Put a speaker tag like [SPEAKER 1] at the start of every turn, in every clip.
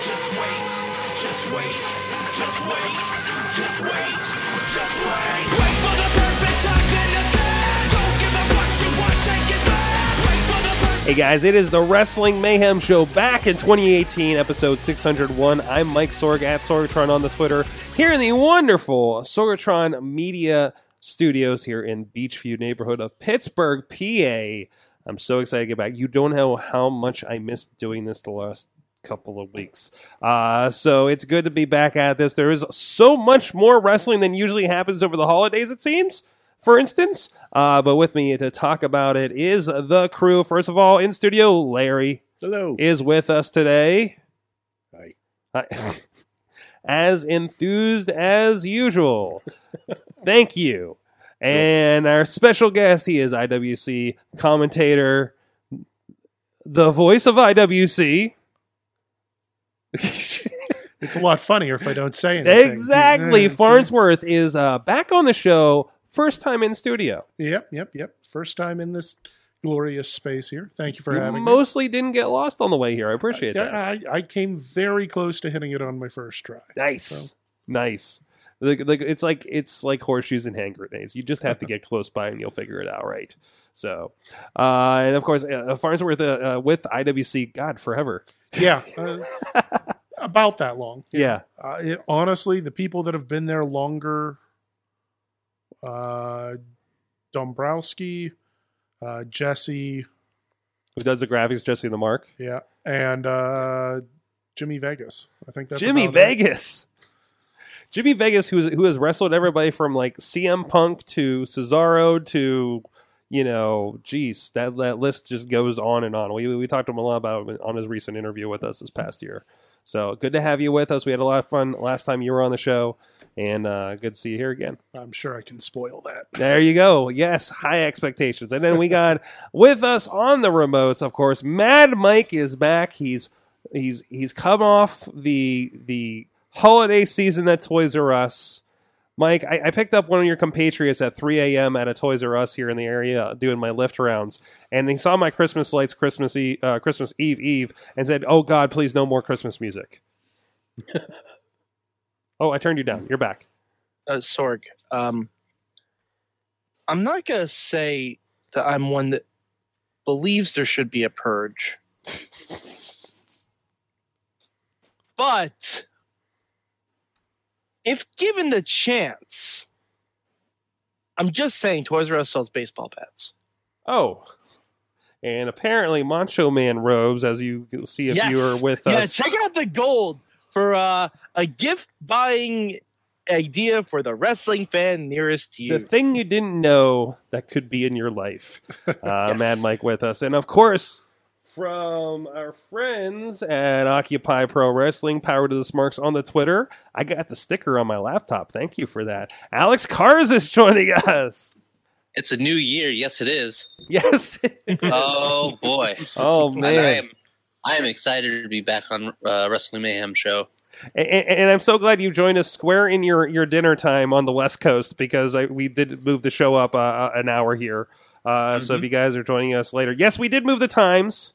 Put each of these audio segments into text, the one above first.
[SPEAKER 1] Just wait, just wait, just wait, just wait, just wait. Wait for the perfect time then attack. Don't give up what you want, take it back. Wait for the perfect
[SPEAKER 2] Hey guys, it is the Wrestling Mayhem Show back in 2018, episode 601. I'm Mike Sorg at Sorgatron on the Twitter, here in the wonderful Sorgatron Media Studios here in Beachview neighborhood of Pittsburgh, PA. I'm so excited to get back. You don't know how much I missed doing this the last couple of weeks. Uh, so it's good to be back at this. There is so much more wrestling than usually happens over the holidays, it seems for instance. Uh, but with me to talk about it is the crew. First of all, in studio, Larry
[SPEAKER 3] Hello.
[SPEAKER 2] is with us today.
[SPEAKER 3] Hi.
[SPEAKER 2] Hi. as enthused as usual. Thank you. And our special guest, he is IWC commentator, the voice of IWC.
[SPEAKER 4] It's a lot funnier if I don't say anything.
[SPEAKER 2] exactly.
[SPEAKER 4] Yeah, see?
[SPEAKER 2] Farnsworth is uh, back on the show, first time in studio.
[SPEAKER 4] Yep, yep, yep. First time in this glorious space here. Thank you for
[SPEAKER 2] You
[SPEAKER 4] having
[SPEAKER 2] mostly didn't get lost on the way here. I
[SPEAKER 4] me.
[SPEAKER 2] appreciate
[SPEAKER 4] Yeah,
[SPEAKER 2] that.
[SPEAKER 4] I, I came very close to hitting it on my first try.
[SPEAKER 2] Nice,
[SPEAKER 4] So-
[SPEAKER 2] nice. Like, like it's like it's like horseshoes and hand grenades. You just have to get close by and you'll figure it out, right? So, uh, and of course, uh, Farnsworth uh, uh, with IWC, God forever.
[SPEAKER 4] Yeah, uh, about that long.
[SPEAKER 2] Yeah,
[SPEAKER 4] Uh, it, honestly, the people that have been there longer, uh, Dombrowski, uh, Jesse,
[SPEAKER 2] who does the graphics? Jesse the Mark,
[SPEAKER 4] yeah, and uh, Jimmy Vegas. I think that's
[SPEAKER 2] Jimmy
[SPEAKER 4] about it.
[SPEAKER 2] Vegas. Jimmy Vegas, who's who has wrestled everybody from like CM Punk to Cesaro to you know, geez, that that list just goes on and on. We we talked to him a lot about it on his recent interview with us this past year. So good to have you with us. We had a lot of fun last time you were on the show, and uh, good to see you here again.
[SPEAKER 4] I'm sure I can spoil that.
[SPEAKER 2] There you go. Yes, high expectations. And then we got with us on the remotes, of course. Mad Mike is back. He's he's he's come off the the holiday season at Toys R Us. Mike, I, I picked up one of your compatriots at 3 a.m. at a Toys R Us here in the area doing my lift rounds, and he saw my Christmas lights, Christmas Eve, uh, Christmas Eve Eve, and said, "Oh God, please no more Christmas music." oh, I turned you down. You're back.
[SPEAKER 5] uh, Sorg, um, I'm not going to say that I'm one that believes there should be a purge. but if given the chance, I'm just saying Toys R Us sells baseball bats.
[SPEAKER 2] Oh. And apparently Macho Man robes, as you you'll see if
[SPEAKER 5] Yes.
[SPEAKER 2] you were with
[SPEAKER 5] Yeah,
[SPEAKER 2] us.
[SPEAKER 5] check out the gold for uh, a gift buying idea for the wrestling fan nearest to
[SPEAKER 2] the
[SPEAKER 5] you.
[SPEAKER 2] thing you didn't know that could be in your life. Uh, Mad Mike with us. And of course, from our friends at Occupy Pro Wrestling, Power to the Smarks on the Twitter. I got the sticker on my laptop. Thank you for that. Alex Cars is joining us.
[SPEAKER 6] It's a new year. Yes, it is.
[SPEAKER 2] Yes.
[SPEAKER 6] Oh boy,
[SPEAKER 2] oh
[SPEAKER 6] And I
[SPEAKER 2] man.
[SPEAKER 6] am. I am excited to be back on uh, Wrestling Mayhem show.
[SPEAKER 2] And, and- and I'm so glad you joined us square in your, your dinner time on the West Coast because I, we did move the show up uh, an hour here. Uh, So if you guys are joining us later, yes, we did move the times.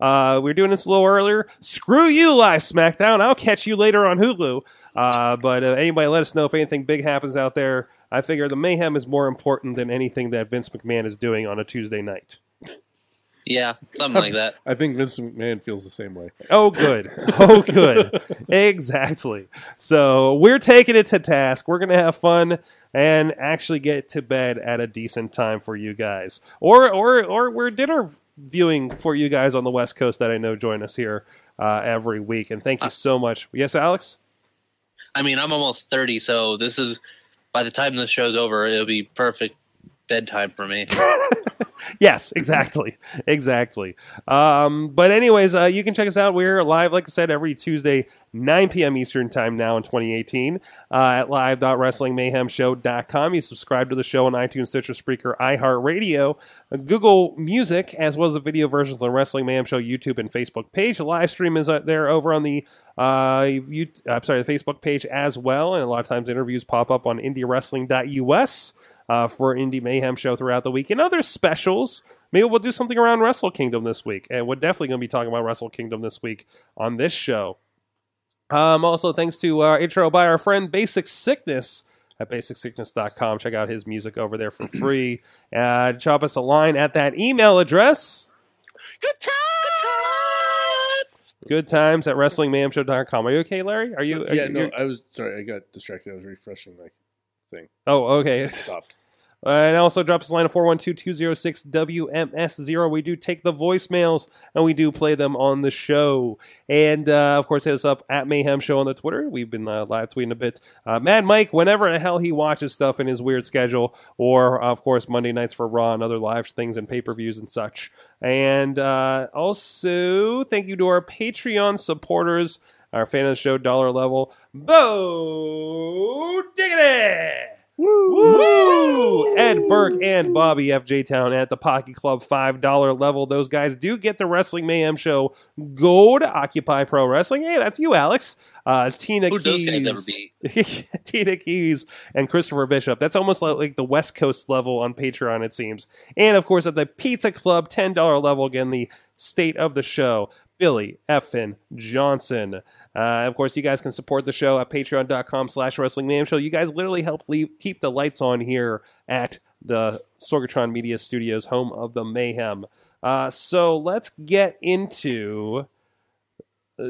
[SPEAKER 2] Uh, we were doing this a little earlier. Screw you, Live SmackDown. I'll catch you later on Hulu. Uh, but uh, anybody, let us know if anything big happens out there. I figure the mayhem is more important than anything that Vince McMahon is doing on a Tuesday night.
[SPEAKER 6] Yeah, something like that.
[SPEAKER 7] I think Vince McMahon feels the same way.
[SPEAKER 2] Oh, good. Oh, good. exactly. So we're taking it to task. We're going to have fun and actually get to bed at a decent time for you guys, or or or we're dinner viewing for you guys on the West Coast that I know join us here uh, every week. And thank you so much. Yes, Alex.
[SPEAKER 6] I mean, I'm almost thirty, so this is by the time this show's over, it'll be perfect bedtime for me.
[SPEAKER 2] yes, exactly, exactly. Um, but anyways, uh, you can check us out. We're live, like I said, every Tuesday, 9 p.m. Eastern time now in 2018 uh, at live.wrestlingmayhemshow.com. You subscribe to the show on iTunes, Stitcher, Spreaker, iHeartRadio, uh, Google Music, as well as the video versions on Wrestling Mayhem Show YouTube and Facebook page. The live stream is out there over on the uh, you, I'm sorry, the Facebook page as well. And a lot of times interviews pop up on indiewrestling.us uh, for Indie Mayhem Show throughout the week and other specials. Maybe we'll do something around Wrestle Kingdom this week. And we're definitely going to be talking about Wrestle Kingdom this week on this show. Um, also, thanks to our intro by our friend Basic Sickness at basicsickness.com. Check out his music over there for free. Uh, drop us a line at that email address.
[SPEAKER 5] Good time.
[SPEAKER 2] Good times at wrestlingmayhemshow.com. Are you okay, Larry? Are you?
[SPEAKER 7] So-
[SPEAKER 2] are
[SPEAKER 7] yeah,
[SPEAKER 2] you-
[SPEAKER 7] no,
[SPEAKER 2] you're-
[SPEAKER 7] I was sorry. I got distracted. I was refreshing my.
[SPEAKER 2] Oh, okay.
[SPEAKER 7] it stopped.
[SPEAKER 2] Uh, and also drop us a line at 412-206-WMS0. We do take the voicemails and we do play them on the show. And uh, of course, hit us up at Mayhem Show on the Twitter. We've been uh, live tweeting a bit. Uh, Mad Mike, whenever the hell he watches stuff in his weird schedule, or uh, of course Monday nights for Raw and other live things and pay per views and such. And uh, also, thank you to our Patreon supporters, our fan of the show dollar level, Bo Diggity. Woo! Ed Burke and Bobby FJ Town at the Pocky Club $5 level. Those guys do get the Wrestling Mayhem Show Go to Occupy Pro Wrestling. Hey, that's you, Alex. Uh, Tina
[SPEAKER 6] Who'd those
[SPEAKER 2] Keys.
[SPEAKER 6] guys ever be?
[SPEAKER 2] Tina Keys and Christopher Bishop. That's almost like, like the West Coast level on Patreon, it seems. And of course, at the Pizza Club $10 level, again, the state of the show, Billy Effin Johnson. Uh, of course, you guys can support the show at patreon.com slash wrestling name show. You guys literally help leave, keep the lights on here at the Sorgatron Media Studios, home of the mayhem. Uh, so let's get into. Uh,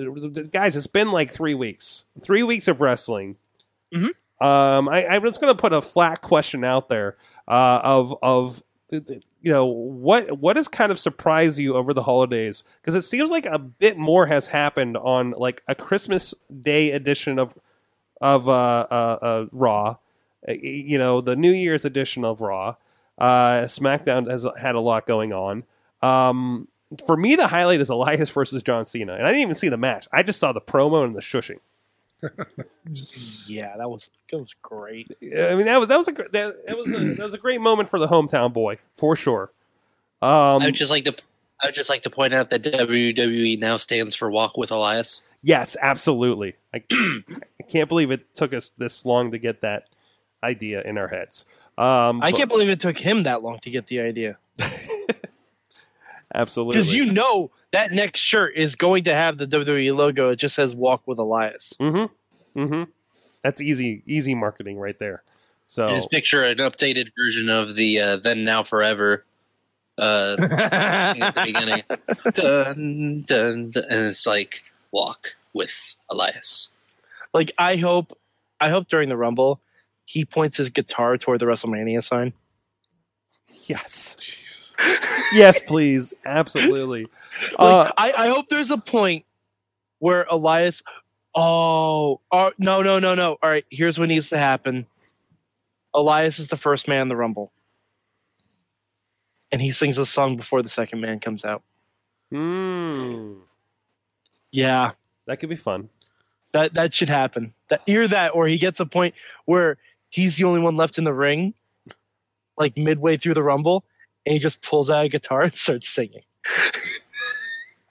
[SPEAKER 2] guys, it's been like three weeks. Three weeks of wrestling.
[SPEAKER 5] Mhm.
[SPEAKER 2] Um, I, I'm just going to put a flat question out there uh, of of th- th- you know what what has kind of surprised you over the holidays because it seems like a bit more has happened on like a Christmas Day edition of of uh, uh, uh, Raw, Uh, you know the New Year's edition of Raw. Uh, SmackDown has had a lot going on. Um, for me, the highlight is Elias versus John Cena, and I didn't even see the match. I just saw the promo and the shushing.
[SPEAKER 5] Yeah, that was that was great.
[SPEAKER 2] I mean, that was that was a gr- that, that was a, that was a great moment for the hometown boy for sure. Um,
[SPEAKER 6] I would just like to. I would just like to point out that WWE now stands for Walk with Elias.
[SPEAKER 2] Yes, absolutely. I, I can't believe it took us this long to get that idea in our heads. Um,
[SPEAKER 5] I
[SPEAKER 2] but-
[SPEAKER 5] can't believe it took him that long to get the idea.
[SPEAKER 2] absolutely
[SPEAKER 5] Because you know that next shirt is going to have the WWE logo. It just says "Walk with Elias."
[SPEAKER 2] Mm-hmm. Mm-hmm. That's easy, easy marketing right there. So
[SPEAKER 6] Just picture an updated version of the uh, Then Now Forever. Uh, thing at the beginning, dun, dun, dun, and it's like Walk with Elias.
[SPEAKER 5] like I hope, I hope during the Rumble, he points his guitar toward the WrestleMania sign.
[SPEAKER 2] yes, yes, please, absolutely. Uh,
[SPEAKER 5] Like, I, I hope there's a point where Elias, oh, oh, no, no, no, no. All right, here's what needs to happen. Elias is the first man in the Rumble. And he sings a song before the second man comes out.
[SPEAKER 2] mm,
[SPEAKER 5] Yeah,
[SPEAKER 2] that could be fun.
[SPEAKER 5] that, that should happen. That, either that or he gets a point where he's the only one left in the ring, like midway through the Rumble, and he just pulls out a guitar and starts singing.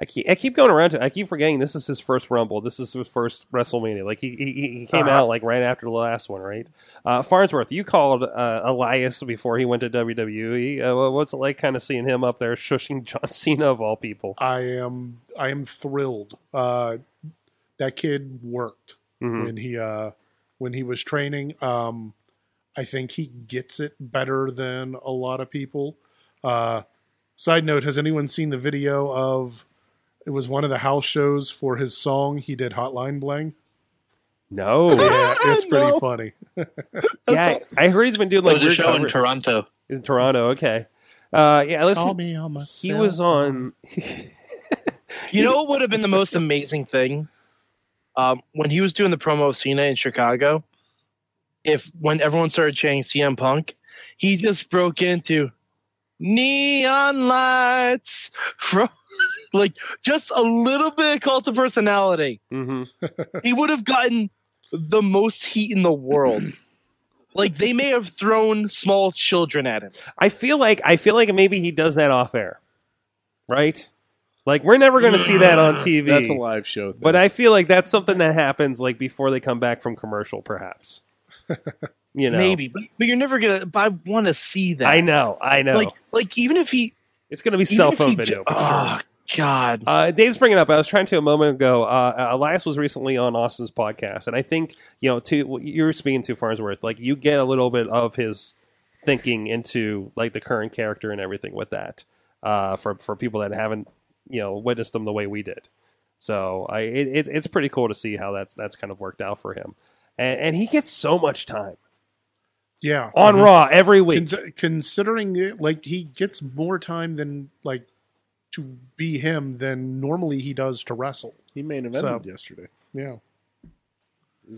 [SPEAKER 2] I keep, I keep going around to. I keep forgetting this is his first Rumble. This is his first WrestleMania. Like he he, he came
[SPEAKER 5] Uh-huh.
[SPEAKER 2] out like right after the last one, right? Uh, Farnsworth, you called uh, Elias before he went to WWE. Uh, what- what's it like, kind of seeing him up there shushing John Cena of all people?
[SPEAKER 4] I am I am thrilled. Uh, that kid worked
[SPEAKER 2] Mhm.
[SPEAKER 4] when he uh, when he was training. Um, I think he gets it better than a lot of people. Uh, side note: Has anyone seen the video of? It was one of the house shows for his song. He did Hotline Bling.
[SPEAKER 2] No,
[SPEAKER 4] Yeah, it's pretty
[SPEAKER 5] No.
[SPEAKER 4] funny.
[SPEAKER 2] yeah, I heard he's been doing
[SPEAKER 6] It
[SPEAKER 2] like
[SPEAKER 6] was a
[SPEAKER 2] weird
[SPEAKER 6] show in
[SPEAKER 2] covers.
[SPEAKER 6] Toronto.
[SPEAKER 2] In Toronto, okay. Uh, yeah, listen,
[SPEAKER 4] me on my.
[SPEAKER 2] he was on.
[SPEAKER 5] You know what would have been the most amazing thing? Um, when he was doing the promo of Cena in Chicago, if when everyone started chanting CM Punk, he just broke into neon lights from like just a little bit of cult of personality
[SPEAKER 2] Mm-hmm.
[SPEAKER 5] he would have gotten the most heat in the world like they may have thrown small children at him
[SPEAKER 2] I feel like I feel like maybe he does that off air, right? Like we're never going to see that on TV.
[SPEAKER 7] That's a live show. Thing.
[SPEAKER 2] But I feel like that's something that happens like before they come back from commercial, perhaps. You know,
[SPEAKER 5] maybe but, but you're never gonna but i want to see that
[SPEAKER 2] I know, I know.
[SPEAKER 5] like like even if he
[SPEAKER 2] it's going to be
[SPEAKER 5] even
[SPEAKER 2] cell
[SPEAKER 5] if
[SPEAKER 2] phone
[SPEAKER 5] he
[SPEAKER 2] video.
[SPEAKER 5] ju-
[SPEAKER 2] for sure.
[SPEAKER 5] oh god
[SPEAKER 2] Uh, Dave's bringing up. I was trying to a moment ago. Uh, Elias was recently on Austin's podcast, and I think you know, to what you're speaking to Farnsworth, like you get a little bit of his thinking into like the current character and everything with that. Uh, for for people that haven't you know witnessed him the way we did, so I it, it, it's pretty cool to see how that's that's kind of worked out for him, and, and he gets so much time
[SPEAKER 4] Yeah.
[SPEAKER 2] on Raw every week.
[SPEAKER 4] Cons- considering it, like he gets more time than like to be him than normally he does to wrestle.
[SPEAKER 7] he main evented
[SPEAKER 4] So-
[SPEAKER 7] yesterday.
[SPEAKER 4] Yeah.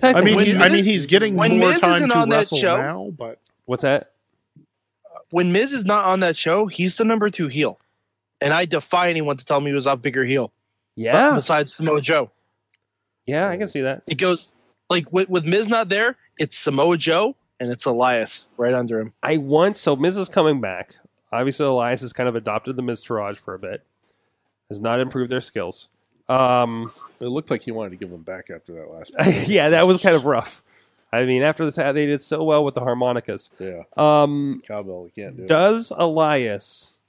[SPEAKER 2] That-
[SPEAKER 4] I mean,
[SPEAKER 5] When
[SPEAKER 4] he, I
[SPEAKER 5] Miz-
[SPEAKER 4] mean, he's getting
[SPEAKER 5] when
[SPEAKER 4] more
[SPEAKER 5] Miz
[SPEAKER 4] time
[SPEAKER 5] isn't
[SPEAKER 4] to
[SPEAKER 5] on that
[SPEAKER 4] wrestle
[SPEAKER 5] show-
[SPEAKER 4] now, but
[SPEAKER 2] What's
[SPEAKER 4] Uh,
[SPEAKER 2] that?
[SPEAKER 5] when miz is not on that show he's the number two heel and i defy anyone to tell me he was a bigger heel
[SPEAKER 2] Yeah,
[SPEAKER 5] besides samoa joe
[SPEAKER 2] yeah, I can see that.
[SPEAKER 5] It goes like with, with Miz not there, it's Samoa Joe and it's Elias right under him.
[SPEAKER 2] I once so Miz is coming back. Obviously, Elias has kind of adopted the Miz Taraj for a bit. Has not improved their skills. Um,
[SPEAKER 7] It looked like he wanted to give him back after that last.
[SPEAKER 2] yeah, that was kind of rough. I mean, after this, they did so well with the harmonicas.
[SPEAKER 7] yeah.
[SPEAKER 2] Um,
[SPEAKER 7] Cowbell, he can't do it.
[SPEAKER 2] does Elias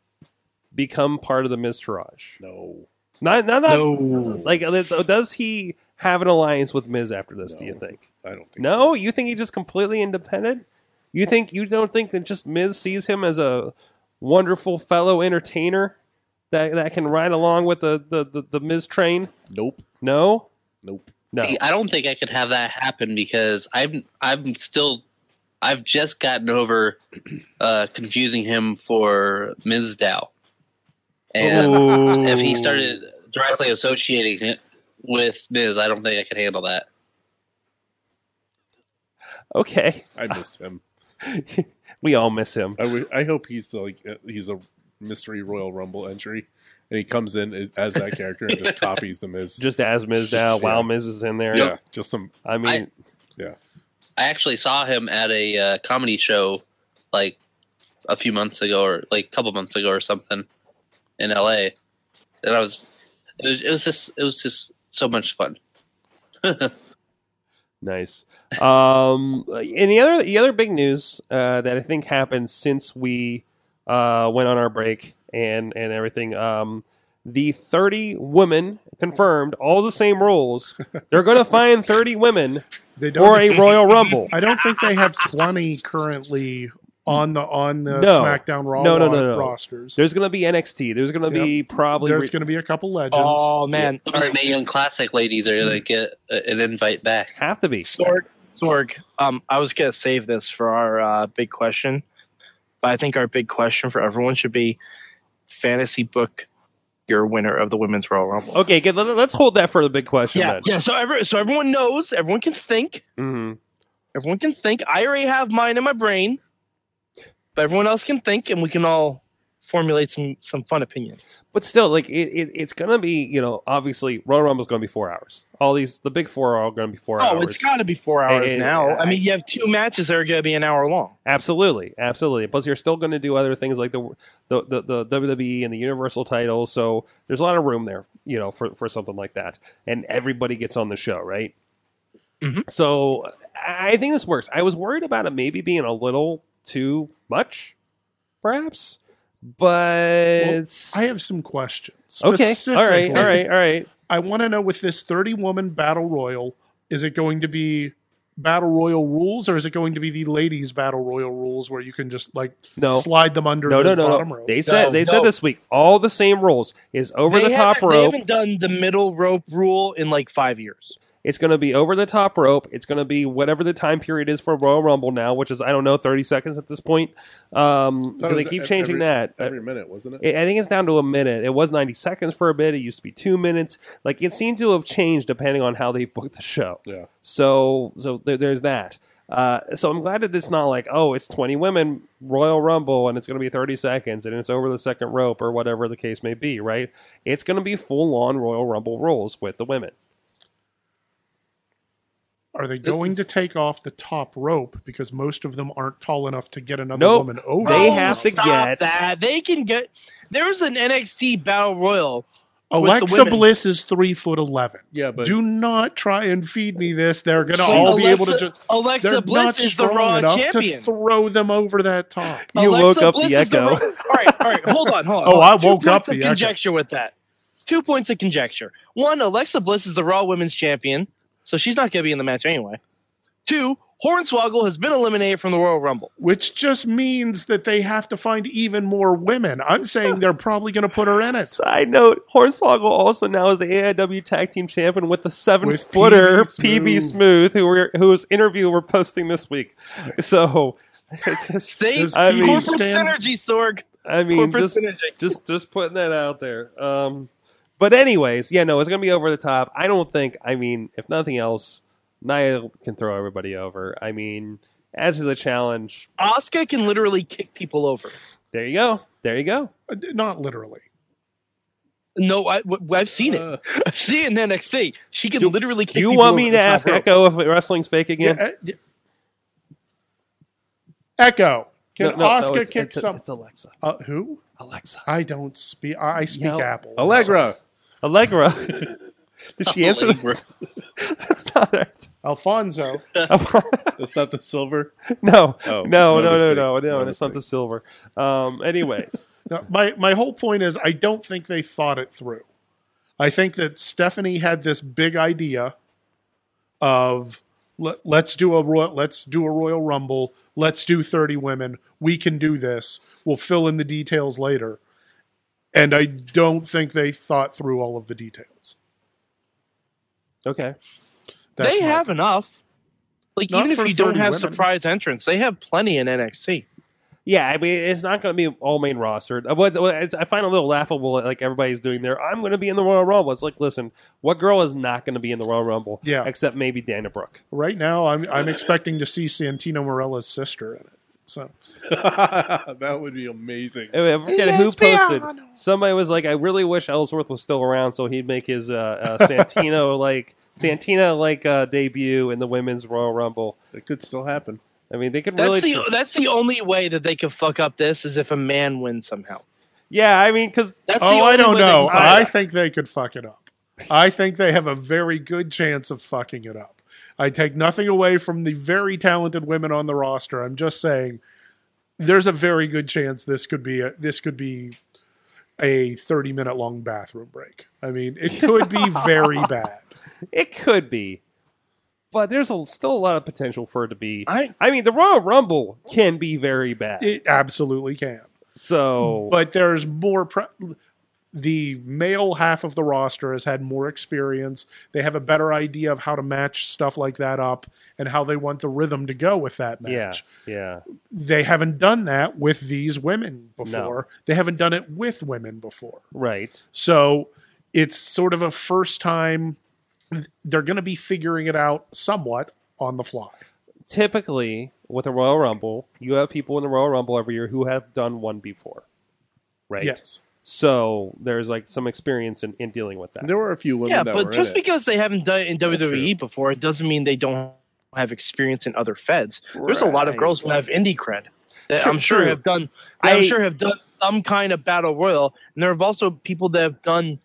[SPEAKER 2] become part of the Miz Taraj?
[SPEAKER 7] No,
[SPEAKER 2] Not, not, not
[SPEAKER 5] No.
[SPEAKER 2] like uh, does he have an alliance with Miz after this? Do you
[SPEAKER 7] No.
[SPEAKER 2] think?
[SPEAKER 7] I don't think.
[SPEAKER 2] No, you think he's just completely independent? You think you don't think that just Miz sees him as a wonderful fellow entertainer that that can ride along with the the the, the Miz train?
[SPEAKER 7] So. Nope.
[SPEAKER 2] No,
[SPEAKER 7] Nope.
[SPEAKER 2] no.
[SPEAKER 6] See, I don't think I could have that happen because I'm I'm still I've just gotten over uh, confusing him for Ms. Dow. And uh, if he started directly associating it with Miz, I don't think I could handle that.
[SPEAKER 2] okay,
[SPEAKER 7] I miss him.
[SPEAKER 2] we all miss him.
[SPEAKER 7] I would- I hope he's the, like uh, he's a mystery Royal Rumble entry, and he comes in as that character and just copies them as
[SPEAKER 2] Just as Miz
[SPEAKER 7] Just-
[SPEAKER 2] now,
[SPEAKER 7] yeah.
[SPEAKER 2] while Miz is in there.
[SPEAKER 7] yeah, just them.
[SPEAKER 2] I mean,
[SPEAKER 6] I actually saw him at a uh, comedy show like a few months ago or like a couple months ago or something in LA. And I was it was, it was just it was just so much fun.
[SPEAKER 2] nice. Um, and the other the other big news uh, that I think happened since we uh, went on our break and and everything. Um, the 30 women confirmed, all the same rules. They're going to find 30 women
[SPEAKER 4] they don't.
[SPEAKER 2] for a Royal Rumble.
[SPEAKER 4] I don't think they have twenty currently on the on the
[SPEAKER 2] No.
[SPEAKER 4] SmackDown Raw
[SPEAKER 2] No, no,
[SPEAKER 4] ro-
[SPEAKER 2] no, no.
[SPEAKER 4] rosters.
[SPEAKER 2] There's going to be NXT. There's going to be probably.
[SPEAKER 4] There's going to be a couple legends.
[SPEAKER 5] Oh man.
[SPEAKER 6] Some
[SPEAKER 5] All
[SPEAKER 6] of the
[SPEAKER 5] right.
[SPEAKER 6] Mae Young Classic ladies are gonna get a- an invite back.
[SPEAKER 2] have to be.
[SPEAKER 5] Sorg. Sorg. Um, I was gonna save this for our uh, big question. But I think our big question for everyone should be fantasy book your winner of the women's Royal Rumble.
[SPEAKER 2] Okay, good. Let- let's hold that for the big question
[SPEAKER 5] Yeah, yeah. So every, so everyone knows, everyone can think.
[SPEAKER 2] then.
[SPEAKER 5] Everyone can think. I already have mine in my brain. But everyone else can think and we can all formulate some some fun opinions.
[SPEAKER 2] But still, like, it, it, it's going to be, you know, obviously, Royal Rumble's going to be four hours. All these, the big four are all going to be four
[SPEAKER 5] Oh,
[SPEAKER 2] hours.
[SPEAKER 5] it's got to be four hours
[SPEAKER 2] Hey,
[SPEAKER 5] now.
[SPEAKER 2] I-
[SPEAKER 5] I mean, you have two matches that are going to be an hour long.
[SPEAKER 2] Absolutely, absolutely. Plus, you're still going to do other things like the, the the the WWE and the Universal title. So there's a lot of room there, you know, for for something like that. And everybody gets on the show, right?
[SPEAKER 5] Mhm.
[SPEAKER 2] So I I think this works. I was worried about it maybe being a little too much, perhaps, but
[SPEAKER 4] I have some
[SPEAKER 2] okay.
[SPEAKER 4] questions.
[SPEAKER 2] All right, all
[SPEAKER 4] Specifically,
[SPEAKER 2] right, all right.
[SPEAKER 4] I want to know with this 30 woman battle royal, is it going to be battle royal rules or is it going to be the ladies battle royal rules where you can just like
[SPEAKER 2] No.
[SPEAKER 4] slide them under
[SPEAKER 2] No,
[SPEAKER 4] the
[SPEAKER 2] no, no,
[SPEAKER 4] bottom
[SPEAKER 2] no.
[SPEAKER 4] rope?
[SPEAKER 2] They said
[SPEAKER 5] No,
[SPEAKER 2] they
[SPEAKER 5] no.
[SPEAKER 2] said this week all the same rules is over
[SPEAKER 5] They
[SPEAKER 2] the top
[SPEAKER 5] haven't-
[SPEAKER 2] rope.
[SPEAKER 5] They haven't done the middle rope rule in like five years.
[SPEAKER 2] It's going to be over the top rope. It's going to be whatever the time period is for Royal Rumble now, which is I don't know, thirty seconds at this point, um,
[SPEAKER 7] Thought it
[SPEAKER 2] because they
[SPEAKER 7] was
[SPEAKER 2] keep
[SPEAKER 7] ev-
[SPEAKER 2] changing
[SPEAKER 7] every-
[SPEAKER 2] that. Uh,
[SPEAKER 7] every minute, wasn't it?
[SPEAKER 2] I I think it's down to a minute. It was ninety seconds for a bit. It used to be two minutes. Like it seemed to have changed depending on how they booked the show.
[SPEAKER 7] Yeah.
[SPEAKER 2] So so there, there's that. Uh, so I'm glad that it's not like, oh, it's 20 women Royal Rumble and it's going to be 30 seconds and it's over the second rope or whatever the case may be, right? It's going to be full on Royal Rumble rules with the women.
[SPEAKER 4] Are they going to take off the top rope because most of them aren't tall enough to get another
[SPEAKER 2] Nope.
[SPEAKER 4] woman over?
[SPEAKER 2] They
[SPEAKER 5] Oh,
[SPEAKER 2] have to
[SPEAKER 5] stop
[SPEAKER 2] get-
[SPEAKER 5] that. They can get. There was an NXT Battle Royal. with the
[SPEAKER 4] Alexa
[SPEAKER 5] women.
[SPEAKER 4] Bliss is three foot eleven.
[SPEAKER 7] Yeah, but
[SPEAKER 4] Do not try and feed me this. They're going to
[SPEAKER 5] She's
[SPEAKER 4] all be
[SPEAKER 5] Alexa-
[SPEAKER 4] able to just.
[SPEAKER 5] Alexa
[SPEAKER 4] They're
[SPEAKER 5] Bliss
[SPEAKER 4] not
[SPEAKER 5] is the
[SPEAKER 4] strong
[SPEAKER 5] Raw
[SPEAKER 4] enough
[SPEAKER 5] champion.
[SPEAKER 4] to throw them over that top.
[SPEAKER 2] You
[SPEAKER 5] Alexa
[SPEAKER 2] woke up
[SPEAKER 5] Bliss
[SPEAKER 2] the
[SPEAKER 5] is
[SPEAKER 2] echo.
[SPEAKER 5] Raw- all right, all right. Hold on, hold on.
[SPEAKER 4] Oh,
[SPEAKER 5] hold on.
[SPEAKER 4] I woke
[SPEAKER 5] Two
[SPEAKER 4] up
[SPEAKER 5] points of
[SPEAKER 4] the echo.
[SPEAKER 5] conjecture with that. Two points of conjecture. One, Alexa Bliss is the Raw Women's Champion, so she's not going to be in the match anyway. Two, Hornswoggle has been eliminated from the Royal Rumble.
[SPEAKER 4] which just means that they have to find even more women. I'm saying they're probably going to put her in it.
[SPEAKER 2] Side note, Hornswoggle also now is the AIW Tag Team Champion with the seven
[SPEAKER 4] With
[SPEAKER 2] footer
[SPEAKER 4] PB
[SPEAKER 2] PB Smooth, who were, whose interview we're posting this week. So, it's just,
[SPEAKER 5] They
[SPEAKER 4] Does
[SPEAKER 2] I
[SPEAKER 4] PB
[SPEAKER 2] mean-
[SPEAKER 5] corporate
[SPEAKER 4] stand-
[SPEAKER 5] synergy, Sorg.
[SPEAKER 2] I mean,
[SPEAKER 5] Corporate
[SPEAKER 2] just
[SPEAKER 5] synergy.
[SPEAKER 2] just just putting that out there. Um, but anyways, yeah, no, it's gonna be over the top. I don't think. I mean, if nothing else, Nia can throw everybody over. I mean, as is a challenge.
[SPEAKER 5] Oscar can literally kick people over.
[SPEAKER 2] There you go. There you go.
[SPEAKER 4] Uh, Not literally.
[SPEAKER 5] No, I, w- I've seen it.
[SPEAKER 7] Uh,
[SPEAKER 5] I've seen it in NXT. She can
[SPEAKER 2] Do-
[SPEAKER 5] literally kick
[SPEAKER 2] Do you
[SPEAKER 5] people
[SPEAKER 2] want
[SPEAKER 5] over
[SPEAKER 2] me
[SPEAKER 5] the
[SPEAKER 2] to
[SPEAKER 5] top
[SPEAKER 2] ask
[SPEAKER 5] rope.
[SPEAKER 2] Echo if wrestling's fake again?
[SPEAKER 4] Yeah, uh, yeah. Echo, can Oscar
[SPEAKER 2] it's-
[SPEAKER 4] kick
[SPEAKER 2] it's,
[SPEAKER 4] some?
[SPEAKER 2] It's Alexa.
[SPEAKER 4] uh, who?
[SPEAKER 2] Alexa.
[SPEAKER 4] I don't speak. I I speak
[SPEAKER 2] Yep.
[SPEAKER 4] Apple.
[SPEAKER 7] Allegra.
[SPEAKER 2] Allegra. Did she answer?
[SPEAKER 6] Unbelievable.
[SPEAKER 2] that? That's not right.
[SPEAKER 4] Alfonso.
[SPEAKER 7] That's not the silver.
[SPEAKER 2] no,
[SPEAKER 7] Oh,
[SPEAKER 2] no, no, no, no,
[SPEAKER 7] mistake.
[SPEAKER 2] no,
[SPEAKER 7] My
[SPEAKER 2] It's not the
[SPEAKER 7] mistake.
[SPEAKER 2] silver. Um. Anyways.
[SPEAKER 4] No, my my whole point is I don't think they thought it through. I think that Stephanie had this big idea of let, let's do a royal let's do a Royal Rumble, let's do 30 women. We can do this. We'll fill in the details later. And I don't think they thought through all of the details.
[SPEAKER 2] Okay.
[SPEAKER 4] That's
[SPEAKER 5] they
[SPEAKER 4] my-
[SPEAKER 5] have enough. Like
[SPEAKER 4] Not
[SPEAKER 5] even
[SPEAKER 4] for
[SPEAKER 5] if you don't
[SPEAKER 4] 30
[SPEAKER 5] have
[SPEAKER 4] women.
[SPEAKER 5] surprise entrance, they have plenty in NXT.
[SPEAKER 2] Yeah, I mean, it's not going to be all main roster. Uh, What, what it's, I find a little laughable, like everybody's doing there. I'm going to be in the Royal Rumble. It's like, listen, what girl is not going to be in the Royal Rumble?
[SPEAKER 4] Yeah.
[SPEAKER 2] except maybe Dana Brooke.
[SPEAKER 4] right now I'm I'm expecting to see Santino Morella's sister in it. So
[SPEAKER 7] that would be amazing.
[SPEAKER 2] I, mean, I forget who posted. Somebody was like, I really wish Ellsworth was still around so he'd make his uh, uh, Santino like Santina like uh, debut in the women's Royal Rumble.
[SPEAKER 7] It could still happen.
[SPEAKER 2] I mean, they could
[SPEAKER 5] That's
[SPEAKER 2] really.
[SPEAKER 5] the that's the only way that they could fuck up this is if a man wins somehow.
[SPEAKER 2] yeah, I mean, because
[SPEAKER 5] That's the
[SPEAKER 4] Oh, I
[SPEAKER 5] only
[SPEAKER 4] don't
[SPEAKER 5] way they
[SPEAKER 4] know.
[SPEAKER 5] can buy
[SPEAKER 4] I
[SPEAKER 5] it.
[SPEAKER 4] think they could fuck it up. I think they have a very good chance of fucking it up. I take nothing away from the very talented women on the roster. I'm just saying there's a very good chance this could be a, this could be a 30 minute long bathroom break. I mean, it could be very bad.
[SPEAKER 2] it could be, but there's a, still a lot of potential for it to be.
[SPEAKER 5] I
[SPEAKER 2] I mean, the Royal Rumble can be very bad.
[SPEAKER 4] It absolutely can.
[SPEAKER 2] So
[SPEAKER 4] But there's more pre- the male half of the roster has had more experience. They have a better idea of how to match stuff like that up and how they want the rhythm to go with that match.
[SPEAKER 2] yeah, yeah,
[SPEAKER 4] they haven't done that with these women before. They haven't done it with women before.
[SPEAKER 2] right.
[SPEAKER 4] So it's sort of a first time. They're going to be figuring it out somewhat on the fly.
[SPEAKER 2] Typically, with a Royal Rumble, you have people in the Royal Rumble every year who have done one before, right?
[SPEAKER 4] Yes.
[SPEAKER 2] So there's like some experience in, in dealing with that.
[SPEAKER 7] There were a few women
[SPEAKER 5] yeah,
[SPEAKER 7] that were
[SPEAKER 5] but just
[SPEAKER 7] in it.
[SPEAKER 5] because they haven't done it in
[SPEAKER 7] true.
[SPEAKER 5] WWE before, it doesn't mean they don't have experience in other feds. There's a lot of
[SPEAKER 2] Right.
[SPEAKER 5] girls who have indie cred that
[SPEAKER 2] Sure,
[SPEAKER 5] I'm sure
[SPEAKER 2] true.
[SPEAKER 5] have done. that
[SPEAKER 2] I-
[SPEAKER 5] I'm sure have done some kind of battle royal, and there have also people that have done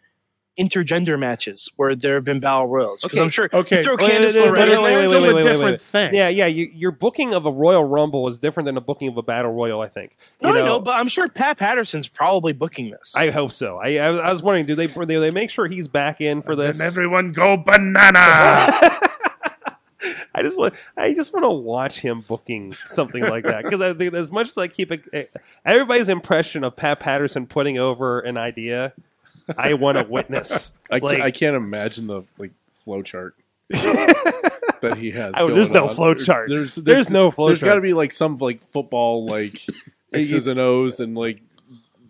[SPEAKER 5] intergender matches where there have been battle royals. Because
[SPEAKER 2] Okay,
[SPEAKER 5] I'm sure
[SPEAKER 4] okay.
[SPEAKER 5] you throw
[SPEAKER 2] Wait,
[SPEAKER 5] Candice
[SPEAKER 2] wait, wait, wait,
[SPEAKER 4] But it's
[SPEAKER 5] LeRae
[SPEAKER 2] wait,
[SPEAKER 5] in-
[SPEAKER 2] wait,
[SPEAKER 4] still
[SPEAKER 2] wait,
[SPEAKER 4] a
[SPEAKER 2] wait,
[SPEAKER 4] different
[SPEAKER 2] wait.
[SPEAKER 4] thing.
[SPEAKER 2] Yeah, yeah. You, your booking of a Royal Rumble is different than a booking of a Battle Royal. I think.
[SPEAKER 5] No,
[SPEAKER 2] you
[SPEAKER 5] I know, but I'm sure Pat Patterson's probably booking this.
[SPEAKER 2] I hope so. I, I, I was wondering, do they do they make sure he's back in for this?
[SPEAKER 4] And everyone go banana.
[SPEAKER 5] Ah.
[SPEAKER 2] I just want I just want to watch him booking something like that because I think as much as I keep it, eh, everybody's impression of Pat Patterson putting over an idea, I want to witness.
[SPEAKER 7] I, ca-
[SPEAKER 2] like-
[SPEAKER 7] I can't imagine the like flow chart that he has.
[SPEAKER 2] Oh,
[SPEAKER 7] going
[SPEAKER 2] there's no
[SPEAKER 7] on.
[SPEAKER 2] flow chart.
[SPEAKER 7] There's there's,
[SPEAKER 2] There's no flow
[SPEAKER 7] There's
[SPEAKER 2] chart.
[SPEAKER 7] got to be like some like football like X's and O's and like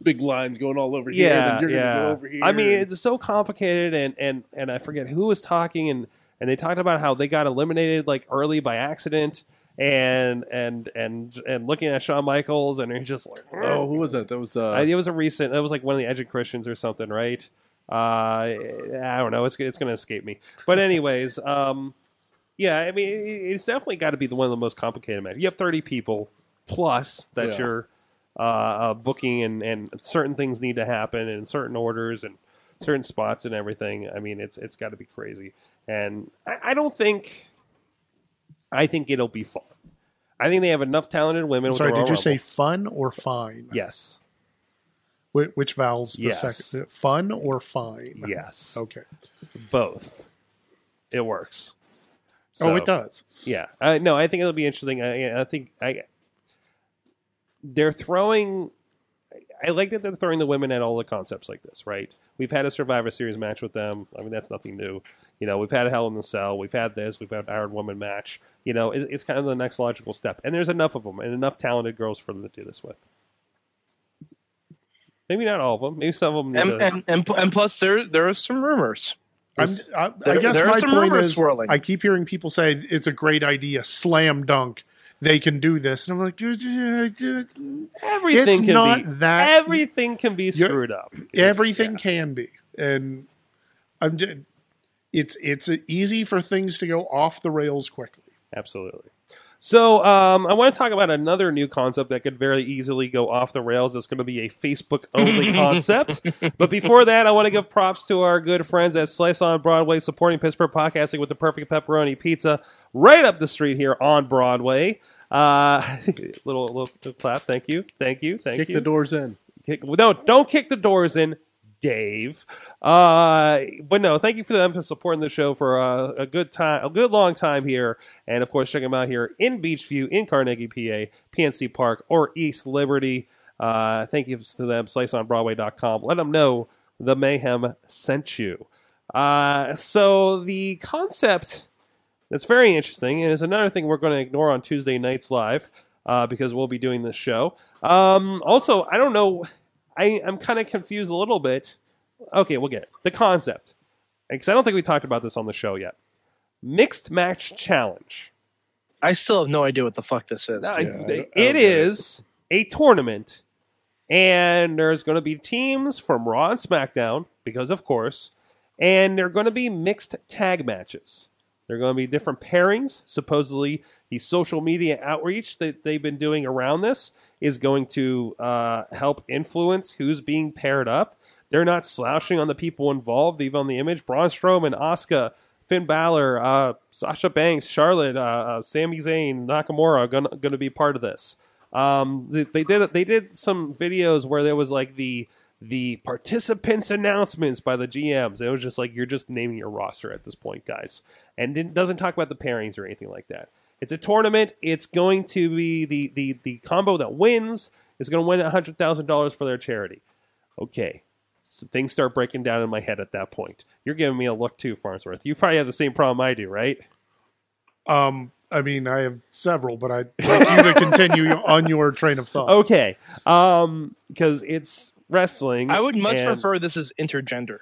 [SPEAKER 7] big lines going all over here. and
[SPEAKER 2] yeah,
[SPEAKER 7] then you're
[SPEAKER 2] yeah.
[SPEAKER 7] gonna go over here.
[SPEAKER 2] I mean,
[SPEAKER 7] and-
[SPEAKER 2] it's so complicated, and and and I forget who was talking, and and they talked about how they got eliminated like early by accident. and and and and looking at Shawn Michaels, and he's just like,
[SPEAKER 7] Oh, who was that? That was uh,
[SPEAKER 2] I- it was a recent. It was like one of the Edge Christians or something, right? Uh, I don't know. It's it's gonna escape me. But anyways, um, yeah. I mean, it- it's definitely got to be the one of the most complicated matches. You have thirty people plus that
[SPEAKER 7] Yeah.
[SPEAKER 2] you're uh, uh, booking, and and certain things need to happen in certain orders and certain spots and everything. I mean, it's it's got to be crazy. And I, I don't think. I think it'll be fun. I think they have enough talented women.
[SPEAKER 4] I'm
[SPEAKER 2] with
[SPEAKER 4] sorry,
[SPEAKER 2] the
[SPEAKER 4] did
[SPEAKER 2] Royal
[SPEAKER 4] you say
[SPEAKER 2] Rumble.
[SPEAKER 4] fun or fine?
[SPEAKER 2] yes?
[SPEAKER 4] Whi- which vowels the
[SPEAKER 2] Yes.
[SPEAKER 4] second? uh, Fun or fine?
[SPEAKER 2] Yes.
[SPEAKER 4] Okay.
[SPEAKER 2] both. It works.
[SPEAKER 4] oh,
[SPEAKER 2] So,
[SPEAKER 4] it does.
[SPEAKER 2] Yeah. Uh, no, I think it'll be interesting. I, I think I they're throwing. I like that they're throwing the women at all the concepts like this, right? We've had a Survivor Series match with them. I mean, that's nothing new. You know, we've had a Hell in the Cell. We've had this. We've had an Iron Woman match. You know, it's, it's kind of the next logical step. And there's enough of them and enough talented girls for them to do this with. Maybe not all of them. Maybe some of them.
[SPEAKER 5] And, and, and, pl- and plus, there there are some rumors.
[SPEAKER 4] I'm,
[SPEAKER 5] There's-
[SPEAKER 4] I, I
[SPEAKER 5] there-
[SPEAKER 4] guess
[SPEAKER 5] there are
[SPEAKER 4] my
[SPEAKER 5] some
[SPEAKER 4] point
[SPEAKER 5] rumors
[SPEAKER 4] is,
[SPEAKER 5] swirling.
[SPEAKER 4] I keep hearing people say it's a great idea, slam dunk. They can do this, and I'm like, "Duh, duh, duh, duh."
[SPEAKER 2] everything
[SPEAKER 4] it's
[SPEAKER 2] can
[SPEAKER 4] not
[SPEAKER 2] be
[SPEAKER 4] that.
[SPEAKER 2] everything can be
[SPEAKER 4] You're-
[SPEAKER 2] screwed up.
[SPEAKER 4] everything
[SPEAKER 2] Yeah.
[SPEAKER 4] can be, and I'm just, it's it's easy for things to go off the rails quickly.
[SPEAKER 2] Absolutely. So um, I want to talk about another new concept that could very easily go off the rails. It's going to be a Facebook only concept. But before that, I want to give props to our good friends at Slice on Broadway, supporting Pittsburgh podcasting with the perfect pepperoni pizza right up the street here on Broadway. Uh, little little clap. Thank you. Thank you. Thank
[SPEAKER 7] kick
[SPEAKER 2] you
[SPEAKER 7] the doors in.
[SPEAKER 2] kick, no, don't kick the doors in, Dave. Uh, but no, thank you for them for supporting the show for uh, a good time, a good long time here, and of course check them out here in Beachview, in Carnegie, PA, PNC Park, or East Liberty. Uh, thank you to them, sliceonbroadway.com. Let them know the mayhem sent you. Uh, so the concept that's very interesting, and it's another thing we're going to ignore on Tuesday nights live uh, because we'll be doing this show. Um, also, I don't know. I, I'm kind of confused a little bit. Okay, we'll get it. the concept because I don't think we talked about this on the show yet. Mixed match challenge.
[SPEAKER 5] I still have no idea what the fuck this is.
[SPEAKER 2] Now,
[SPEAKER 7] Yeah, I don't- I
[SPEAKER 2] it-
[SPEAKER 7] don't
[SPEAKER 2] it
[SPEAKER 7] get it.
[SPEAKER 2] is a tournament, and there's going to be teams from Raw and SmackDown because, of course, and they're going to be mixed tag matches. They're going to be different pairings. Supposedly, the social media outreach that they've been doing around this is going to uh, help influence who's being paired up. They're not slouching on the people involved, even on the image. Braun Strowman, Asuka, Finn Balor, uh, Sasha Banks, Charlotte, uh, uh, Sami Zayn, Nakamura are going to be part of this. Um, they, they did they did some videos where there was like the the participants announcements by the GMs. It was just like you're just naming your roster at this point, guys, and it doesn't talk about the pairings or anything like that. It's a tournament. It's going to be the the the combo that wins is going to win hundred thousand dollars for their charity. Okay, so things start breaking down in my head at that point. You're giving me a look too, Farnsworth. You probably have the same problem I do, right?
[SPEAKER 4] Um, I mean, I have several, but I'd like you to continue on your train of thought.
[SPEAKER 2] Okay, um, because it's wrestling.
[SPEAKER 5] I would much
[SPEAKER 2] and-
[SPEAKER 5] prefer this is intergender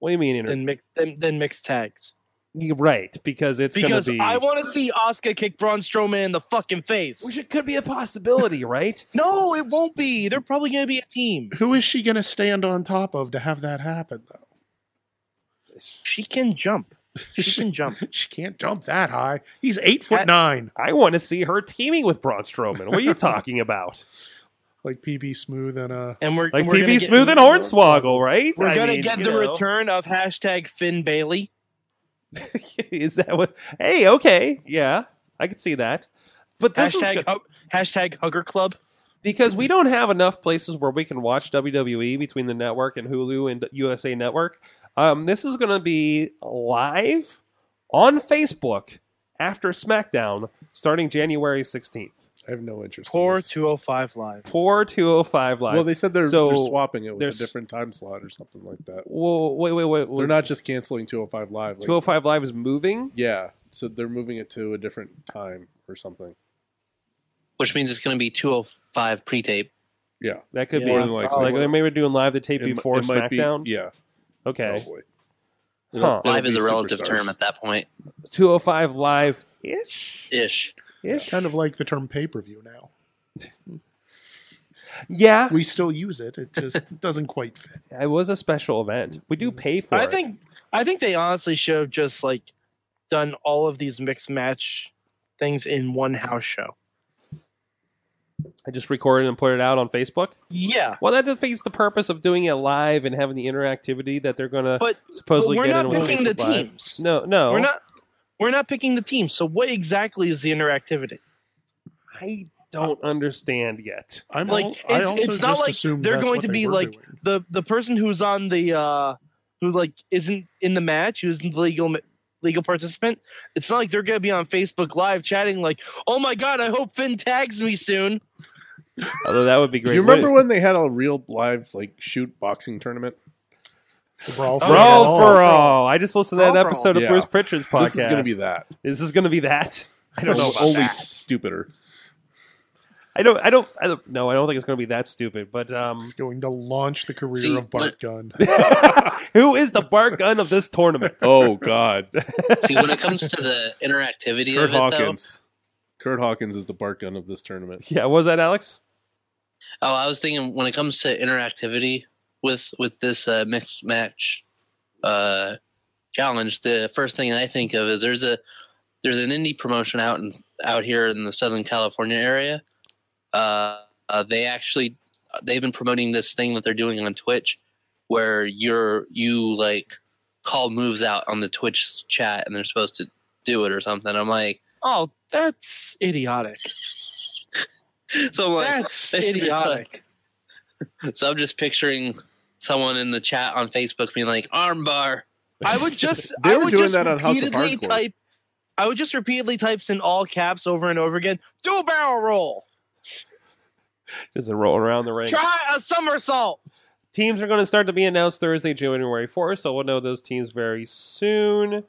[SPEAKER 2] What do you mean, inter-
[SPEAKER 5] than, mix, than, than mixed tags.
[SPEAKER 2] You're right? Because it's
[SPEAKER 5] because
[SPEAKER 2] gonna be.
[SPEAKER 5] I want to see Oscar kick Braun Strowman in the fucking face.
[SPEAKER 2] Which it could be a possibility, right?
[SPEAKER 5] no, it won't be. They're probably going to be a team.
[SPEAKER 4] Who is she going to stand on top of to have that happen, though?
[SPEAKER 5] She can jump. She can jump.
[SPEAKER 4] She can't jump that high. He's eight foot
[SPEAKER 5] That-
[SPEAKER 4] nine,
[SPEAKER 2] I want to see her teaming with Braun Strowman. What are you talking about?
[SPEAKER 4] like PB Smooth and uh.
[SPEAKER 5] And we're
[SPEAKER 2] Like
[SPEAKER 5] and we're gonna
[SPEAKER 2] PB
[SPEAKER 5] get-
[SPEAKER 2] Smooth and Hornswoggle, right?
[SPEAKER 5] We're
[SPEAKER 2] I
[SPEAKER 5] gonna
[SPEAKER 2] mean,
[SPEAKER 5] get
[SPEAKER 2] you
[SPEAKER 5] the
[SPEAKER 2] know.
[SPEAKER 5] return of hashtag Finn Bailey.
[SPEAKER 2] Is that what? Hey, okay, yeah, I could see that. But this is
[SPEAKER 5] Hashtag,
[SPEAKER 2] good-
[SPEAKER 5] hug, hashtag Hugger Club.
[SPEAKER 2] because we don't have enough places where we can watch WWE between the network and Hulu and USA Network. Um, this is going to be live on Facebook after SmackDown starting January 16th.
[SPEAKER 7] I have no interest. in
[SPEAKER 5] Poor
[SPEAKER 7] this.
[SPEAKER 5] 205 Live.
[SPEAKER 2] Poor 205 Live.
[SPEAKER 7] Well, they said they're,
[SPEAKER 2] So,
[SPEAKER 7] they're swapping it with
[SPEAKER 2] there's-
[SPEAKER 7] a different time slot or something like that.
[SPEAKER 2] Whoa, wait, wait, wait.
[SPEAKER 7] They're not just canceling 205 live. Like,
[SPEAKER 2] 205 Live is moving.
[SPEAKER 7] Yeah, so they're moving it to a different time or something.
[SPEAKER 6] which means it's going to be 205 pre-tape.
[SPEAKER 7] Yeah,
[SPEAKER 2] That could
[SPEAKER 5] Yeah.
[SPEAKER 2] be.
[SPEAKER 5] More
[SPEAKER 7] than likely.
[SPEAKER 2] like they may be doing live the tape
[SPEAKER 7] It mi-
[SPEAKER 2] before
[SPEAKER 7] it might be-
[SPEAKER 2] SmackDown.
[SPEAKER 7] yeah,
[SPEAKER 2] Okay.
[SPEAKER 7] probably.
[SPEAKER 2] Huh.
[SPEAKER 7] It'll
[SPEAKER 6] Live is
[SPEAKER 7] be
[SPEAKER 6] a relative
[SPEAKER 7] superstars.
[SPEAKER 6] term at that point,
[SPEAKER 2] 205 Live oh ish.
[SPEAKER 6] ish.
[SPEAKER 2] Ish.
[SPEAKER 4] Kind of like the term pay per view now.
[SPEAKER 2] Yeah,
[SPEAKER 4] We still use it. It just doesn't quite fit.
[SPEAKER 2] it was a special event. We do pay for
[SPEAKER 5] Mm-hmm. I
[SPEAKER 2] it.
[SPEAKER 5] think I think they honestly should have just like done all of these mixed match things in one house show.
[SPEAKER 2] I just recorded and put it out on Facebook.
[SPEAKER 5] Yeah.
[SPEAKER 2] Well, that defeats the purpose of doing it live and having the interactivity that they're gonna
[SPEAKER 5] But-
[SPEAKER 2] supposedly
[SPEAKER 5] but we're
[SPEAKER 2] get
[SPEAKER 5] not
[SPEAKER 2] in with
[SPEAKER 5] picking the
[SPEAKER 2] Facebook Live.
[SPEAKER 5] teams.
[SPEAKER 2] No, no,
[SPEAKER 5] We're not we're not picking the team. So what exactly is the interactivity?
[SPEAKER 2] I don't understand yet.
[SPEAKER 4] I'm
[SPEAKER 5] Like,
[SPEAKER 4] all, I
[SPEAKER 5] it's-
[SPEAKER 4] also
[SPEAKER 5] it's
[SPEAKER 4] just
[SPEAKER 5] not like
[SPEAKER 4] assumed
[SPEAKER 5] they're
[SPEAKER 4] that's
[SPEAKER 5] going
[SPEAKER 4] what
[SPEAKER 5] to
[SPEAKER 4] they
[SPEAKER 5] be
[SPEAKER 4] were
[SPEAKER 5] like-
[SPEAKER 4] doing.
[SPEAKER 5] The the person who's on the uh who like isn't in the match, who isn't the legal legal participant, it's not like they're gonna be on Facebook live chatting like, Oh my god, I hope Finn tags me soon.
[SPEAKER 2] Although that would be
[SPEAKER 7] Do
[SPEAKER 2] great.
[SPEAKER 7] you remember when they had a real live like shoot boxing tournament?
[SPEAKER 4] The
[SPEAKER 5] Oh,
[SPEAKER 4] brawl for
[SPEAKER 2] Brawl
[SPEAKER 4] all.
[SPEAKER 5] um,
[SPEAKER 2] for all. I just listened to that
[SPEAKER 5] Brawl for
[SPEAKER 2] episode of
[SPEAKER 7] all.
[SPEAKER 2] Bruce Pritchard's podcast.
[SPEAKER 7] This is going to be that.
[SPEAKER 2] This is gonna be that. I don't know. About
[SPEAKER 7] Only
[SPEAKER 2] that.
[SPEAKER 7] stupider.
[SPEAKER 2] I don't. I don't. I don't. No, I don't think it's gonna be that stupid. But um,
[SPEAKER 4] It's going to launch the career
[SPEAKER 6] See,
[SPEAKER 4] of Bart
[SPEAKER 6] look-
[SPEAKER 4] Gunn.
[SPEAKER 2] who is the Bart Gun of this tournament?
[SPEAKER 7] Oh God,
[SPEAKER 6] See, when it comes to the interactivity
[SPEAKER 7] Kurt
[SPEAKER 6] of it,
[SPEAKER 7] Hawkins. Kurt Hawkins is the bark gun of this tournament.
[SPEAKER 2] Yeah, what was that Alex?
[SPEAKER 6] though, oh, I was thinking when it comes to interactivity with with this uh, mixed match uh, challenge, the first thing I think of is there's a there's an indie promotion out in out here in the Southern California area. Uh, uh, they actually they've been promoting this thing that they're doing on Twitch, where you're you like call moves out on the Twitch chat and they're supposed to do it or something. I'm like,
[SPEAKER 5] Oh, that's idiotic.
[SPEAKER 6] so I'm like,
[SPEAKER 5] That's
[SPEAKER 6] they should be
[SPEAKER 5] idiotic.
[SPEAKER 6] So I'm just picturing someone in the chat on Facebook being like, armbar.
[SPEAKER 5] I would just
[SPEAKER 7] They
[SPEAKER 5] I
[SPEAKER 7] were
[SPEAKER 5] would
[SPEAKER 7] doing
[SPEAKER 5] just
[SPEAKER 7] that on House of
[SPEAKER 5] repeatedly
[SPEAKER 7] Hardcore.
[SPEAKER 5] type I would just repeatedly types in all caps over and over again. Do a barrel roll.
[SPEAKER 2] Just rolling around the ring.
[SPEAKER 5] Try a somersault.
[SPEAKER 2] Teams are going to start to be announced Thursday, January 4th, so we'll know those teams very soon.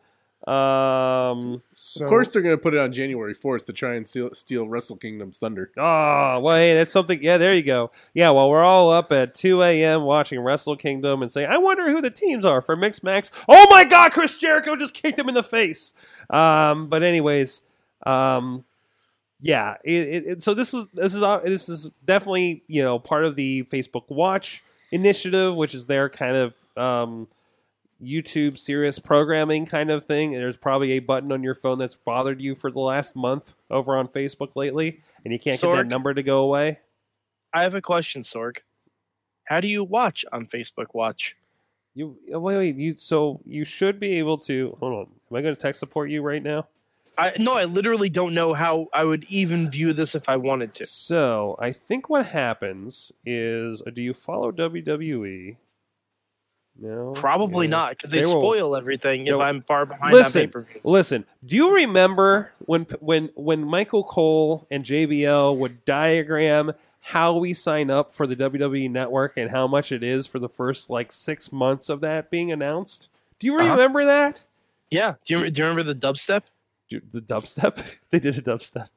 [SPEAKER 2] Um,
[SPEAKER 4] So,
[SPEAKER 7] Of course, they're going to put it on January fourth to try and steal, steal Wrestle Kingdom's thunder.
[SPEAKER 2] oh, well, hey, that's something. Yeah, there you go. Yeah, well, we're all up at 2 a.m. watching Wrestle Kingdom and saying, I wonder who the teams are for Mixed Max. Oh my God, Chris Jericho just kicked him in the face. Um, but anyways, um, yeah, it, it, it- so this is this is uh, this is definitely you know part of the Facebook Watch initiative, which is their kind of um, YouTube serious programming kind of thing. And there's probably a button on your phone that's bothered you for the last month over on Facebook lately, and you can't get that
[SPEAKER 5] Sorg?
[SPEAKER 2] number to go away.
[SPEAKER 5] I have a question, Sorg. How do you watch on Facebook Watch?
[SPEAKER 2] You uh, wait, wait. You so you should be able to. Hold on. Am I going to tech support you right now?
[SPEAKER 5] I no, I literally don't know how I would even view this if I wanted to.
[SPEAKER 2] So I think what happens is, uh, do you follow WWE? No,
[SPEAKER 5] Probably
[SPEAKER 2] Yeah.
[SPEAKER 5] not because they,
[SPEAKER 2] They will-
[SPEAKER 5] spoil everything if
[SPEAKER 2] They'll-
[SPEAKER 5] I'm far behind
[SPEAKER 2] Listen.
[SPEAKER 5] on pay-per-view.
[SPEAKER 2] Listen, do you remember when when when Michael Cole and JBL would diagram how we sign up for the WWE network and how much it is for the first like 6 months of that being announced? Do you
[SPEAKER 5] Uh-huh.
[SPEAKER 2] remember that?
[SPEAKER 5] Yeah, do you, do you remember the dubstep?
[SPEAKER 2] Dude, the dubstep. they did a dubstep.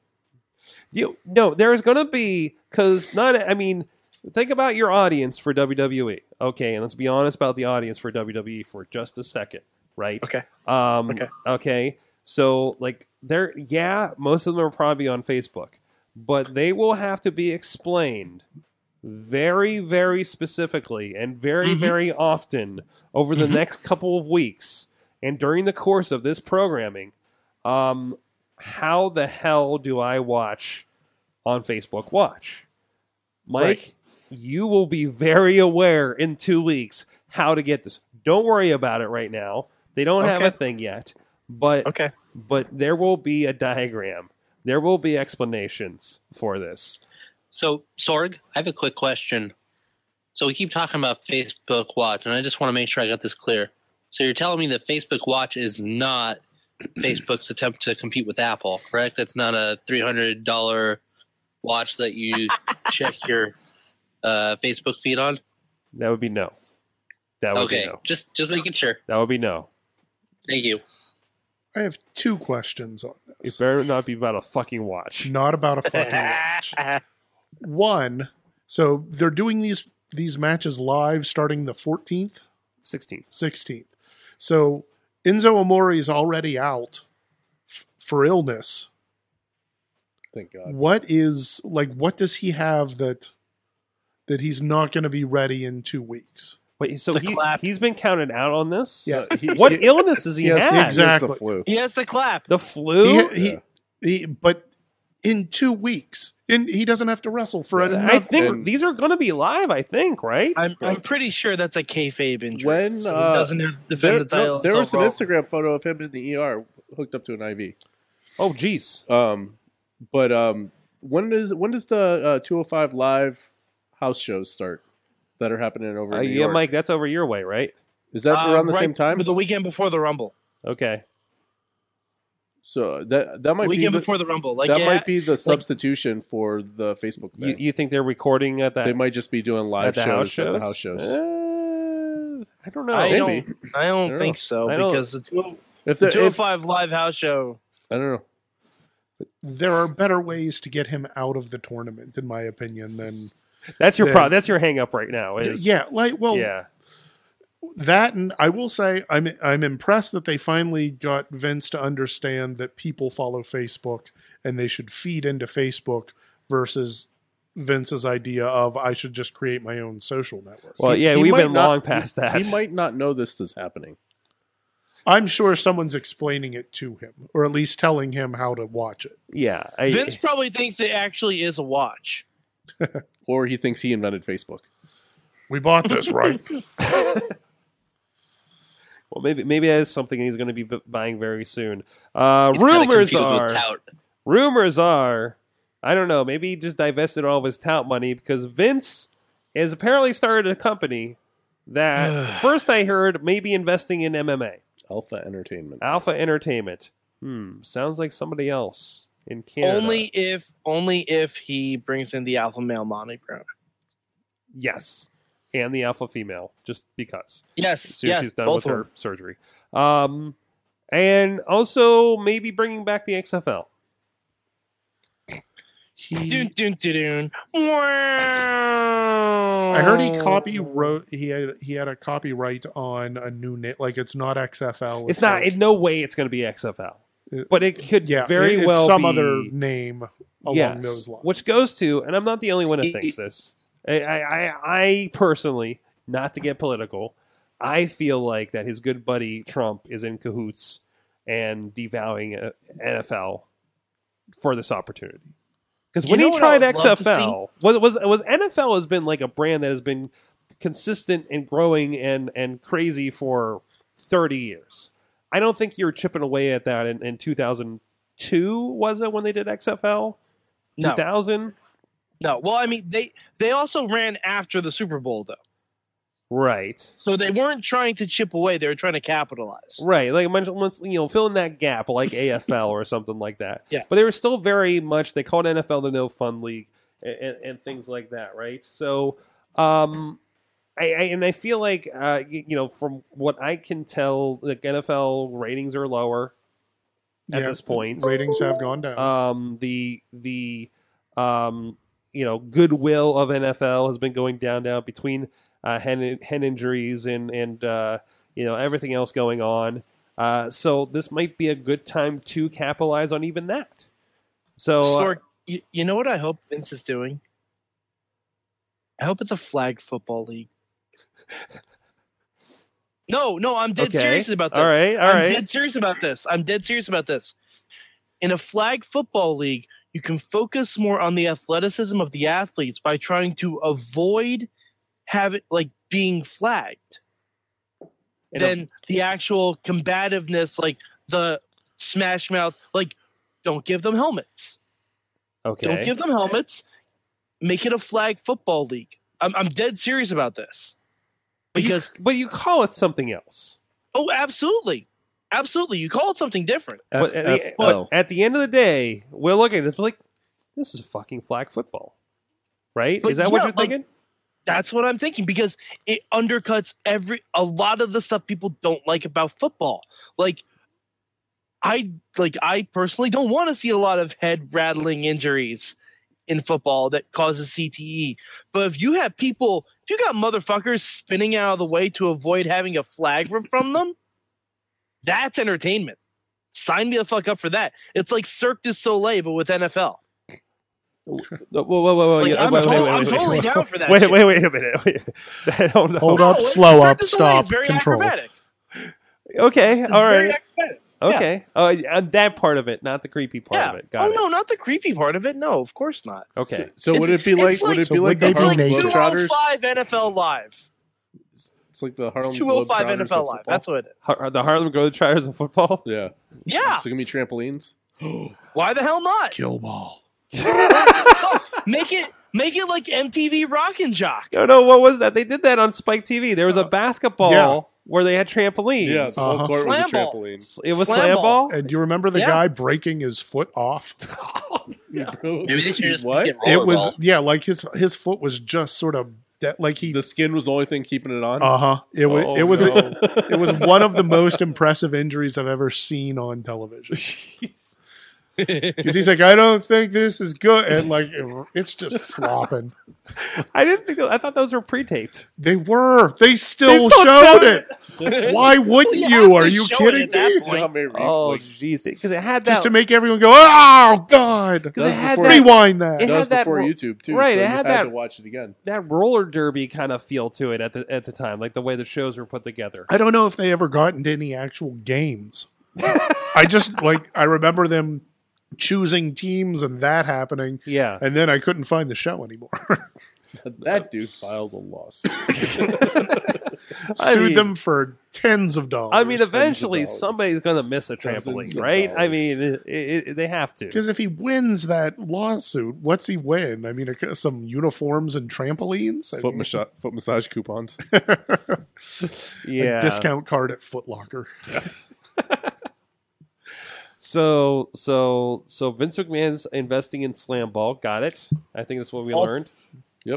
[SPEAKER 2] You no, there is going to be cuz not I mean, think about your audience for WWE. Okay, and let's be honest about the audience for WWE for just a second, right?
[SPEAKER 5] Okay.
[SPEAKER 2] Um, okay.
[SPEAKER 5] Okay.
[SPEAKER 2] So like they're yeah, most of them are probably on Facebook, but they will have to be explained very, very specifically and very,
[SPEAKER 5] Mhm.
[SPEAKER 2] very often over the
[SPEAKER 5] Mhm.
[SPEAKER 2] next couple of weeks and during the course of this programming. Um, how the hell do I watch on Facebook Watch? Mike,
[SPEAKER 5] Right.
[SPEAKER 2] you will be very aware in two weeks how to get this. Don't worry about it right now. They don't have
[SPEAKER 5] Okay.
[SPEAKER 2] a thing yet, but
[SPEAKER 5] Okay,
[SPEAKER 2] but there will be a diagram. There will be explanations for this.
[SPEAKER 6] So, Sorg, I have a quick question. So, we keep talking about Facebook Watch, and I just want to make sure I got this clear. So, you're telling me that Facebook Watch is not Facebook's attempt to compete with Apple, correct? That's not a $300 watch that you check your uh, Facebook feed on?
[SPEAKER 2] That would be no. That would
[SPEAKER 6] Okay,
[SPEAKER 2] be no.
[SPEAKER 6] just just making sure.
[SPEAKER 2] That would be no.
[SPEAKER 6] Thank you.
[SPEAKER 4] I have two questions on
[SPEAKER 2] It
[SPEAKER 4] this.
[SPEAKER 2] better not be about a fucking watch.
[SPEAKER 4] Not about a fucking watch. One, so they're doing these these matches live starting the 14th,
[SPEAKER 2] 16th.
[SPEAKER 4] 16th. So Enzo Amore is already out f- for illness.
[SPEAKER 7] Thank God.
[SPEAKER 4] What is like? What does he have that that he's not going to be ready in two weeks?
[SPEAKER 2] Wait, so
[SPEAKER 5] The
[SPEAKER 2] he,
[SPEAKER 5] clap.
[SPEAKER 2] he's been counted out on this?
[SPEAKER 4] Yeah.
[SPEAKER 7] Uh, He-
[SPEAKER 2] What
[SPEAKER 7] he-
[SPEAKER 2] illness has he,
[SPEAKER 4] He has the
[SPEAKER 2] had?
[SPEAKER 4] exact-
[SPEAKER 7] The
[SPEAKER 4] Exactly.
[SPEAKER 7] flu.
[SPEAKER 5] He has to clap.
[SPEAKER 2] the
[SPEAKER 4] He,
[SPEAKER 2] flu?
[SPEAKER 4] he, he- but in two weeks, in he doesn't have to wrestle for another.
[SPEAKER 2] I think
[SPEAKER 7] And-
[SPEAKER 2] these are going to be live, I think, right?
[SPEAKER 5] I'm I'm pretty sure that's a kayfabe injury.
[SPEAKER 7] When,
[SPEAKER 5] so he
[SPEAKER 7] uh,
[SPEAKER 5] doesn't have to defend
[SPEAKER 7] There,
[SPEAKER 5] the title. Oh,
[SPEAKER 7] no, there was an
[SPEAKER 5] overall.
[SPEAKER 7] Instagram photo of him in the ER hooked up to an IV.
[SPEAKER 2] oh, jeez.
[SPEAKER 7] Um, but um, when does when does the uh, 205 live house shows start that are happening over?
[SPEAKER 2] Uh,
[SPEAKER 7] in New
[SPEAKER 2] yeah,
[SPEAKER 7] York?
[SPEAKER 2] Mike, that's over your way, right?
[SPEAKER 7] Is that
[SPEAKER 5] Uh,
[SPEAKER 7] around the
[SPEAKER 5] right
[SPEAKER 7] same time?
[SPEAKER 5] but The weekend before the Rumble.
[SPEAKER 2] Okay.
[SPEAKER 7] so that that might be
[SPEAKER 5] weekend
[SPEAKER 7] the,
[SPEAKER 5] before the Rumble. Like
[SPEAKER 7] that
[SPEAKER 5] yeah,
[SPEAKER 7] might be the substitution for the Facebook.
[SPEAKER 2] You,
[SPEAKER 7] Thing.
[SPEAKER 2] you think they're recording at that
[SPEAKER 7] they might just be doing
[SPEAKER 2] at
[SPEAKER 7] live
[SPEAKER 2] the
[SPEAKER 7] shows,
[SPEAKER 2] house shows?
[SPEAKER 7] at the house shows.
[SPEAKER 2] Uh, I don't know.
[SPEAKER 5] Eh, I
[SPEAKER 7] maybe.
[SPEAKER 5] don't. I don't
[SPEAKER 7] don't
[SPEAKER 5] think so
[SPEAKER 2] I don't-
[SPEAKER 5] because the, two,
[SPEAKER 7] if
[SPEAKER 5] the
[SPEAKER 7] they're if, I
[SPEAKER 5] 205 live house show.
[SPEAKER 7] don't know.
[SPEAKER 4] There are better ways to get him out of the tournament, in my opinion. Than
[SPEAKER 2] that's your
[SPEAKER 4] They-
[SPEAKER 2] pro- that's your hang up right now. Is,
[SPEAKER 4] yeah, like well,
[SPEAKER 2] yeah.
[SPEAKER 4] that and I will say I'm I'm impressed that they finally got Vince to understand that people follow Facebook and they should feed into Facebook versus Vince's idea of I should just create my own social network.
[SPEAKER 2] Well, yeah,
[SPEAKER 7] He
[SPEAKER 2] we've
[SPEAKER 7] might
[SPEAKER 2] been
[SPEAKER 7] not-
[SPEAKER 2] long past that.
[SPEAKER 7] He might not know this is happening.
[SPEAKER 4] I'm sure someone's explaining it to him or at least telling him how to watch it.
[SPEAKER 2] yeah. I,
[SPEAKER 5] Vince probably thinks it actually is a watch.
[SPEAKER 7] Or he thinks he invented Facebook.
[SPEAKER 4] We bought this, right?
[SPEAKER 2] Well, maybe maybe that is something he's going to be b- buying very soon. Uh,
[SPEAKER 6] He's kinda
[SPEAKER 2] rumors
[SPEAKER 6] confused with
[SPEAKER 2] are
[SPEAKER 6] tout.
[SPEAKER 2] rumors are I don't know. Maybe he just divested all of his tout money because Vince has apparently started a company that first I heard maybe investing in MMA
[SPEAKER 7] Alpha Entertainment.
[SPEAKER 2] Alpha Entertainment. Hmm, sounds like somebody else in Canada.
[SPEAKER 5] Only if only if he brings in the alpha male monogram.
[SPEAKER 2] yes, and the Alpha female, just because.
[SPEAKER 5] Yes,
[SPEAKER 2] soon
[SPEAKER 5] yes,
[SPEAKER 2] she's done
[SPEAKER 5] both
[SPEAKER 2] with
[SPEAKER 5] of
[SPEAKER 2] her
[SPEAKER 5] them.
[SPEAKER 2] surgery. Um, and also maybe bringing back the XFL.
[SPEAKER 4] He,
[SPEAKER 5] Dun, dun, dun, dun. Wow.
[SPEAKER 2] Oh.
[SPEAKER 4] I heard he copy wrote he had he had a copyright on a new name like it's not XFL.
[SPEAKER 2] It's not.
[SPEAKER 4] a-
[SPEAKER 2] In no way, it's going to be XFL.
[SPEAKER 4] Uh,
[SPEAKER 2] But it could
[SPEAKER 4] yeah,
[SPEAKER 2] very
[SPEAKER 4] it- it's
[SPEAKER 2] well
[SPEAKER 4] some
[SPEAKER 2] be,
[SPEAKER 4] other name along
[SPEAKER 2] yes,
[SPEAKER 4] those lines.
[SPEAKER 2] Which goes to, and I'm not the only one that
[SPEAKER 6] It-
[SPEAKER 2] thinks this. I, I, I, I personally, not to get political, I feel like that his good buddy Trump is in cahoots and devouring uh, NFL for this opportunity. Because
[SPEAKER 5] You
[SPEAKER 2] when
[SPEAKER 5] know
[SPEAKER 2] he
[SPEAKER 5] what I
[SPEAKER 2] tried
[SPEAKER 5] would love to
[SPEAKER 2] XFL, was was was NFL has been like a brand that has been consistent and growing and and crazy for 30 years. I don't think you're chipping away at that in, in 2002 was it when they did XFL?
[SPEAKER 5] No,
[SPEAKER 2] 2000?
[SPEAKER 5] no. Well, I mean they they also ran after the Super Bowl though,
[SPEAKER 2] Right.
[SPEAKER 5] so they weren't trying to chip away. They were trying to capitalize.
[SPEAKER 2] Right. Like once- once you know, fill in that gap like AFL or something like that.
[SPEAKER 5] Yeah.
[SPEAKER 2] But they were still very much they called NFL the no fun league and, and, and things like that, right? So um I, I and I feel like uh y- you know, from what I can tell, like NFL ratings are lower at
[SPEAKER 4] Yeah,
[SPEAKER 2] this point.
[SPEAKER 4] ratings have gone down.
[SPEAKER 2] um, the the um, you know goodwill of NFL has been going down now between uh, hen, hen injuries and and uh, you know everything else going on. Uh, so this might be a good time to capitalize on even that. So uh,
[SPEAKER 5] Stork, you, you know what I hope Vince is doing? I hope it's a flag football league. No, no, I'm dead
[SPEAKER 2] Okay.
[SPEAKER 5] serious about this.
[SPEAKER 2] all right, all
[SPEAKER 5] I'm
[SPEAKER 2] right,
[SPEAKER 5] dead serious about this. I'm dead serious about this. In a flag football league, you can focus more on the athleticism of the athletes by trying to avoid having like being flagged
[SPEAKER 2] And
[SPEAKER 5] than the actual combativeness, like the smash mouth, like don't give them helmets.
[SPEAKER 2] okay.
[SPEAKER 5] Don't give them helmets. Make it a flag football league. I'm, I'm dead serious about this.
[SPEAKER 2] But you-
[SPEAKER 5] Because
[SPEAKER 2] but you call it something else.
[SPEAKER 5] oh, absolutely, absolutely, you call it something different.
[SPEAKER 2] But uh, at, the, but at the end of the day, we're looking at this like this is fucking flag football, right?
[SPEAKER 5] But
[SPEAKER 2] is that what
[SPEAKER 5] yeah,
[SPEAKER 2] you're
[SPEAKER 5] like-
[SPEAKER 2] thinking?
[SPEAKER 5] That's what I'm thinking because it undercuts every a lot of the stuff people don't like about football. Like I like I personally don't want to see a lot of head rattling injuries in football that causes CTE. But if you have people, if you got motherfuckers spinning out of the way to avoid having a flag ripped from them, that's entertainment. Sign me the fuck up for that. It's like Cirque du Soleil but with NFL.
[SPEAKER 2] Whoa, whoa, whoa, whoa!
[SPEAKER 5] Like,
[SPEAKER 2] yeah,
[SPEAKER 5] I'm,
[SPEAKER 2] wait,
[SPEAKER 5] totally-
[SPEAKER 2] wait,
[SPEAKER 5] I'm
[SPEAKER 2] wait, wait,
[SPEAKER 5] totally
[SPEAKER 2] wait.
[SPEAKER 5] down for that.
[SPEAKER 2] Wait,
[SPEAKER 5] shit.
[SPEAKER 2] wait, wait a minute. Wait. I don't know.
[SPEAKER 4] Hold
[SPEAKER 5] No,
[SPEAKER 4] up,
[SPEAKER 5] it's-
[SPEAKER 4] slow
[SPEAKER 5] it's
[SPEAKER 4] up,
[SPEAKER 5] this way,
[SPEAKER 4] stop,
[SPEAKER 5] It's very
[SPEAKER 4] control.
[SPEAKER 5] acrobatic.
[SPEAKER 2] Okay,
[SPEAKER 5] It's
[SPEAKER 2] all
[SPEAKER 5] very
[SPEAKER 2] right.
[SPEAKER 5] acrobatic. yeah.
[SPEAKER 2] Okay. Uh, uh, that part of it, not the creepy part
[SPEAKER 5] Yeah.
[SPEAKER 2] of it. Got
[SPEAKER 5] oh
[SPEAKER 2] it.
[SPEAKER 5] no, not the creepy part of it. No, of course not.
[SPEAKER 2] Okay.
[SPEAKER 7] So, so would it be
[SPEAKER 5] It's
[SPEAKER 7] like, would it
[SPEAKER 4] So
[SPEAKER 7] be
[SPEAKER 4] would
[SPEAKER 7] like
[SPEAKER 4] they
[SPEAKER 7] the
[SPEAKER 4] be
[SPEAKER 7] Harlem
[SPEAKER 4] naked?
[SPEAKER 7] Globetrotters?
[SPEAKER 5] 205 NFL Live.
[SPEAKER 7] It's like the Harlem
[SPEAKER 5] 205
[SPEAKER 7] Globetrotters of
[SPEAKER 5] NFL Live.
[SPEAKER 7] football?
[SPEAKER 5] That's what it is.
[SPEAKER 2] Har- the Harlem Globetrotters of football.
[SPEAKER 7] yeah.
[SPEAKER 5] Yeah.
[SPEAKER 7] So it can be trampolines.
[SPEAKER 5] Why the hell not?
[SPEAKER 4] Kill ball.
[SPEAKER 5] Make it make it like MTV Rock and Jock.
[SPEAKER 2] No, no. What was that? They did that on Spike TV. There was a
[SPEAKER 4] Uh,
[SPEAKER 2] basketball
[SPEAKER 4] yeah.
[SPEAKER 2] where they had trampolines.
[SPEAKER 7] Yeah, the whole
[SPEAKER 4] Uh-huh.
[SPEAKER 7] court was a
[SPEAKER 5] Slam ball.
[SPEAKER 7] trampoline.
[SPEAKER 2] S- It was
[SPEAKER 5] Slam
[SPEAKER 2] slam
[SPEAKER 5] ball.
[SPEAKER 2] ball.
[SPEAKER 4] And do you remember the
[SPEAKER 5] Yeah.
[SPEAKER 4] guy breaking his foot off?
[SPEAKER 7] Bro,
[SPEAKER 6] Maybe they should just
[SPEAKER 7] what?
[SPEAKER 6] make
[SPEAKER 4] It was
[SPEAKER 6] rollerball.
[SPEAKER 4] yeah, like his his foot was just sort of de- like he
[SPEAKER 7] The skin was the only thing keeping it on.
[SPEAKER 4] uh huh. It was
[SPEAKER 2] Oh,
[SPEAKER 4] it was
[SPEAKER 2] no.
[SPEAKER 4] it was one of the most impressive injuries I've ever seen on television. Because he's like, I don't think this is good, and like it- it's just flopping.
[SPEAKER 2] I didn't think. tho- I thought those were pre-taped.
[SPEAKER 4] They were. They still,
[SPEAKER 2] They still
[SPEAKER 4] showed
[SPEAKER 2] showed
[SPEAKER 4] it. Why wouldn't
[SPEAKER 5] Well, you
[SPEAKER 4] you?
[SPEAKER 5] have to
[SPEAKER 4] Are you
[SPEAKER 5] show it
[SPEAKER 4] kidding
[SPEAKER 5] at that
[SPEAKER 4] me?
[SPEAKER 5] point.
[SPEAKER 7] You know how many re-
[SPEAKER 2] Oh,
[SPEAKER 7] like,
[SPEAKER 2] jeez, because it had that.
[SPEAKER 4] Just to make everyone go, oh god!
[SPEAKER 2] because it
[SPEAKER 7] That's
[SPEAKER 2] had
[SPEAKER 7] before-
[SPEAKER 2] that,
[SPEAKER 4] Rewind that.
[SPEAKER 2] It
[SPEAKER 7] that
[SPEAKER 2] had
[SPEAKER 7] was
[SPEAKER 2] that
[SPEAKER 7] before
[SPEAKER 2] ro-
[SPEAKER 7] YouTube too.
[SPEAKER 2] Right,
[SPEAKER 7] so
[SPEAKER 2] it
[SPEAKER 7] you
[SPEAKER 2] had
[SPEAKER 7] had
[SPEAKER 2] that-
[SPEAKER 7] to watch it again.
[SPEAKER 2] that roller derby kind of feel to it at the at the time, like the way the shows were put together.
[SPEAKER 4] I don't know if they ever got into any actual games. I just like I remember them choosing teams and that happening,
[SPEAKER 2] Yeah.
[SPEAKER 4] and then I couldn't find the show anymore.
[SPEAKER 7] That dude filed a lawsuit.
[SPEAKER 2] I
[SPEAKER 4] Sued
[SPEAKER 2] mean-
[SPEAKER 4] them for tens of dollars.
[SPEAKER 2] I mean,
[SPEAKER 7] of
[SPEAKER 2] eventually
[SPEAKER 7] dollars.
[SPEAKER 2] somebody's going to miss a
[SPEAKER 7] Dozens
[SPEAKER 2] trampoline,
[SPEAKER 7] of
[SPEAKER 2] right? I
[SPEAKER 7] dollars.
[SPEAKER 2] mean, it, it, it- they have to.
[SPEAKER 4] Because if he wins that lawsuit, what's he win? I mean, it- some uniforms and trampolines, I
[SPEAKER 7] foot,
[SPEAKER 4] mean,
[SPEAKER 7] massage, foot massage coupons.
[SPEAKER 4] a
[SPEAKER 2] Yeah.
[SPEAKER 4] discount card at Foot Locker.
[SPEAKER 2] So, so, so Vince McMahon's investing in slam ball. Got it. I think that's what we
[SPEAKER 5] Ult-
[SPEAKER 2] leared.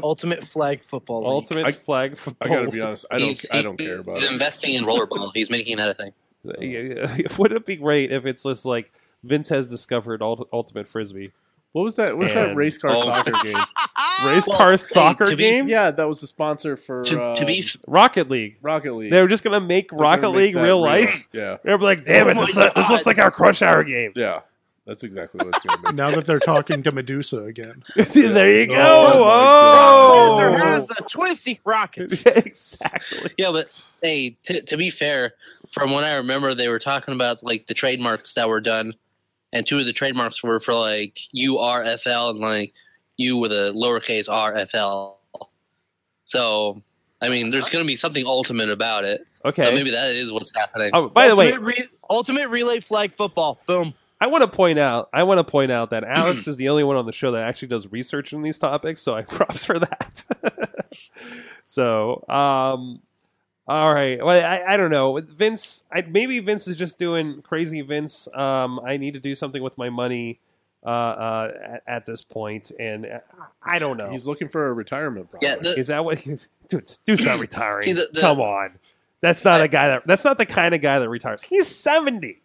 [SPEAKER 5] Ultimate flag football. League.
[SPEAKER 2] Ultimate
[SPEAKER 7] I-
[SPEAKER 2] flag football.
[SPEAKER 7] I gotta be honest. I don't.
[SPEAKER 6] He's-
[SPEAKER 7] I don't care about
[SPEAKER 6] He's
[SPEAKER 7] it.
[SPEAKER 6] investing in rollerball. He's making that a thing.
[SPEAKER 2] honest. Wouldn't it be great if it's just like Vince has discovered ult- ultimate frisbee,
[SPEAKER 7] What was that? What was that
[SPEAKER 2] And-
[SPEAKER 7] race car
[SPEAKER 6] Oh.
[SPEAKER 7] soccer game?
[SPEAKER 5] Ah,
[SPEAKER 2] race
[SPEAKER 6] Well,
[SPEAKER 2] car
[SPEAKER 6] hey,
[SPEAKER 2] soccer
[SPEAKER 6] to be-
[SPEAKER 2] game,
[SPEAKER 7] Yeah, that was the sponsor for
[SPEAKER 6] To, to be
[SPEAKER 7] um,
[SPEAKER 6] f-
[SPEAKER 2] Rocket League?
[SPEAKER 7] Rocket League.
[SPEAKER 2] They were just gonna make
[SPEAKER 7] They're gonna
[SPEAKER 2] Rocket
[SPEAKER 7] make
[SPEAKER 2] League
[SPEAKER 7] that
[SPEAKER 2] real, life.
[SPEAKER 7] Yeah,
[SPEAKER 2] They were like, damn
[SPEAKER 5] Oh
[SPEAKER 2] it,
[SPEAKER 5] my
[SPEAKER 2] this, lo- this
[SPEAKER 5] God.
[SPEAKER 2] looks like our crush hour game.
[SPEAKER 7] yeah. That's exactly what it's gonna be.
[SPEAKER 4] now that they're talking to Medusa again,
[SPEAKER 2] there you go.
[SPEAKER 7] Oh,
[SPEAKER 5] Lesnar
[SPEAKER 7] my
[SPEAKER 2] oh.
[SPEAKER 7] God.
[SPEAKER 5] has the twisty rockets.
[SPEAKER 2] exactly.
[SPEAKER 6] yeah, but hey, to, to be fair, from what I remember, they were talking about like the trademarks that were done, and two of the trademarks were for like URFL and like you with a lowercase rfl. So, I mean, there's going to be something ultimate about it.
[SPEAKER 2] Okay.
[SPEAKER 6] So maybe that is what's happening.
[SPEAKER 2] oh, by the way,
[SPEAKER 5] Ultimate re- ultimate relay flag football. Boom.
[SPEAKER 2] I want to point out. I want to point out that Alex is the only one on the show that actually does research on these topics. So I props for that. so, um, all right. Well, I, I don't know. With Vince, I, maybe Vince is just doing crazy Vince. Um, I need to do something with my money uh, uh, at, at this point, and I, I don't know.
[SPEAKER 7] He's looking for a retirement. Product.
[SPEAKER 6] yeah, the,
[SPEAKER 2] is that what? Dude, dude's not retiring.
[SPEAKER 6] See, the- the-
[SPEAKER 2] Come on. That's not a guy that. That's not the kind of guy that retires. He's seventy.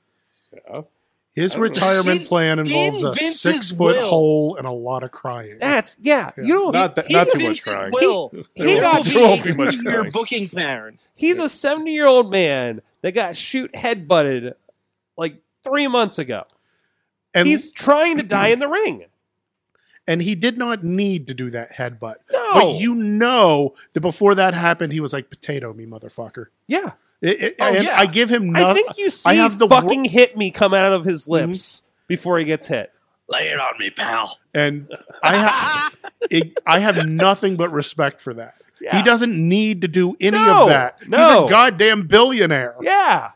[SPEAKER 4] his
[SPEAKER 7] I don't know.
[SPEAKER 4] retirement
[SPEAKER 5] In-
[SPEAKER 4] plan involves
[SPEAKER 5] in
[SPEAKER 4] a
[SPEAKER 5] Vince's
[SPEAKER 4] six foot
[SPEAKER 5] will.
[SPEAKER 4] hole and a lot of crying.
[SPEAKER 2] That's yeah. You don't.
[SPEAKER 7] Not that,
[SPEAKER 5] He
[SPEAKER 7] not too
[SPEAKER 5] just-
[SPEAKER 7] much crying.
[SPEAKER 5] Will.
[SPEAKER 2] He
[SPEAKER 7] There
[SPEAKER 2] got
[SPEAKER 7] won't, there won't be much
[SPEAKER 5] Your
[SPEAKER 7] crying.
[SPEAKER 5] booking pattern.
[SPEAKER 2] He's a 70 year old man that got shoot headbutted like three months ago.
[SPEAKER 4] and
[SPEAKER 2] He's trying to die in the ring.
[SPEAKER 4] and he did not need to do that headbutt.
[SPEAKER 2] No.
[SPEAKER 4] But you know that before that happened, he was like, "Potato me, motherfucker."
[SPEAKER 2] yeah.
[SPEAKER 4] It- it-
[SPEAKER 5] Oh,
[SPEAKER 4] and
[SPEAKER 5] yeah.
[SPEAKER 4] I give him
[SPEAKER 2] I
[SPEAKER 4] nothing.
[SPEAKER 2] think you see
[SPEAKER 4] have the wor- Mm-hmm.
[SPEAKER 2] fucking hit me come out of his lips before he gets hit.
[SPEAKER 6] lay it on me, pal.
[SPEAKER 4] and I have it, I have nothing but respect for that.
[SPEAKER 2] Yeah.
[SPEAKER 4] He doesn't need to do any
[SPEAKER 2] No,
[SPEAKER 4] of that.
[SPEAKER 2] no.
[SPEAKER 4] He's a goddamn billionaire.
[SPEAKER 2] Yeah.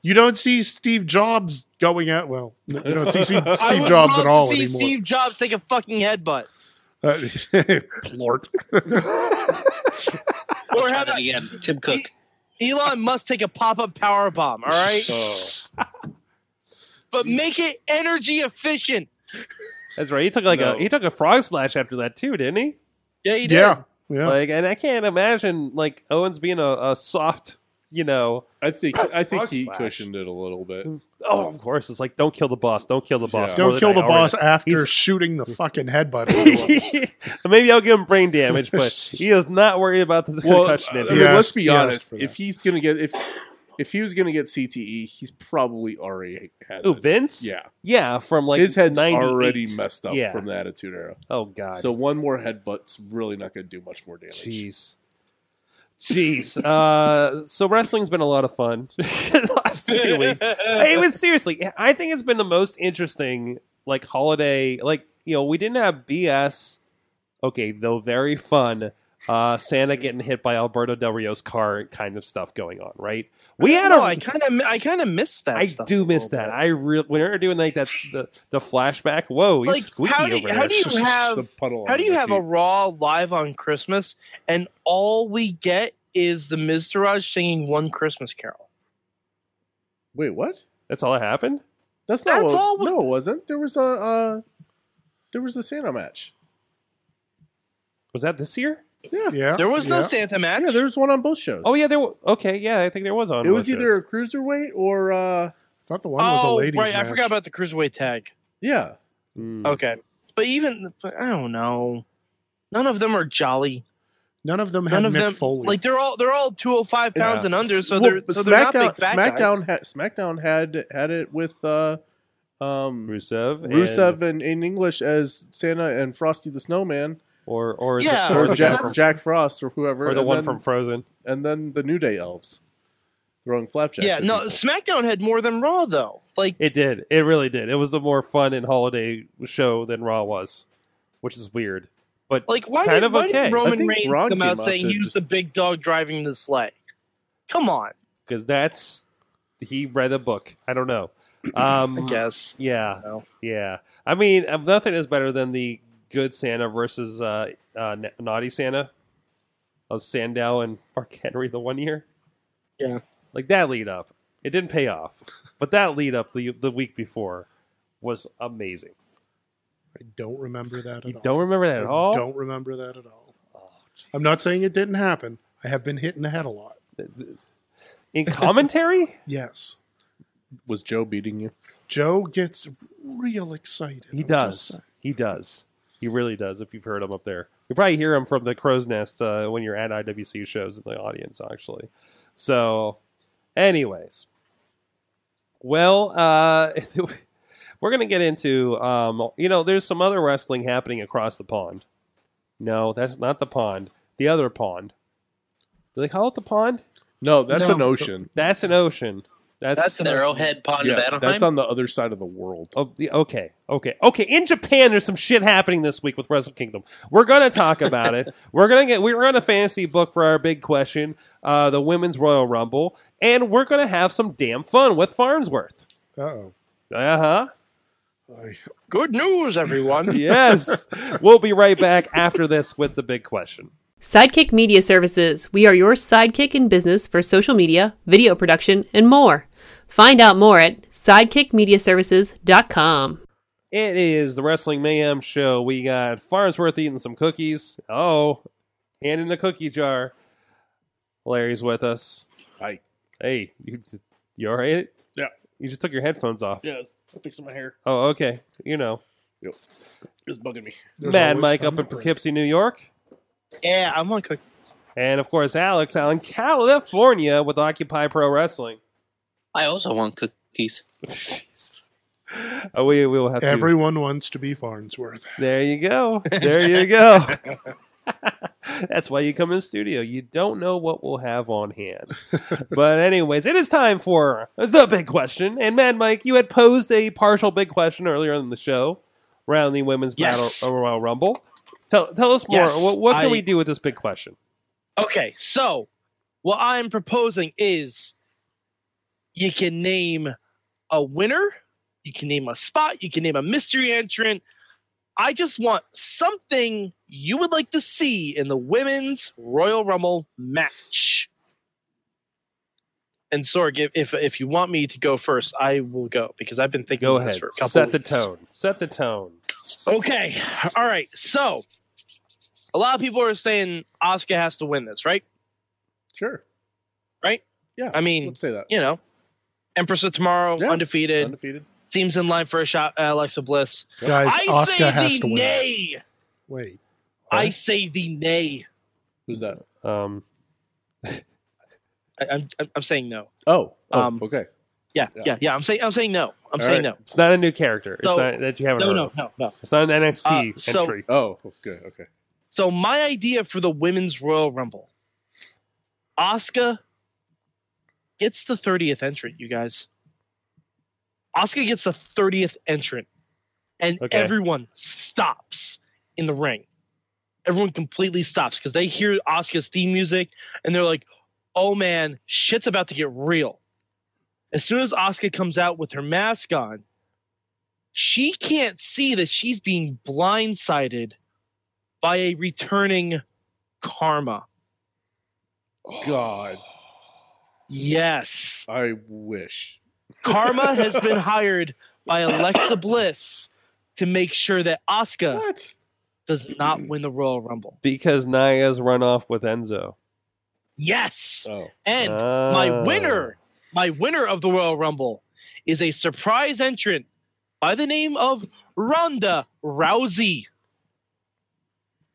[SPEAKER 4] You don't see Steve Jobs going out. Well, you don't see Steve,
[SPEAKER 7] I
[SPEAKER 4] Steve
[SPEAKER 5] would
[SPEAKER 4] Jobs
[SPEAKER 5] love
[SPEAKER 4] at
[SPEAKER 5] to
[SPEAKER 4] all
[SPEAKER 5] see
[SPEAKER 4] anymore.
[SPEAKER 5] Steve Jobs take a fucking headbutt.
[SPEAKER 4] Uh, plort.
[SPEAKER 5] Or how
[SPEAKER 6] Try that
[SPEAKER 5] about
[SPEAKER 6] again, Tim Cook.
[SPEAKER 5] Elon Musk take a pop up power bomb? All right,
[SPEAKER 7] Oh.
[SPEAKER 5] but make it energy efficient.
[SPEAKER 2] That's right. He took like
[SPEAKER 7] No.
[SPEAKER 2] a he took a frog splash after that too, didn't he?
[SPEAKER 5] Yeah, he did.
[SPEAKER 4] yeah, yeah.
[SPEAKER 2] Like and I can't imagine like Owens being a, a soft, you know,
[SPEAKER 7] Oh. I think I think
[SPEAKER 2] Frog
[SPEAKER 7] he
[SPEAKER 2] splash.
[SPEAKER 7] cushioned it a little bit.
[SPEAKER 2] oh of course. It's like don't kill the boss, don't kill the boss.
[SPEAKER 7] Yeah.
[SPEAKER 2] more than
[SPEAKER 4] don't kill
[SPEAKER 2] I
[SPEAKER 4] the
[SPEAKER 2] already-
[SPEAKER 4] boss after
[SPEAKER 2] he's-
[SPEAKER 4] shooting the fucking headbutt.
[SPEAKER 2] Maybe I'll give him brain damage, but he is not worried about the
[SPEAKER 7] Well, uh,
[SPEAKER 2] concussion.
[SPEAKER 7] I
[SPEAKER 2] injury.
[SPEAKER 7] mean,
[SPEAKER 4] Yeah.
[SPEAKER 7] let's be
[SPEAKER 4] Yes, yes,
[SPEAKER 7] honest.
[SPEAKER 4] for
[SPEAKER 7] If
[SPEAKER 4] that.
[SPEAKER 7] he's gonna get if If he was going to get CTE, he's probably already has
[SPEAKER 2] Ooh,
[SPEAKER 7] it.
[SPEAKER 2] Vince?
[SPEAKER 7] Yeah,
[SPEAKER 2] Yeah, from like
[SPEAKER 7] his head's
[SPEAKER 2] 98.
[SPEAKER 7] already messed up
[SPEAKER 2] Yeah.
[SPEAKER 7] from the Attitude Era.
[SPEAKER 2] Oh god.
[SPEAKER 7] So one more headbutt's really not going to do much more damage.
[SPEAKER 2] Jeez. Jeez. Uh, so wrestling's been a lot of fun the last few weeks. Hey, but seriously, I think it's been the most interesting like holiday. Like you know, we didn't have BS. Okay, though very fun. Uh, Santa getting hit by Alberto Del Rio's car kind of stuff going on, right? We had
[SPEAKER 5] no,
[SPEAKER 2] a
[SPEAKER 5] I kind of, I kind of miss that.
[SPEAKER 2] I
[SPEAKER 5] stuff
[SPEAKER 2] do
[SPEAKER 5] a
[SPEAKER 2] miss
[SPEAKER 5] little
[SPEAKER 2] that.
[SPEAKER 5] bit.
[SPEAKER 2] I really when they're doing like that the, the flashback. Whoa, he's
[SPEAKER 5] Like,
[SPEAKER 2] squeaky
[SPEAKER 5] how do-
[SPEAKER 2] over
[SPEAKER 5] how
[SPEAKER 2] there.
[SPEAKER 5] do you
[SPEAKER 7] Just
[SPEAKER 5] have-
[SPEAKER 7] a puddle
[SPEAKER 5] How
[SPEAKER 7] on
[SPEAKER 5] do you
[SPEAKER 7] your
[SPEAKER 5] have
[SPEAKER 7] feet.
[SPEAKER 5] a Raw live on Christmas and all we get is the Miz Taraj singing one Christmas Carol?
[SPEAKER 7] Wait, what?
[SPEAKER 2] That's all that happened.
[SPEAKER 7] That's not.
[SPEAKER 5] That's
[SPEAKER 7] what,
[SPEAKER 5] all we-
[SPEAKER 7] No, it wasn't. There was a. Uh, there was a Santa match.
[SPEAKER 2] Was that this year?
[SPEAKER 4] Yeah.
[SPEAKER 5] There was no
[SPEAKER 4] yeah.
[SPEAKER 5] Santa match.
[SPEAKER 7] Yeah, there was one on both shows.
[SPEAKER 2] Oh yeah, there. wa- Okay, yeah, I think there was on.
[SPEAKER 7] It was
[SPEAKER 2] both
[SPEAKER 7] either
[SPEAKER 2] shows.
[SPEAKER 7] a cruiserweight or uh,
[SPEAKER 4] I thought the one was a
[SPEAKER 5] Oh, right.
[SPEAKER 4] ladies
[SPEAKER 5] I
[SPEAKER 4] match.
[SPEAKER 5] forgot about the cruiserweight tag.
[SPEAKER 7] yeah. Hmm.
[SPEAKER 2] Mm.
[SPEAKER 5] Okay, but even but I don't know. None of them are jolly.
[SPEAKER 4] None of them had
[SPEAKER 5] None of
[SPEAKER 4] Mick
[SPEAKER 5] them
[SPEAKER 4] Foley.
[SPEAKER 5] like they're all they're all two hundred five pounds
[SPEAKER 2] Yeah.
[SPEAKER 5] and under. So
[SPEAKER 7] Well,
[SPEAKER 5] they're
[SPEAKER 7] but
[SPEAKER 5] so they're
[SPEAKER 7] SmackDown.
[SPEAKER 5] not big fat
[SPEAKER 7] SmackDown.
[SPEAKER 5] guys.
[SPEAKER 7] Had, SmackDown had had it with uh, um,
[SPEAKER 2] Rusev, and-
[SPEAKER 7] Rusev and, in English as Santa and Frosty the Snowman
[SPEAKER 2] or or
[SPEAKER 5] Yeah.
[SPEAKER 2] the,
[SPEAKER 7] or
[SPEAKER 2] or, the guy
[SPEAKER 7] Jack,
[SPEAKER 2] from,
[SPEAKER 7] Jack Frost or whoever,
[SPEAKER 2] or the
[SPEAKER 7] and
[SPEAKER 2] one
[SPEAKER 7] then-
[SPEAKER 2] from Frozen.
[SPEAKER 7] and then the New Day elves throwing flapjacks.
[SPEAKER 5] Yeah,
[SPEAKER 7] at
[SPEAKER 5] no.
[SPEAKER 7] people.
[SPEAKER 5] SmackDown had more than Raw though. Like
[SPEAKER 2] It did. It really did. It was the more fun and holiday show than Raw was, which is weird.
[SPEAKER 5] Like why
[SPEAKER 2] Kind
[SPEAKER 5] did,
[SPEAKER 2] of
[SPEAKER 5] why
[SPEAKER 2] okay.
[SPEAKER 5] did
[SPEAKER 7] I
[SPEAKER 5] Roman
[SPEAKER 7] think
[SPEAKER 5] Reigns
[SPEAKER 7] Braun
[SPEAKER 5] come
[SPEAKER 7] came
[SPEAKER 5] out
[SPEAKER 7] out
[SPEAKER 5] saying
[SPEAKER 7] to
[SPEAKER 5] he was
[SPEAKER 7] just-
[SPEAKER 5] the big dog driving the sleigh? Come on,
[SPEAKER 2] because that's he read a book. I don't know. Um,
[SPEAKER 5] I guess.
[SPEAKER 2] Yeah,
[SPEAKER 5] No.
[SPEAKER 2] yeah. I mean, um, nothing is better than the good Santa versus uh, uh, na- naughty Santa of Sandow and Mark Henry the one year.
[SPEAKER 5] Yeah.
[SPEAKER 2] like that lead up. It didn't pay off, but that lead up the the week before was amazing.
[SPEAKER 4] I don't remember that at
[SPEAKER 5] Oh.
[SPEAKER 2] You
[SPEAKER 4] all.
[SPEAKER 2] don't remember that at
[SPEAKER 4] I
[SPEAKER 2] all. Oh,
[SPEAKER 4] don't remember that at all. I'm not saying it didn't happen. I have been hit in the head a lot.
[SPEAKER 2] In commentary,
[SPEAKER 4] Yes.
[SPEAKER 7] was Joe beating you?
[SPEAKER 4] Joe gets real excited.
[SPEAKER 2] he
[SPEAKER 4] I'm
[SPEAKER 2] does.
[SPEAKER 4] just-
[SPEAKER 2] He does. He really does. If you've heard him up there, you probably hear him from the crow's nest uh, when you're at IWC shows in the audience, actually. So, anyways, well, uh, we're gonna get into um, you know, there's some other wrestling happening across the pond. No, that's not the pond. The other pond. Do they call it the pond?
[SPEAKER 7] No, that's
[SPEAKER 5] No.
[SPEAKER 7] an ocean.
[SPEAKER 2] That's an ocean. That's,
[SPEAKER 5] That's
[SPEAKER 6] The Arrowhead Pond of
[SPEAKER 7] Yeah,
[SPEAKER 6] Anaheim.
[SPEAKER 7] that's on the other side of the world.
[SPEAKER 2] Oh, the, okay, okay, okay. In Japan, there's some shit happening this week with Wrestle Kingdom. We're gonna talk about it. We're gonna get. We're on a fantasy book for our big question, uh, the Women's Royal Rumble, and we're gonna have some damn fun with Farnsworth.
[SPEAKER 4] Uh-oh.
[SPEAKER 2] Uh huh.
[SPEAKER 4] I-
[SPEAKER 5] Good news, everyone.
[SPEAKER 2] Yes. we'll be right back after this with the big question.
[SPEAKER 8] Sidekick Media Services. We are your sidekick in business for social media, video production, and more. Find out more at sidekickmediaservices.com.
[SPEAKER 2] It is the Wrestling Mayhem Show. We got Farnsworth eating some cookies. Oh, hand in the cookie jar. Larry's with us.
[SPEAKER 7] Hi.
[SPEAKER 2] Hey, you, you all right?
[SPEAKER 7] Yeah.
[SPEAKER 2] You just took your headphones off.
[SPEAKER 7] Yeah, I'll fix my hair.
[SPEAKER 2] Oh, okay. You know,
[SPEAKER 7] It's bugging me.
[SPEAKER 4] there's
[SPEAKER 2] Mad
[SPEAKER 4] always
[SPEAKER 2] Mike
[SPEAKER 4] time
[SPEAKER 2] up in
[SPEAKER 4] for it.
[SPEAKER 2] Poughkeepsie, New York.
[SPEAKER 5] yeah, I'm like,
[SPEAKER 2] And of course, Alex out in California with Occupy Pro Wrestling.
[SPEAKER 6] I also want cookies.
[SPEAKER 2] Jeez. Oh, we, we will have to.
[SPEAKER 4] Everyone wants to be Farnsworth.
[SPEAKER 2] There you go. There you go. That's why you come in the studio. You don't know what we'll have on hand. But, anyways, it is time for the big question. And, Mad Mike, you had posed a partial big question earlier in the show around the Women's
[SPEAKER 5] Yes.
[SPEAKER 2] Battle uh, Royal Rumble. Tell, tell us more.
[SPEAKER 5] Yes,
[SPEAKER 2] what, what can
[SPEAKER 5] I-
[SPEAKER 2] we do with this big question?
[SPEAKER 5] okay. So, what I'm proposing is, you can name a winner, you can name a spot, you can name a mystery entrant. I just want something you would like to see in the women's Royal Rumble match. And Sorg, if if, if you want me to go first, I will go because I've been thinking
[SPEAKER 2] Go
[SPEAKER 5] of this
[SPEAKER 2] ahead.
[SPEAKER 5] for a couple
[SPEAKER 2] Set the
[SPEAKER 5] weeks.
[SPEAKER 2] tone. Set the tone.
[SPEAKER 5] Okay. All right. So a lot of people are saying Oscar has to win this, right?
[SPEAKER 7] Sure,
[SPEAKER 5] I mean,
[SPEAKER 7] let's say that.
[SPEAKER 5] you know, Empress of Tomorrow,
[SPEAKER 7] Yeah.
[SPEAKER 5] undefeated,
[SPEAKER 7] Undefeated.
[SPEAKER 5] seems in line for a shot at Alexa Bliss.
[SPEAKER 4] Guys,
[SPEAKER 5] I
[SPEAKER 4] Oscar
[SPEAKER 5] say
[SPEAKER 4] has
[SPEAKER 5] the
[SPEAKER 4] to win.
[SPEAKER 5] nay.
[SPEAKER 4] Wait.
[SPEAKER 5] I say the nay.
[SPEAKER 7] Who's that?
[SPEAKER 2] Um,
[SPEAKER 5] I, I'm I'm- I'm saying no.
[SPEAKER 7] Oh, oh,
[SPEAKER 5] Um,
[SPEAKER 7] okay.
[SPEAKER 5] Yeah,
[SPEAKER 7] Yeah.
[SPEAKER 5] yeah, yeah. I'm saying I'm saying no. I'm
[SPEAKER 7] All
[SPEAKER 5] saying
[SPEAKER 7] right.
[SPEAKER 2] It's not a new character. It's
[SPEAKER 5] So-
[SPEAKER 2] not that you haven't
[SPEAKER 5] no. No,
[SPEAKER 2] heard
[SPEAKER 5] no,
[SPEAKER 2] of.
[SPEAKER 5] no, no.
[SPEAKER 2] It's not an NXT
[SPEAKER 5] Uh, so-
[SPEAKER 2] entry.
[SPEAKER 7] Oh, good. Okay.
[SPEAKER 5] So my idea for the women's Royal Rumble, Asuka gets the 30th entrant, you guys. Asuka gets the 30th entrant, and
[SPEAKER 2] Okay.
[SPEAKER 5] everyone stops in the ring. Everyone completely stops because they hear Asuka's theme music and they're like, oh man, shit's about to get real. As soon as Asuka comes out with her mask on, she can't see that she's being blindsided by a returning karma.
[SPEAKER 7] God,
[SPEAKER 5] Yes.
[SPEAKER 7] I wish.
[SPEAKER 5] Karma has been hired by Alexa Bliss to make sure that Asuka
[SPEAKER 7] What?
[SPEAKER 5] does not win the Royal Rumble.
[SPEAKER 2] Because Naya's run off with Enzo.
[SPEAKER 5] Yes.
[SPEAKER 7] Oh,
[SPEAKER 5] And
[SPEAKER 2] Oh. Uh.
[SPEAKER 5] my winner, my winner of the Royal Rumble is a surprise entrant by the name of Ronda Rousey.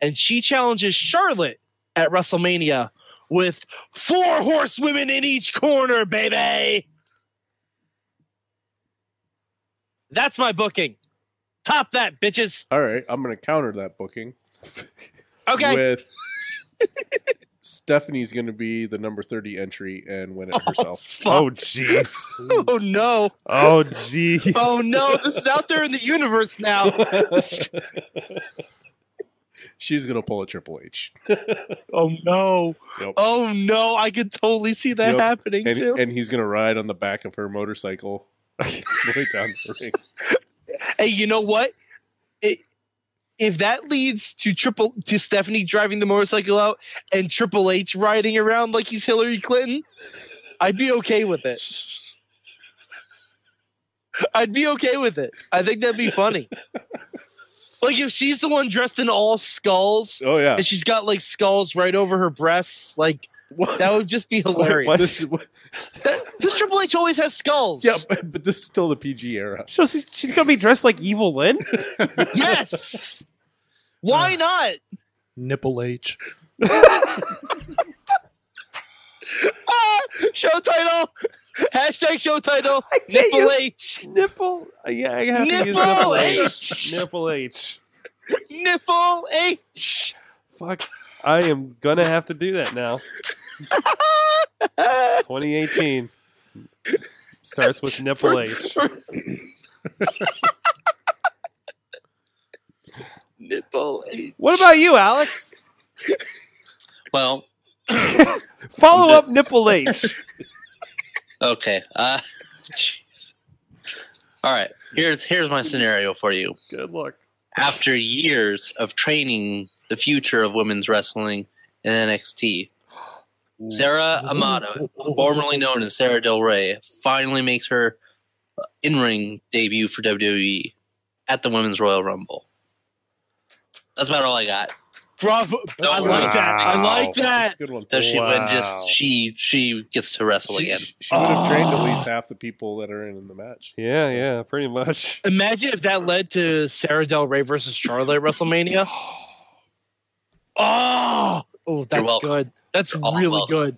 [SPEAKER 5] And she challenges Charlotte at WrestleMania with four horsewomen in each corner, baby. That's my booking. Top that, bitches.
[SPEAKER 7] all right. I'm gonna counter that booking
[SPEAKER 5] Okay.
[SPEAKER 7] with Stephanie's gonna be the number thirty entry and win it herself.
[SPEAKER 2] Oh jeez.
[SPEAKER 5] Oh no.
[SPEAKER 2] Oh jeez.
[SPEAKER 5] Oh no. This is out there in the universe now.
[SPEAKER 7] She's gonna pull a Triple H,
[SPEAKER 5] Oh no.
[SPEAKER 7] Yep.
[SPEAKER 5] Oh no, I could totally see that
[SPEAKER 7] Yep.
[SPEAKER 5] happening
[SPEAKER 7] and,
[SPEAKER 5] too.
[SPEAKER 7] and he's gonna ride on the back of her motorcycle. way down the ring.
[SPEAKER 5] hey, you know what? It, if that leads to triple to Stephanie driving the motorcycle out and Triple H riding around like he's Hillary Clinton, I'd be okay with it. I'd be okay with it. I think that'd be funny. like if she's the one dressed in all skulls
[SPEAKER 7] Oh yeah.
[SPEAKER 5] and she's got like skulls right over her breasts, like
[SPEAKER 7] What?
[SPEAKER 5] that would just be hilarious.
[SPEAKER 7] This is what-
[SPEAKER 5] That- this Triple H always has skulls.
[SPEAKER 7] yeah, but, but this is still the PG era.
[SPEAKER 2] So she's, she's gonna be dressed like Evil Lynn.
[SPEAKER 5] Yes. Why not?
[SPEAKER 4] Nipple H.
[SPEAKER 5] Ah, show title. Hashtag show title. Nipple H.
[SPEAKER 2] Nipple. Yeah, I have to use
[SPEAKER 5] Nipple
[SPEAKER 2] H. Nipple H.
[SPEAKER 5] Nipple H.
[SPEAKER 2] Fuck. I am gonna have to do that now. 2018 starts with nipple H.
[SPEAKER 5] Nipple H.
[SPEAKER 2] What about you, Alex?
[SPEAKER 6] Well,
[SPEAKER 2] Follow up nipple H.
[SPEAKER 6] okay. Uh, jeez. All right. Here's here's my scenario for you.
[SPEAKER 2] Good luck.
[SPEAKER 6] After years of training the future of women's wrestling in NXT, Sarah Amato, formerly known as Sarah Del Rey, finally makes her in ring debut for WWE at the Women's Royal Rumble. That's about all I got.
[SPEAKER 5] Bravo. I like that. I like that.
[SPEAKER 7] Good one.
[SPEAKER 6] So she
[SPEAKER 2] Wow.
[SPEAKER 6] went just she she gets to wrestle
[SPEAKER 7] She,
[SPEAKER 6] again.
[SPEAKER 7] she- she would have trained at
[SPEAKER 5] Ah.
[SPEAKER 7] least half the people that are in the match.
[SPEAKER 2] Yeah, yeah, pretty much.
[SPEAKER 5] Imagine if that led to Sarah Del Rey versus Charlotte at WrestleMania. Oh, oh, that's
[SPEAKER 6] welcome.
[SPEAKER 5] good. That's
[SPEAKER 6] You're all
[SPEAKER 5] really
[SPEAKER 6] welcome.
[SPEAKER 5] good.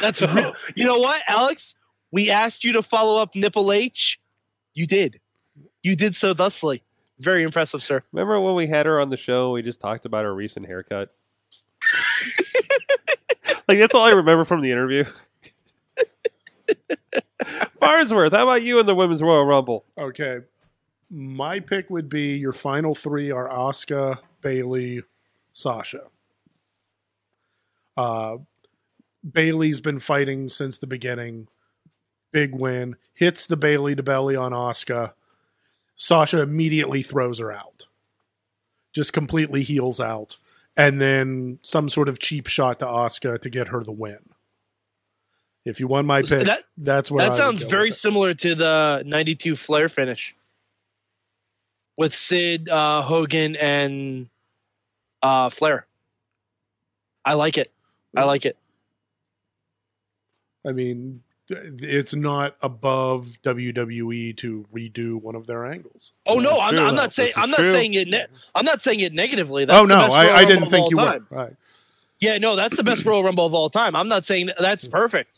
[SPEAKER 5] That's real. You know what, Alex? We asked you to follow up Nipple H. You did. You did so thusly. Very impressive, sir.
[SPEAKER 2] Remember when we had her on the show? We just talked about her recent haircut. like that's all I remember from the interview. Farnsworth, how about you in the Women's Royal Rumble?
[SPEAKER 4] Okay. My pick would be your final three are Asuka, Bailey, Sasha. Uh, Bailey's been fighting since the beginning. Big win. Hits the Bailey to belly on Asuka. Sasha immediately throws her out. Just completely heals out. And then some sort of cheap shot to Asuka to get her the win. If you won my
[SPEAKER 5] So
[SPEAKER 4] pick,
[SPEAKER 5] that-
[SPEAKER 4] that's where I
[SPEAKER 5] That
[SPEAKER 4] would
[SPEAKER 5] sounds
[SPEAKER 4] go with
[SPEAKER 5] very
[SPEAKER 4] it.
[SPEAKER 5] similar to the 92 Flair finish with Sid, uh, Hogan, and uh, Flair. I like it. I like it.
[SPEAKER 4] I mean, th- it's not above WWE to redo one of their angles.
[SPEAKER 5] Oh
[SPEAKER 2] This
[SPEAKER 5] no,
[SPEAKER 2] is
[SPEAKER 5] I'm,
[SPEAKER 2] true,
[SPEAKER 5] I'm
[SPEAKER 2] though.
[SPEAKER 5] not saying
[SPEAKER 2] This is
[SPEAKER 5] I'm not
[SPEAKER 2] true.
[SPEAKER 5] saying it. Ne- I'm not saying it negatively. That's
[SPEAKER 4] oh
[SPEAKER 5] the
[SPEAKER 4] no,
[SPEAKER 5] best Royal
[SPEAKER 4] I, I
[SPEAKER 5] Rumble
[SPEAKER 4] didn't
[SPEAKER 5] of
[SPEAKER 4] think
[SPEAKER 5] all
[SPEAKER 4] you
[SPEAKER 5] time.
[SPEAKER 4] were. Right.
[SPEAKER 5] Yeah, no, that's the best Royal Rumble of all time. I'm not saying that, that's perfect.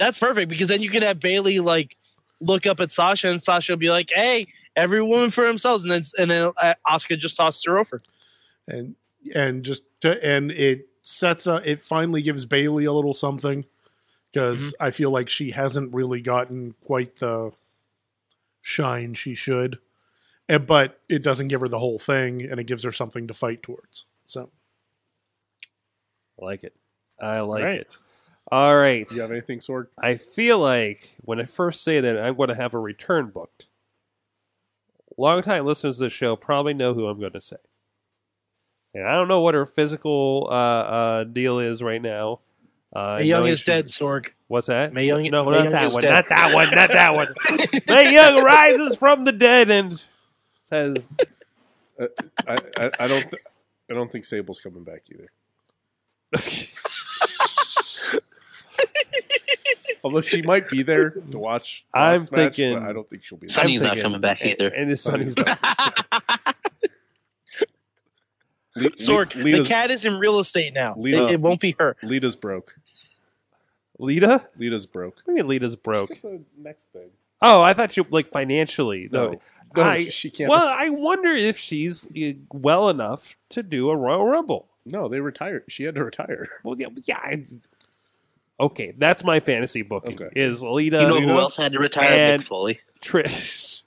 [SPEAKER 5] That's perfect because then you can have Bailey like look up at Sasha and Sasha will be like, "Hey, every woman for themselves," and then and then uh, Oscar just tosses her over.
[SPEAKER 4] and and just to, and it sets up it finally gives bailey a little something because
[SPEAKER 5] Mm-hmm.
[SPEAKER 4] i feel like she hasn't really gotten quite the shine she should and, but it doesn't give her the whole thing and it gives her something to fight towards so
[SPEAKER 2] I like it. I like
[SPEAKER 7] Alright.
[SPEAKER 2] it. All right.
[SPEAKER 7] Do you have anything, Sorg?
[SPEAKER 2] I feel like when I first say that, I'm going to have a return booked. Longtime listeners to the show probably know who I'm going to say. And I don't know what her physical uh, uh, deal is right now. Uh,
[SPEAKER 5] May Young
[SPEAKER 2] knowing
[SPEAKER 5] is
[SPEAKER 2] she-
[SPEAKER 5] dead, Sorg.
[SPEAKER 2] What's that?
[SPEAKER 5] May Young-
[SPEAKER 2] no,
[SPEAKER 5] May
[SPEAKER 2] not
[SPEAKER 5] Young
[SPEAKER 2] that
[SPEAKER 5] is
[SPEAKER 2] one.
[SPEAKER 5] dead.
[SPEAKER 2] Not that one. Not that one. May Young rises from the dead and says,
[SPEAKER 7] I, I, I don't th- I don't think Sable's coming back either. Although she might be there to watch. the
[SPEAKER 2] I'm
[SPEAKER 7] Hawks match,
[SPEAKER 2] thinking-
[SPEAKER 7] but I don't think she'll be. There.
[SPEAKER 6] Sonny's not
[SPEAKER 2] thinking-
[SPEAKER 6] coming back either.
[SPEAKER 2] and his son is not.
[SPEAKER 7] Le-
[SPEAKER 5] Sorg,
[SPEAKER 7] Le-
[SPEAKER 5] the
[SPEAKER 7] Lita's,
[SPEAKER 5] cat is in real estate now. It,
[SPEAKER 7] Lita-
[SPEAKER 5] it won't be her.
[SPEAKER 7] Lita's broke.
[SPEAKER 2] Lita? What
[SPEAKER 7] Lita's broke.
[SPEAKER 2] do you mean Lita's broke?
[SPEAKER 7] She's got the neck thing.
[SPEAKER 2] Oh, I thought you like financially. though.
[SPEAKER 7] No, no,
[SPEAKER 2] I-
[SPEAKER 7] she can't.
[SPEAKER 2] Well, I wonder if she's uh, well enough to do a Royal Rumble.
[SPEAKER 7] no, they retired. She had to retire.
[SPEAKER 2] Well, yeah, yeah. it's- Okay, that's my fantasy booking.
[SPEAKER 7] Okay.
[SPEAKER 2] Is Lita
[SPEAKER 6] You know who else had to retire?
[SPEAKER 2] and-
[SPEAKER 6] Mick Foley.
[SPEAKER 2] Trish?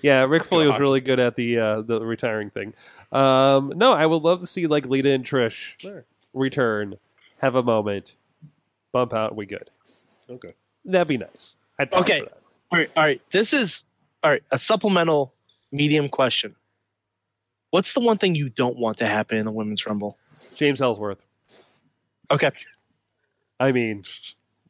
[SPEAKER 2] yeah, Rick Foley was
[SPEAKER 7] Oh, God.
[SPEAKER 2] really good at the uh, the retiring thing. Um, no, I would love to see like Lita and Trish
[SPEAKER 7] Sure.
[SPEAKER 2] return, have a moment, bump out, we good.
[SPEAKER 7] Okay.
[SPEAKER 2] That'd be nice. I'd pay
[SPEAKER 5] Okay.
[SPEAKER 2] for that.
[SPEAKER 5] All right, all right. This is all right. A supplemental medium question. What's the one thing you don't want to happen in the women's rumble?
[SPEAKER 2] James Ellsworth.
[SPEAKER 5] Okay.
[SPEAKER 2] I mean,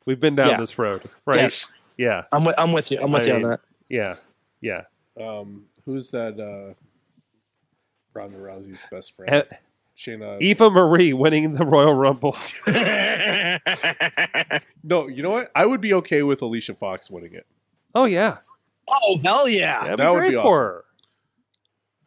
[SPEAKER 2] we've been down
[SPEAKER 5] Yeah.
[SPEAKER 2] this road, right?
[SPEAKER 5] Yes,
[SPEAKER 2] Yeah,
[SPEAKER 5] I'm with, I'm with you. I'm with
[SPEAKER 2] I
[SPEAKER 5] you on
[SPEAKER 2] mean-
[SPEAKER 5] that.
[SPEAKER 2] yeah, yeah.
[SPEAKER 7] Um, who's that? Uh, Ronda Rousey's best friend,
[SPEAKER 2] E-
[SPEAKER 7] Shayna.
[SPEAKER 2] Eva Marie winning the Royal Rumble.
[SPEAKER 7] no, you know what? I would be okay with Alicia Fox winning it.
[SPEAKER 2] Oh yeah,
[SPEAKER 5] Oh hell yeah!
[SPEAKER 2] that'd
[SPEAKER 7] That
[SPEAKER 2] be
[SPEAKER 7] would
[SPEAKER 2] great
[SPEAKER 7] be
[SPEAKER 2] for
[SPEAKER 7] awesome.
[SPEAKER 2] her.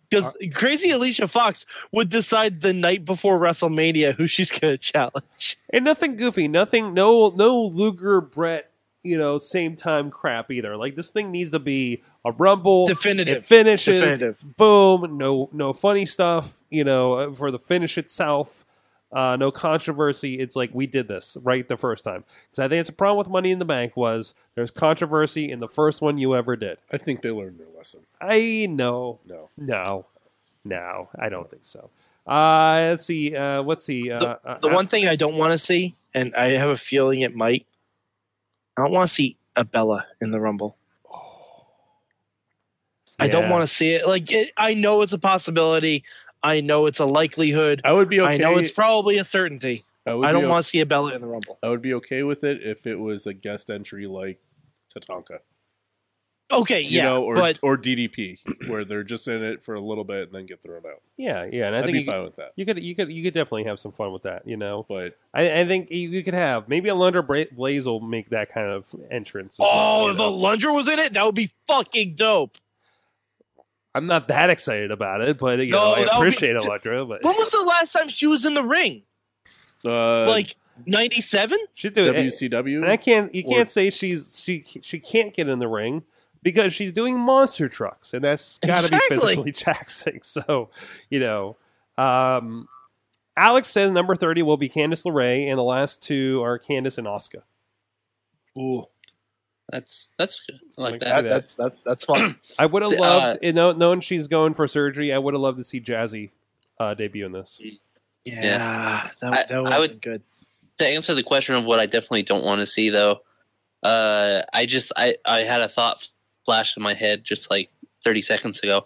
[SPEAKER 5] Because crazy Alicia Fox would decide the night before WrestleMania who she's going to challenge.
[SPEAKER 2] And nothing goofy, nothing, no, no Luger Brett, you know, same time crap either. Like this thing needs to be a Rumble. It
[SPEAKER 5] Definitive.
[SPEAKER 2] finishes.
[SPEAKER 5] Definitive.
[SPEAKER 2] Boom. No, no funny stuff. You know, uh, for the finish itself. Uh, no controversy. It's like we did this right the first time because I think it's a problem with Money in the Bank was there's controversy in the first one you ever did.
[SPEAKER 7] I think they learned their lesson.
[SPEAKER 2] I know
[SPEAKER 7] No,
[SPEAKER 2] No, no, I don't think so. Uh, let's see. Uh, what's he? Uh, uh,
[SPEAKER 5] The
[SPEAKER 2] uh,
[SPEAKER 5] one thing I don't want to see, and I have a feeling it might, I don't want to see a Bella in the Rumble. I don't
[SPEAKER 2] Yeah.
[SPEAKER 5] want to see it. Like it, I know it's a possibility. I know it's a likelihood.
[SPEAKER 7] I would be okay.
[SPEAKER 5] I know it's probably a certainty.
[SPEAKER 7] would
[SPEAKER 5] I
[SPEAKER 7] be
[SPEAKER 5] don't
[SPEAKER 7] o-
[SPEAKER 5] want to see a Bella in the Rumble.
[SPEAKER 7] I would be okay with it if it was a guest entry like Tatanka,
[SPEAKER 5] Okay,
[SPEAKER 7] you
[SPEAKER 5] yeah,
[SPEAKER 7] know, or
[SPEAKER 5] but
[SPEAKER 7] or DDP, where they're just in it for a little bit and then get thrown out.
[SPEAKER 2] Yeah, yeah. And I
[SPEAKER 7] I'd
[SPEAKER 2] think
[SPEAKER 7] be
[SPEAKER 2] you could,
[SPEAKER 7] fine with that.
[SPEAKER 2] you could, you could, you could definitely have some fun with that. You know,
[SPEAKER 7] But
[SPEAKER 2] I, I think you, you could have maybe a Lunder Bra- Blaze will make that kind of entrance. as well,
[SPEAKER 5] oh,
[SPEAKER 2] you
[SPEAKER 5] if a
[SPEAKER 2] know.
[SPEAKER 5] Lunger was in it, that would be fucking dope.
[SPEAKER 2] I'm not that excited about it, but you
[SPEAKER 5] No,
[SPEAKER 2] know, I
[SPEAKER 5] that would be-
[SPEAKER 2] appreciate Electra, but
[SPEAKER 5] When was the last time she was in the ring?
[SPEAKER 7] uh,
[SPEAKER 5] like uh, 97
[SPEAKER 2] she's doing it.
[SPEAKER 7] WCW,
[SPEAKER 2] And I can't, you
[SPEAKER 7] Or-
[SPEAKER 2] can't say she's she she can't get in the ring because she's doing monster trucks, and that's got to
[SPEAKER 5] Exactly.
[SPEAKER 2] be physically taxing. So, you know, um, Alex says number thirty will be Candice LeRae, and the last two are Candice and Oscar.
[SPEAKER 7] Ooh,
[SPEAKER 6] That's that's good. I like
[SPEAKER 2] That-
[SPEAKER 6] that.
[SPEAKER 2] that's-
[SPEAKER 5] that's that's fun
[SPEAKER 2] I would have
[SPEAKER 6] See, uh,
[SPEAKER 2] loved, you know, knowing she's going for surgery. I would have loved to see Jazzy uh, debut in this.
[SPEAKER 5] yeah, that,
[SPEAKER 6] I-
[SPEAKER 5] would- that would
[SPEAKER 6] I
[SPEAKER 5] have
[SPEAKER 6] would-
[SPEAKER 5] been good
[SPEAKER 6] To answer the question of what I definitely don't want to see, though, uh, I just I I had a thought flash in my head just like 30 seconds ago.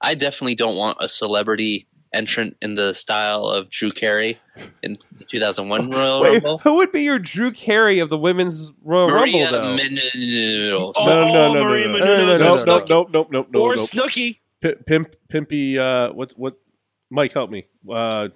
[SPEAKER 6] I definitely don't want a celebrity entrant in the style of Drew Carey in the 2001 Royal
[SPEAKER 2] Wait,
[SPEAKER 6] Rumble.
[SPEAKER 2] who would be your Drew Carey of the women's Royal Rumble?
[SPEAKER 6] Maria
[SPEAKER 2] Though Oh,
[SPEAKER 6] Menounos.
[SPEAKER 7] no, no, no,
[SPEAKER 5] Oh, Maria
[SPEAKER 7] no, no,
[SPEAKER 2] no,
[SPEAKER 5] Menounos.
[SPEAKER 2] no,
[SPEAKER 7] nope, nope, nope, nope, nope,
[SPEAKER 5] or
[SPEAKER 7] nope, nope.
[SPEAKER 5] Snooki.
[SPEAKER 7] P- pimp, pimpy. Uh, what, what? Mike, help me. Uh,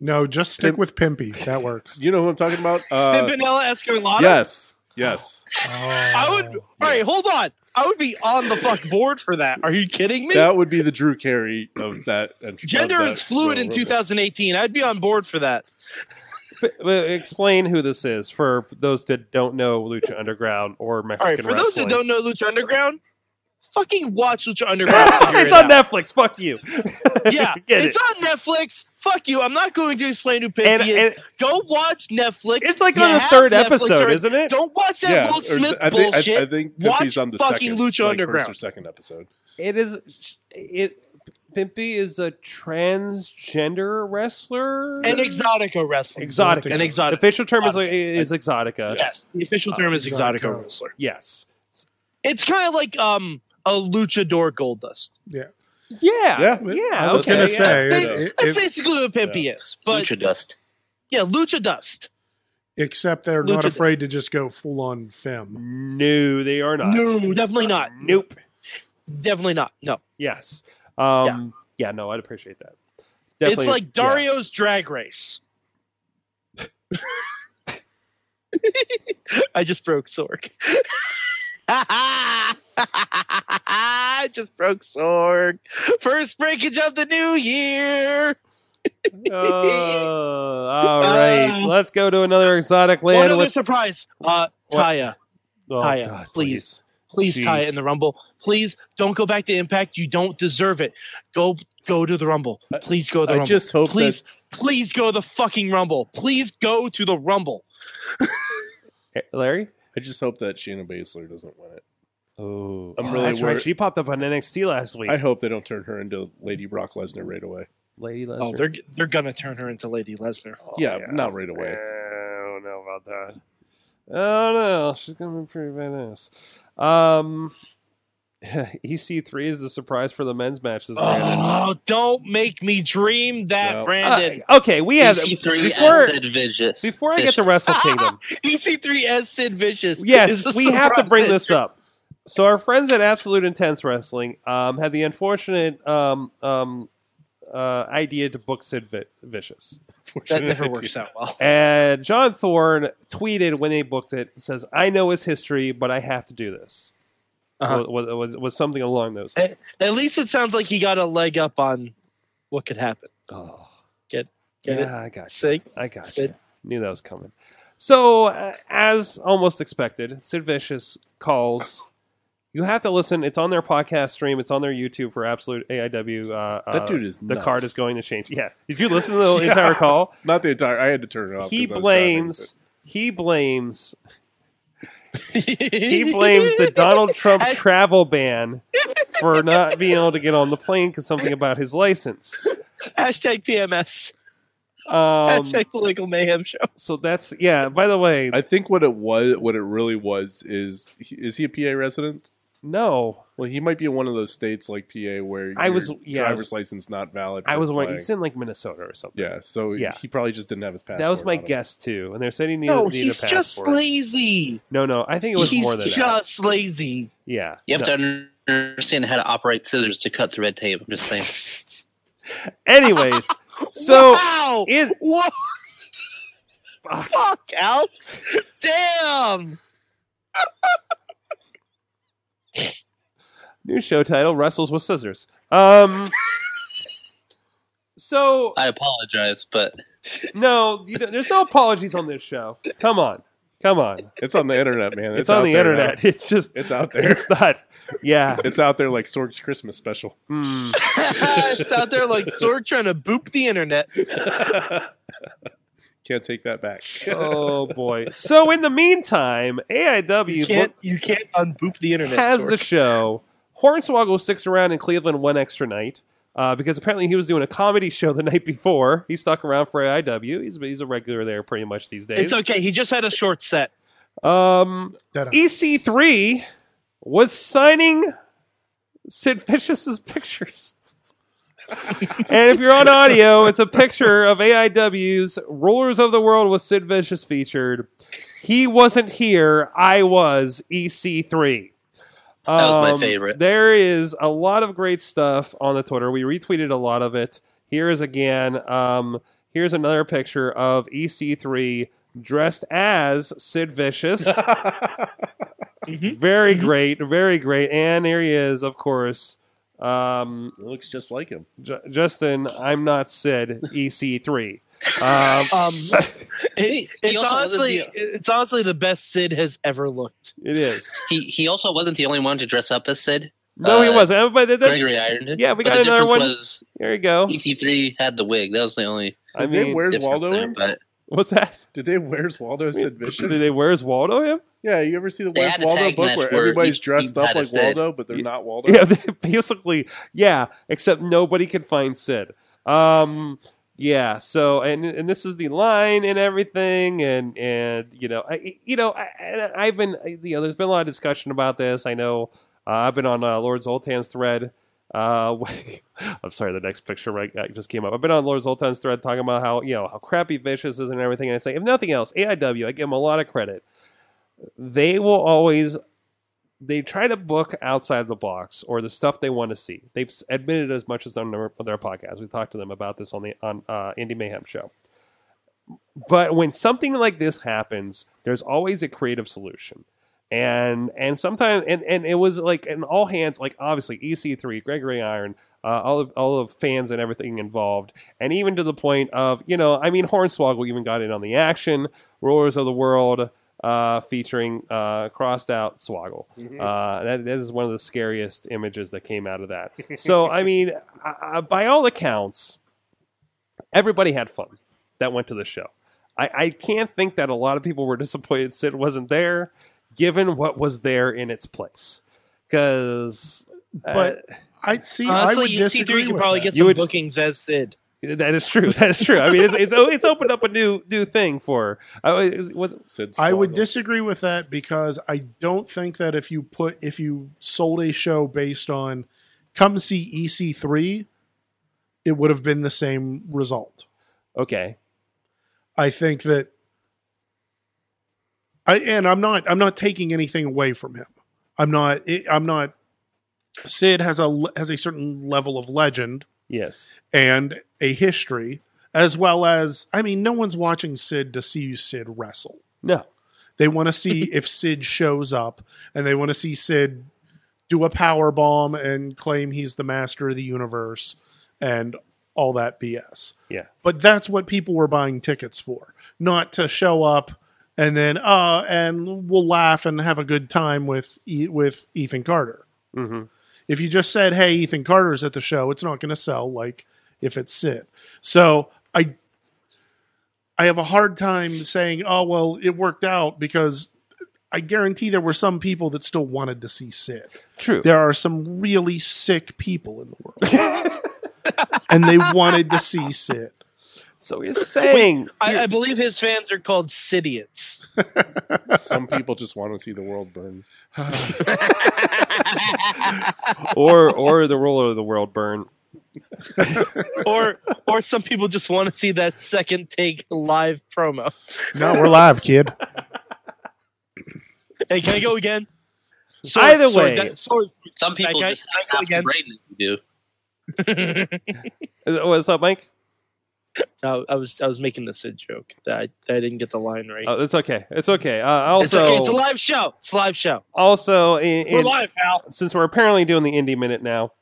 [SPEAKER 4] no just stick
[SPEAKER 7] Pimp-
[SPEAKER 4] with pimpy that works
[SPEAKER 7] you know who I'm talking about? Uh,
[SPEAKER 5] Pimpinella Escarlata.
[SPEAKER 7] yes, yes.
[SPEAKER 4] Oh.
[SPEAKER 5] I would. All right,
[SPEAKER 7] Yes.
[SPEAKER 5] hold on. I would be on the fuck board for that. Are you kidding me?
[SPEAKER 7] That would be the Drew Carey of that. and-
[SPEAKER 5] Gender
[SPEAKER 7] of that
[SPEAKER 5] is fluid in
[SPEAKER 7] show.
[SPEAKER 5] 2018. I'd be on board for that.
[SPEAKER 2] But- but explain who this is for those that don't know Lucha Underground or
[SPEAKER 5] All right,
[SPEAKER 2] Mexican
[SPEAKER 5] for those
[SPEAKER 2] wrestling.
[SPEAKER 5] that don't know Lucha Underground, fucking watch Lucha Underground. figure
[SPEAKER 2] it's
[SPEAKER 5] it
[SPEAKER 2] on
[SPEAKER 5] out.
[SPEAKER 2] Netflix. Fuck you.
[SPEAKER 5] Yeah,
[SPEAKER 2] Get
[SPEAKER 5] it's on Netflix. Fuck you. I'm not going to explain who Pinky
[SPEAKER 2] And,
[SPEAKER 5] is.
[SPEAKER 2] and
[SPEAKER 5] Go watch Netflix.
[SPEAKER 2] it's like
[SPEAKER 5] You
[SPEAKER 2] on the
[SPEAKER 5] have
[SPEAKER 2] third
[SPEAKER 5] Netflix
[SPEAKER 2] episode,
[SPEAKER 5] already.
[SPEAKER 2] isn't it?
[SPEAKER 5] Don't watch that
[SPEAKER 7] Yeah,
[SPEAKER 5] Will
[SPEAKER 7] or
[SPEAKER 5] Smith
[SPEAKER 7] th- I think, I,
[SPEAKER 5] bullshit.
[SPEAKER 7] I think
[SPEAKER 5] Watch
[SPEAKER 7] Pimpy's on the
[SPEAKER 5] fucking
[SPEAKER 7] second,
[SPEAKER 5] Lucha
[SPEAKER 7] like,
[SPEAKER 5] Underground.
[SPEAKER 7] first or second episode.
[SPEAKER 2] It is. It. Pimpy is a transgender wrestler.
[SPEAKER 5] An exotica wrestler.
[SPEAKER 2] Exotica.
[SPEAKER 5] An
[SPEAKER 2] The
[SPEAKER 5] exotica.
[SPEAKER 2] official term is is exotica.
[SPEAKER 5] Yes, the official term is
[SPEAKER 4] Exotica.
[SPEAKER 5] exotica wrestler.
[SPEAKER 2] Yes.
[SPEAKER 5] It's kind of like um a luchador gold dust.
[SPEAKER 2] Yeah.
[SPEAKER 7] Yeah.
[SPEAKER 4] I was
[SPEAKER 2] okay,
[SPEAKER 4] gonna
[SPEAKER 2] yeah.
[SPEAKER 4] say
[SPEAKER 5] That's
[SPEAKER 4] it-
[SPEAKER 5] That's
[SPEAKER 4] it-
[SPEAKER 5] basically what Pimpy is. But
[SPEAKER 6] Lucha Dust.
[SPEAKER 5] yeah, lucha dust.
[SPEAKER 4] except they're not
[SPEAKER 5] Lucha-
[SPEAKER 4] afraid to just go full on femme.
[SPEAKER 2] No, they are not.
[SPEAKER 5] No, definitely not.
[SPEAKER 2] Nope.
[SPEAKER 5] Definitely not. No.
[SPEAKER 2] Yes. Um, yeah. No, I'd appreciate that. Definitely.
[SPEAKER 5] it's like
[SPEAKER 2] yeah.
[SPEAKER 5] Dario's drag race. I just broke Sork. I just broke Sork. First breakage of the new year.
[SPEAKER 2] Uh, Oh, all right.
[SPEAKER 5] Uh,
[SPEAKER 2] Let's go to another exotic
[SPEAKER 5] One
[SPEAKER 2] land.
[SPEAKER 5] other
[SPEAKER 2] With,
[SPEAKER 5] surprise. Uh,
[SPEAKER 2] What?
[SPEAKER 5] Taya.
[SPEAKER 2] oh,
[SPEAKER 5] Taya,
[SPEAKER 2] God,
[SPEAKER 5] please. Please tie
[SPEAKER 2] Jeez.
[SPEAKER 5] it in the Rumble. Please don't go back to Impact. You don't deserve it. Go go to the Rumble. Please go to the
[SPEAKER 7] I
[SPEAKER 5] Rumble.
[SPEAKER 7] just hope
[SPEAKER 5] please, please go to the fucking Rumble. Please go to the Rumble.
[SPEAKER 2] Eh, Larry.
[SPEAKER 7] I just hope that Shayna Baszler doesn't win it.
[SPEAKER 2] Oh,
[SPEAKER 7] I'm
[SPEAKER 2] oh,
[SPEAKER 7] really
[SPEAKER 2] that's right.
[SPEAKER 7] worried.
[SPEAKER 2] She popped up on NXT last week.
[SPEAKER 7] I hope they don't turn her into Lady Brock Lesnar right away.
[SPEAKER 2] Lady Oh, Lesnar.
[SPEAKER 5] Oh, they're they're gonna turn her into Lady Lesnar.
[SPEAKER 7] yeah, not right away.
[SPEAKER 2] I don't know about that. Oh no, she's gonna be pretty badass. Um, EC3 is the surprise for the men's match this Brandon.
[SPEAKER 5] Oh, don't make me dream that,
[SPEAKER 7] No.
[SPEAKER 5] Brandon.
[SPEAKER 2] Uh, okay, we have
[SPEAKER 5] E
[SPEAKER 6] EC3
[SPEAKER 2] before
[SPEAKER 6] as said Vicious.
[SPEAKER 2] before I get to
[SPEAKER 6] Vicious.
[SPEAKER 2] Wrestle Kingdom.
[SPEAKER 5] EC3 as Sid Vicious. is
[SPEAKER 2] Ah. yes,
[SPEAKER 5] the
[SPEAKER 2] we have to
[SPEAKER 5] surprise.
[SPEAKER 2] bring this up. So our friends at Absolute Intense Wrestling um, had the unfortunate um, um, uh, idea to book Sid Vi- Vicious.
[SPEAKER 5] That never works out well.
[SPEAKER 2] And John Thorne tweeted when they booked it, says, I know his history, but I have to do this.
[SPEAKER 5] Uh-huh.
[SPEAKER 2] Was, was, was something along those
[SPEAKER 5] Eh. At least it sounds like he got a leg up on what could happen.
[SPEAKER 2] Oh,
[SPEAKER 5] Get
[SPEAKER 2] yeah, I
[SPEAKER 5] it?
[SPEAKER 2] got
[SPEAKER 5] Sig?
[SPEAKER 2] you. I got you.
[SPEAKER 5] Sid?
[SPEAKER 2] Knew that was coming. So, uh, as almost expected, Sid Vicious calls. You have to listen. It's on their podcast stream. It's on their YouTube for Absolute AIW. Uh, uh,
[SPEAKER 7] That dude is
[SPEAKER 2] The
[SPEAKER 7] nuts.
[SPEAKER 2] card is going to change. Yeah. Did you listen to the entire call?
[SPEAKER 7] Not the entire. I had to turn it off.
[SPEAKER 2] He
[SPEAKER 7] 'cause I was
[SPEAKER 2] blames. He blames he
[SPEAKER 5] he
[SPEAKER 2] blames the Donald Trump
[SPEAKER 5] I-
[SPEAKER 2] travel ban for not being able to get on the plane because something about his license.
[SPEAKER 5] hashtag PMS
[SPEAKER 2] Um,
[SPEAKER 5] hashtag political mayhem show.
[SPEAKER 2] so that's yeah. By the way,
[SPEAKER 7] driving. I think what it was, what it really was, is is he a PA resident?
[SPEAKER 2] no,
[SPEAKER 7] Well, he might be in one of those states like PA where
[SPEAKER 2] I
[SPEAKER 7] your
[SPEAKER 2] was- yeah, I
[SPEAKER 7] driver's
[SPEAKER 2] was-
[SPEAKER 7] license not valid.
[SPEAKER 2] I
[SPEAKER 7] for
[SPEAKER 2] was wondering.
[SPEAKER 7] flying.
[SPEAKER 2] He's in like Minnesota or something.
[SPEAKER 7] Yeah, so
[SPEAKER 2] Yeah.
[SPEAKER 7] he probably just didn't have his passport.
[SPEAKER 2] that was my
[SPEAKER 7] on him.
[SPEAKER 2] guess too. And they're saying he needed,
[SPEAKER 5] No,
[SPEAKER 2] needed
[SPEAKER 5] he's
[SPEAKER 2] a
[SPEAKER 5] just
[SPEAKER 2] passport.
[SPEAKER 5] lazy.
[SPEAKER 2] no, no, I think it was
[SPEAKER 5] He's
[SPEAKER 2] more than that.
[SPEAKER 5] just lazy.
[SPEAKER 2] Yeah,
[SPEAKER 6] You have
[SPEAKER 2] No.
[SPEAKER 6] to understand how to operate scissors to cut the red tape. I'm just saying.
[SPEAKER 2] Anyways, so
[SPEAKER 5] wow,
[SPEAKER 2] it
[SPEAKER 5] what? Fuck out! Damn.
[SPEAKER 2] new show title wrestles with scissors. Um, so
[SPEAKER 6] I apologize, but
[SPEAKER 2] no, you don't- there's no apologies on this show. Come on, come on.
[SPEAKER 7] It's on the internet, man.
[SPEAKER 2] it's, on
[SPEAKER 7] out
[SPEAKER 2] the
[SPEAKER 7] there now.
[SPEAKER 2] internet. It's just
[SPEAKER 7] It's out there.
[SPEAKER 2] it's not. Yeah.
[SPEAKER 7] It's out there like Sorg's Christmas special.
[SPEAKER 5] Hmm.
[SPEAKER 2] Mm.
[SPEAKER 5] it's out there like Sorg trying to boop the internet.
[SPEAKER 7] Can't take that back.
[SPEAKER 2] Oh boy. So in the meantime,
[SPEAKER 5] You
[SPEAKER 2] AIW
[SPEAKER 5] can't,
[SPEAKER 2] book-
[SPEAKER 5] you can't unboop the internet.
[SPEAKER 2] has
[SPEAKER 5] Sorg.
[SPEAKER 2] the show. Hornswoggle sticks around in Cleveland one extra night. Uh, because apparently he was doing a comedy show the night before. He stuck around for AIW. He's, he's a regular there pretty much these days.
[SPEAKER 5] It's okay. He just had a short set.
[SPEAKER 2] Um,
[SPEAKER 4] That
[SPEAKER 2] EC3 was signing Sid Vicious's pictures. and if you're on audio, it's a picture of AIW's Rulers of the World with Sid Vicious featured. He wasn't here. I was EC3.
[SPEAKER 6] That was my
[SPEAKER 2] Um,
[SPEAKER 6] favorite.
[SPEAKER 2] There is a lot of great stuff on the Twitter. We retweeted a lot of it. Here is again. Um, here's another picture E of EC3 dressed as Sid Vicious Very great, very great. And here he is, of course. Um,
[SPEAKER 7] It looks just like him.
[SPEAKER 2] J- Justin, I'm not Sid, EC3. Um,
[SPEAKER 5] Um,
[SPEAKER 6] He-
[SPEAKER 5] it,
[SPEAKER 6] he
[SPEAKER 5] it's
[SPEAKER 6] also has a
[SPEAKER 5] honestly,
[SPEAKER 6] deal.
[SPEAKER 5] it's honestly the best Sid has ever looked.
[SPEAKER 2] it is.
[SPEAKER 6] He he also wasn't the only one to dress up as Sid.
[SPEAKER 2] No, he
[SPEAKER 6] Uh,
[SPEAKER 2] wasn't. But that- that's,
[SPEAKER 6] Gregory Ironed it.
[SPEAKER 2] yeah, we
[SPEAKER 6] But
[SPEAKER 2] got
[SPEAKER 6] the
[SPEAKER 2] another
[SPEAKER 6] difference
[SPEAKER 2] one.
[SPEAKER 6] Was
[SPEAKER 2] There you go.
[SPEAKER 6] EC3 had the wig. That was the only.
[SPEAKER 2] I
[SPEAKER 7] Did they
[SPEAKER 2] mean,
[SPEAKER 7] Where's
[SPEAKER 6] difference
[SPEAKER 7] Waldo
[SPEAKER 6] there,
[SPEAKER 7] in?
[SPEAKER 6] But
[SPEAKER 2] what's that?
[SPEAKER 7] Did they where's Waldo said vicious?
[SPEAKER 2] Did they, where's Waldo him?
[SPEAKER 7] yeah, you ever see the
[SPEAKER 6] They
[SPEAKER 7] Where's
[SPEAKER 6] had a
[SPEAKER 7] Waldo
[SPEAKER 6] tag
[SPEAKER 7] book
[SPEAKER 6] match
[SPEAKER 7] where
[SPEAKER 6] where
[SPEAKER 7] everybody's
[SPEAKER 6] each
[SPEAKER 7] dressed
[SPEAKER 6] team
[SPEAKER 7] up
[SPEAKER 6] had a
[SPEAKER 7] like
[SPEAKER 6] Sid.
[SPEAKER 7] Waldo, but they're not Waldo?
[SPEAKER 2] Yeah, basically, yeah. Except nobody could find Sid. Um, yeah. So, and and this is the line and everything, and and you know, I you know, I- I, I've been you know, there's been a lot of discussion about this. I know uh, I've been on uh, Lord Zoltan's thread. Uh, I'm sorry, the next picture right uh, just came up. I've been on Lord Zoltan's thread talking about how you know how crappy Vicious is and everything. And I say, if nothing else, AIW, I give them a lot of credit. They will always they try to book outside the box or the stuff they want to see. They've s- admitted as much as on their, on their podcast. We talked to them about this on the on uh, Indie Mayhem show. But when something like this happens, there's always a creative solution. And and sometimes and, and it was like an all hands like obviously EC3, Gregory Iron, uh, all of all of fans and everything involved, and even to the point of you know I mean Hornswoggle even got in on the action. Rulers of the World uh, featuring uh, crossed out Swoggle. Uh, that, that is one of the scariest images that came out of that. So, I mean, I, I, by all accounts, everybody had fun that went to the show. I, I can't think that a lot of people were disappointed Sid wasn't there, given what was there in its place. Because
[SPEAKER 4] But I see. I would
[SPEAKER 5] Honestly,
[SPEAKER 4] disagree
[SPEAKER 5] EC3 could
[SPEAKER 4] with
[SPEAKER 5] probably
[SPEAKER 4] that.
[SPEAKER 5] get
[SPEAKER 2] You
[SPEAKER 5] some
[SPEAKER 2] would-
[SPEAKER 5] bookings as Sid.
[SPEAKER 2] that is true. That is true. I mean, it's it's, o- it's opened up a new new thing for. Uh, was,
[SPEAKER 7] Sid
[SPEAKER 4] I would
[SPEAKER 7] Swalwell.
[SPEAKER 4] disagree with that because I don't think that if you put if you sold a show based on come see EC3, it would have been the same result.
[SPEAKER 2] okay.
[SPEAKER 4] I think that I and I'm not I'm not taking anything away from him. I'm not I'm not Sid has a has a certain level of legend
[SPEAKER 2] Yes.
[SPEAKER 4] and a history as well as I mean no one's watching Sid to see Sid wrestle.
[SPEAKER 2] No.
[SPEAKER 4] They want to see if Sid shows up, and they want to see Sid do a power bomb and claim he's the master of the universe and all that BS.
[SPEAKER 2] Yeah.
[SPEAKER 4] But that's what people were buying tickets for, not to show up and then uh and we'll laugh and have a good time with E- with Ethan Carter.
[SPEAKER 5] Mm-hmm.
[SPEAKER 2] hmm
[SPEAKER 4] If you just said, "Hey, Ethan Carter's at the show," it's not going to sell like if it's Sid. So I, I have a hard time saying, "Oh, well, it worked out," because I guarantee there were some people that still wanted to see Sid.
[SPEAKER 2] True.
[SPEAKER 4] There are some really sick people in the world, and they wanted to see Sid.
[SPEAKER 2] So you're saying
[SPEAKER 5] I, I believe his fans are called Sidiots.
[SPEAKER 7] Some people just want to see the world burn.
[SPEAKER 2] or or the ruler of the world burn.
[SPEAKER 5] or or some people just want to see that second take live promo.
[SPEAKER 4] No, we're live, kid.
[SPEAKER 5] Hey, can I go again?
[SPEAKER 2] Either way.
[SPEAKER 5] that- sorry.
[SPEAKER 6] some people
[SPEAKER 5] guy-
[SPEAKER 6] just
[SPEAKER 5] that guy
[SPEAKER 6] have half the
[SPEAKER 5] again.
[SPEAKER 6] brain that you do.
[SPEAKER 2] Is- What's up, Mike?
[SPEAKER 5] No, I was I was making the Sid joke. That I, that I didn't get the line right.
[SPEAKER 2] Oh, it's okay. It's okay. Uh,
[SPEAKER 5] it's
[SPEAKER 2] also,
[SPEAKER 5] okay. It's a live show. It's a live show.
[SPEAKER 2] also, in,
[SPEAKER 5] We're
[SPEAKER 2] in-
[SPEAKER 5] live, pal.
[SPEAKER 2] since we're apparently doing the indie minute now,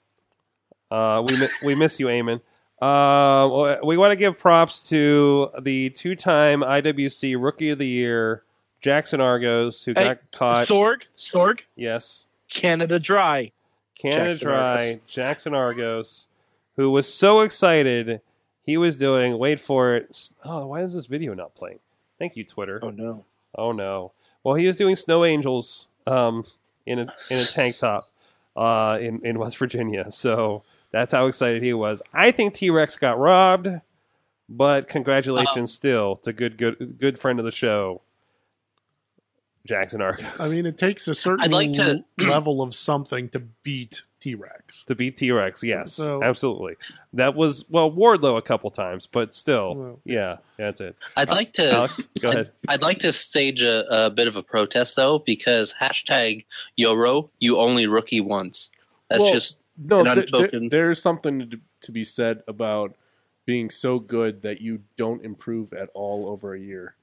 [SPEAKER 2] uh, we mi- we miss you, Eamon. Uh, we want to give props to the two-time IWC Rookie of the Year, Jackson Argos, who
[SPEAKER 5] Hey,
[SPEAKER 2] got caught.
[SPEAKER 5] Sorg, Sorg,
[SPEAKER 2] yes,
[SPEAKER 5] Canada Dry.
[SPEAKER 2] Canada
[SPEAKER 5] Jackson
[SPEAKER 2] Dry,
[SPEAKER 5] Argos.
[SPEAKER 2] Jackson Argos, who was so excited he was doing, wait for it. s- Oh, why is this video not playing? Thank you, Twitter.
[SPEAKER 5] Oh no.
[SPEAKER 2] Oh, no. Well, he was doing Snow Angels um, in, a, in a tank top uh, in, in West Virginia. So that's how excited he was. I think T Rex got robbed, but congratulations
[SPEAKER 5] Oh.
[SPEAKER 2] still to good, good, good friend of the show, Jackson Argos.
[SPEAKER 4] I mean, it takes a certain
[SPEAKER 6] I'd like to-
[SPEAKER 4] level of something to beat T Rex.
[SPEAKER 2] to beat T Rex. Yes,
[SPEAKER 4] So-
[SPEAKER 2] absolutely. That was well Wardlow a couple times, but still,
[SPEAKER 4] Well.
[SPEAKER 2] yeah, that's it.
[SPEAKER 6] I'd like to.
[SPEAKER 2] Alex, go ahead.
[SPEAKER 6] I'd, I'd like to stage a, a bit of a protest though, because hashtag Yoro, you only rookie once. That's
[SPEAKER 7] Well,
[SPEAKER 6] just
[SPEAKER 7] No,
[SPEAKER 6] An
[SPEAKER 7] th- th-
[SPEAKER 6] unspoken-
[SPEAKER 7] there's something to, to be said about being so good that you don't improve at all over a year.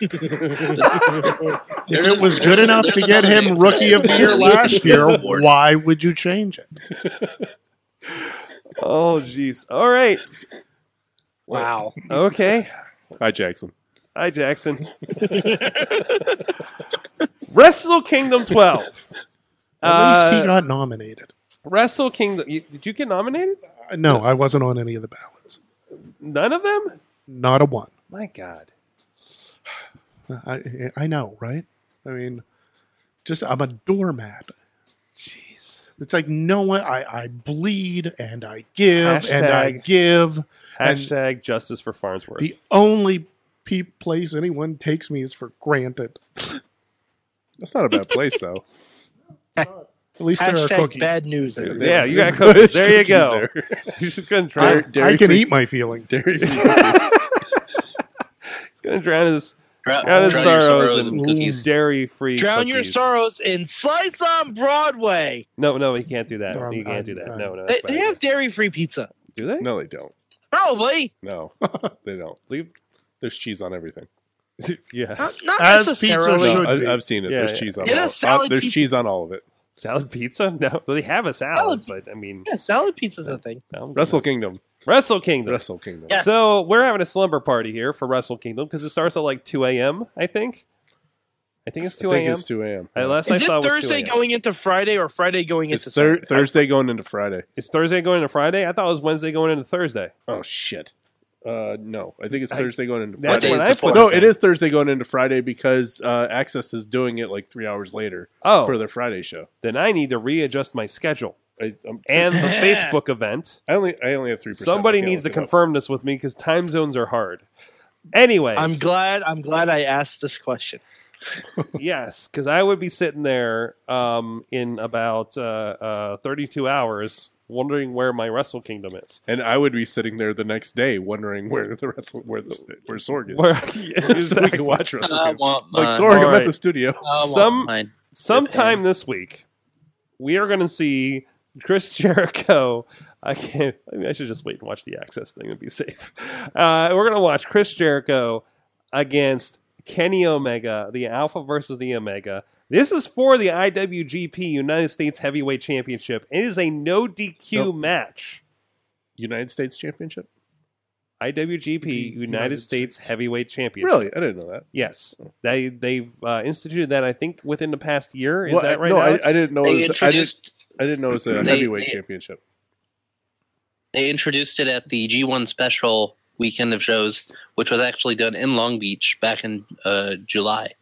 [SPEAKER 4] If it was good enough to
[SPEAKER 6] There's
[SPEAKER 4] get
[SPEAKER 6] another
[SPEAKER 4] him
[SPEAKER 6] name.
[SPEAKER 4] Rookie of the Year
[SPEAKER 6] There's
[SPEAKER 4] last
[SPEAKER 6] another
[SPEAKER 4] year,
[SPEAKER 6] award.
[SPEAKER 4] why would you change it?
[SPEAKER 2] Oh, jeez. All right.
[SPEAKER 5] Wow.
[SPEAKER 2] Okay.
[SPEAKER 7] Hi, Jackson.
[SPEAKER 2] Hi, Jackson. Wrestle Kingdom 12.
[SPEAKER 4] At least he
[SPEAKER 2] Uh,
[SPEAKER 4] got nominated.
[SPEAKER 2] Wrestle Kingdom. You, did you get nominated?
[SPEAKER 4] Uh, No, I wasn't on any of the ballots.
[SPEAKER 2] None of them?
[SPEAKER 4] Not a one.
[SPEAKER 2] My God.
[SPEAKER 4] I I know, right? I mean, just I'm a doormat. Jeez, it's like no one. I I bleed and I give and I
[SPEAKER 2] Hashtag.
[SPEAKER 4] give. And-
[SPEAKER 2] Hashtag justice for Farnsworth.
[SPEAKER 4] The only pe- place anyone takes me is for granted.
[SPEAKER 7] That's not a bad place though.
[SPEAKER 4] At least there are
[SPEAKER 5] Hashtag
[SPEAKER 4] cookies.
[SPEAKER 5] bad news. everybody.
[SPEAKER 2] yeah, you got cookies. There you go. He's just going to
[SPEAKER 4] I,
[SPEAKER 2] drown.
[SPEAKER 7] Dairy- dairy
[SPEAKER 4] I can
[SPEAKER 7] free-
[SPEAKER 4] eat my feelings.
[SPEAKER 2] He's going to drown his,
[SPEAKER 6] Drown,
[SPEAKER 2] drown his
[SPEAKER 6] drown your
[SPEAKER 2] sorrows
[SPEAKER 6] in cookies.
[SPEAKER 2] and dairy-free
[SPEAKER 5] Mm. Drown
[SPEAKER 2] cookies.
[SPEAKER 5] your sorrows in Slice on Broadway.
[SPEAKER 2] No, no, he can't do that.
[SPEAKER 4] No, I'm-
[SPEAKER 2] He can't
[SPEAKER 4] I'm-
[SPEAKER 2] do that.
[SPEAKER 4] I'm-
[SPEAKER 2] no, no,
[SPEAKER 5] They,
[SPEAKER 2] that's
[SPEAKER 5] they
[SPEAKER 2] bad.
[SPEAKER 5] have dairy free pizza.
[SPEAKER 2] do they?
[SPEAKER 7] No, they don't.
[SPEAKER 5] Probably.
[SPEAKER 7] No, they don't. Leave. There's cheese on everything.
[SPEAKER 5] Not,
[SPEAKER 2] yes.
[SPEAKER 5] not
[SPEAKER 4] As
[SPEAKER 5] necessarily.
[SPEAKER 4] pizza
[SPEAKER 7] No,
[SPEAKER 4] should be.
[SPEAKER 7] I, I've seen it.
[SPEAKER 2] Yeah,
[SPEAKER 7] there's
[SPEAKER 2] yeah.
[SPEAKER 7] cheese on.
[SPEAKER 5] Get a
[SPEAKER 7] All,
[SPEAKER 5] salad
[SPEAKER 7] uh, there's
[SPEAKER 5] piece.
[SPEAKER 7] cheese on all of it.
[SPEAKER 2] Salad pizza? No, well, they have a salad,
[SPEAKER 5] Salad.
[SPEAKER 2] but I mean,
[SPEAKER 5] Yeah, salad pizza's a thing.
[SPEAKER 2] I'm gonna-
[SPEAKER 7] Wrestle Kingdom.
[SPEAKER 2] Wrestle Kingdom.
[SPEAKER 7] Wrestle Kingdom.
[SPEAKER 5] Yeah. Yes.
[SPEAKER 2] So we're having a slumber party here for Wrestle Kingdom because it starts at like 2 a.m. I think. I think it's
[SPEAKER 7] I
[SPEAKER 2] 2
[SPEAKER 7] think
[SPEAKER 2] a.m.
[SPEAKER 7] it's 2 a.m.
[SPEAKER 2] I- Last I
[SPEAKER 5] Is
[SPEAKER 2] saw
[SPEAKER 5] it
[SPEAKER 2] was 2
[SPEAKER 5] Thursday
[SPEAKER 2] a.m.
[SPEAKER 5] going into Friday or Friday going
[SPEAKER 7] It's
[SPEAKER 5] into
[SPEAKER 7] thir-
[SPEAKER 5] Saturday?
[SPEAKER 7] Thursday going into Friday.
[SPEAKER 2] It's Thursday going into Friday. I thought it was Wednesday going into Thursday.
[SPEAKER 7] Oh shit. Uh, no, I think it's
[SPEAKER 2] I-
[SPEAKER 7] Thursday going into
[SPEAKER 2] That's
[SPEAKER 7] Friday.
[SPEAKER 2] what
[SPEAKER 6] Friday's
[SPEAKER 2] I
[SPEAKER 6] the
[SPEAKER 2] put.
[SPEAKER 6] fourth.
[SPEAKER 7] no, it is Thursday going into Friday because uh, Access is doing it like three hours later
[SPEAKER 2] Oh,
[SPEAKER 7] for their Friday show.
[SPEAKER 2] then I need to readjust my schedule
[SPEAKER 7] I, um,
[SPEAKER 2] and the Facebook event.
[SPEAKER 7] I only I only have three.
[SPEAKER 2] Somebody needs to confirm this with me because time zones are hard. Anyway,
[SPEAKER 5] I'm glad. I'm glad I asked this question.
[SPEAKER 2] yes, because I would be sitting there um, in about uh, uh, 32 hours wondering where my Wrestle Kingdom is.
[SPEAKER 7] And I would be sitting there the next day wondering where the wrestle where the where Sorg is,
[SPEAKER 2] Where,
[SPEAKER 7] so we can
[SPEAKER 2] Exactly.
[SPEAKER 7] watch Wrestle
[SPEAKER 6] I
[SPEAKER 7] Kingdom.
[SPEAKER 6] want mine.
[SPEAKER 7] Like Sorg, I'm
[SPEAKER 2] Alright.
[SPEAKER 7] at the studio.
[SPEAKER 6] I want
[SPEAKER 2] some-
[SPEAKER 6] mine.
[SPEAKER 2] Sometime this week, we are going to see Chris Jericho. I can't. I mean, I should just wait and watch the access thing and be safe. Uh, we're going to watch Chris Jericho against Kenny Omega, the Alpha versus the Omega. This is for the IWGP United States Heavyweight Championship. It is a no DQ
[SPEAKER 7] Nope.
[SPEAKER 2] match.
[SPEAKER 7] United States Championship.
[SPEAKER 2] IWGP United,
[SPEAKER 4] United
[SPEAKER 2] States,
[SPEAKER 4] States.
[SPEAKER 2] Heavyweight Championship.
[SPEAKER 7] Really, I didn't know that.
[SPEAKER 2] Yes, they they've uh, instituted that. I think within the past year. Is
[SPEAKER 7] Well,
[SPEAKER 2] that right?
[SPEAKER 7] No,
[SPEAKER 2] Alex?
[SPEAKER 7] I, I didn't know.
[SPEAKER 6] They
[SPEAKER 7] It was, I, didn't,
[SPEAKER 6] introduced
[SPEAKER 7] I didn't know it was a
[SPEAKER 6] They-
[SPEAKER 7] heavyweight
[SPEAKER 6] they-
[SPEAKER 7] championship.
[SPEAKER 6] they introduced it at the G1 special weekend of shows, which was actually done in Long Beach back in uh, July.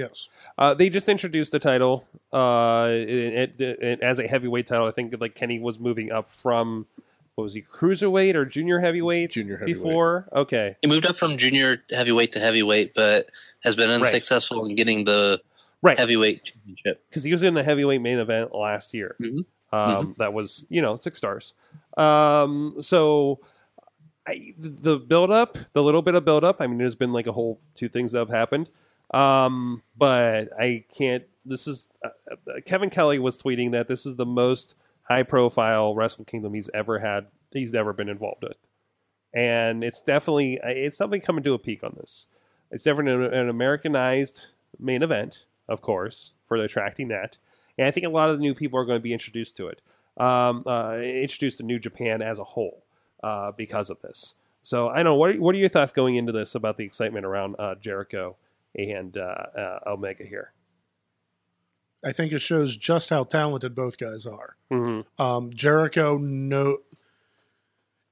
[SPEAKER 4] Yes.
[SPEAKER 2] Uh, they just introduced the title uh, it, it, it- as a heavyweight title. I think like Kenny was moving up from what was he cruiserweight or junior heavyweight?
[SPEAKER 7] Junior heavyweight.
[SPEAKER 2] before. Okay,
[SPEAKER 6] He moved up from junior heavyweight to heavyweight, but has been unsuccessful in getting the
[SPEAKER 2] right?
[SPEAKER 6] heavyweight championship.
[SPEAKER 2] Because he was in the heavyweight main event last year.
[SPEAKER 6] Mhm.
[SPEAKER 2] Um, That was you know six stars. Um, so. I, the build up, the little bit of build up. I mean, there's been like a whole two things that have happened, um, but I can't. This is uh, uh, Kevin Kelly was tweeting that this is the most high profile Wrestle Kingdom he's ever had. He's never been involved with, and it's definitely it's definitely coming to a peak on this. It's definitely an, an Americanized main event, of course, for attracting that, and I think a lot of the new people are going to be introduced to it, um, uh, introduced to New Japan as a whole uh, because of this. So I don't know what are, what are your thoughts going into this about the excitement around uh, Jericho and uh, uh, Omega here.
[SPEAKER 4] I think it shows just how talented both guys are.
[SPEAKER 2] Mm-hmm.
[SPEAKER 4] Um, Jericho, no,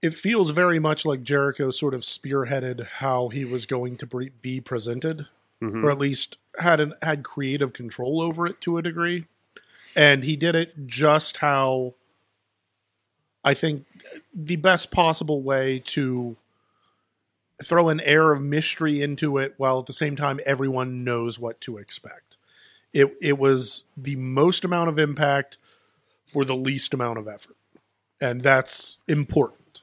[SPEAKER 4] it feels very much like Jericho sort of spearheaded how he was going to pre- be presented,
[SPEAKER 2] Mm-hmm.
[SPEAKER 4] or at least had an, had creative control over it to a degree, and he did it just how I think the best possible way to throw an air of mystery into it, while at the same time everyone knows what to expect. It it was the most amount of impact for the least amount of effort. And that's important.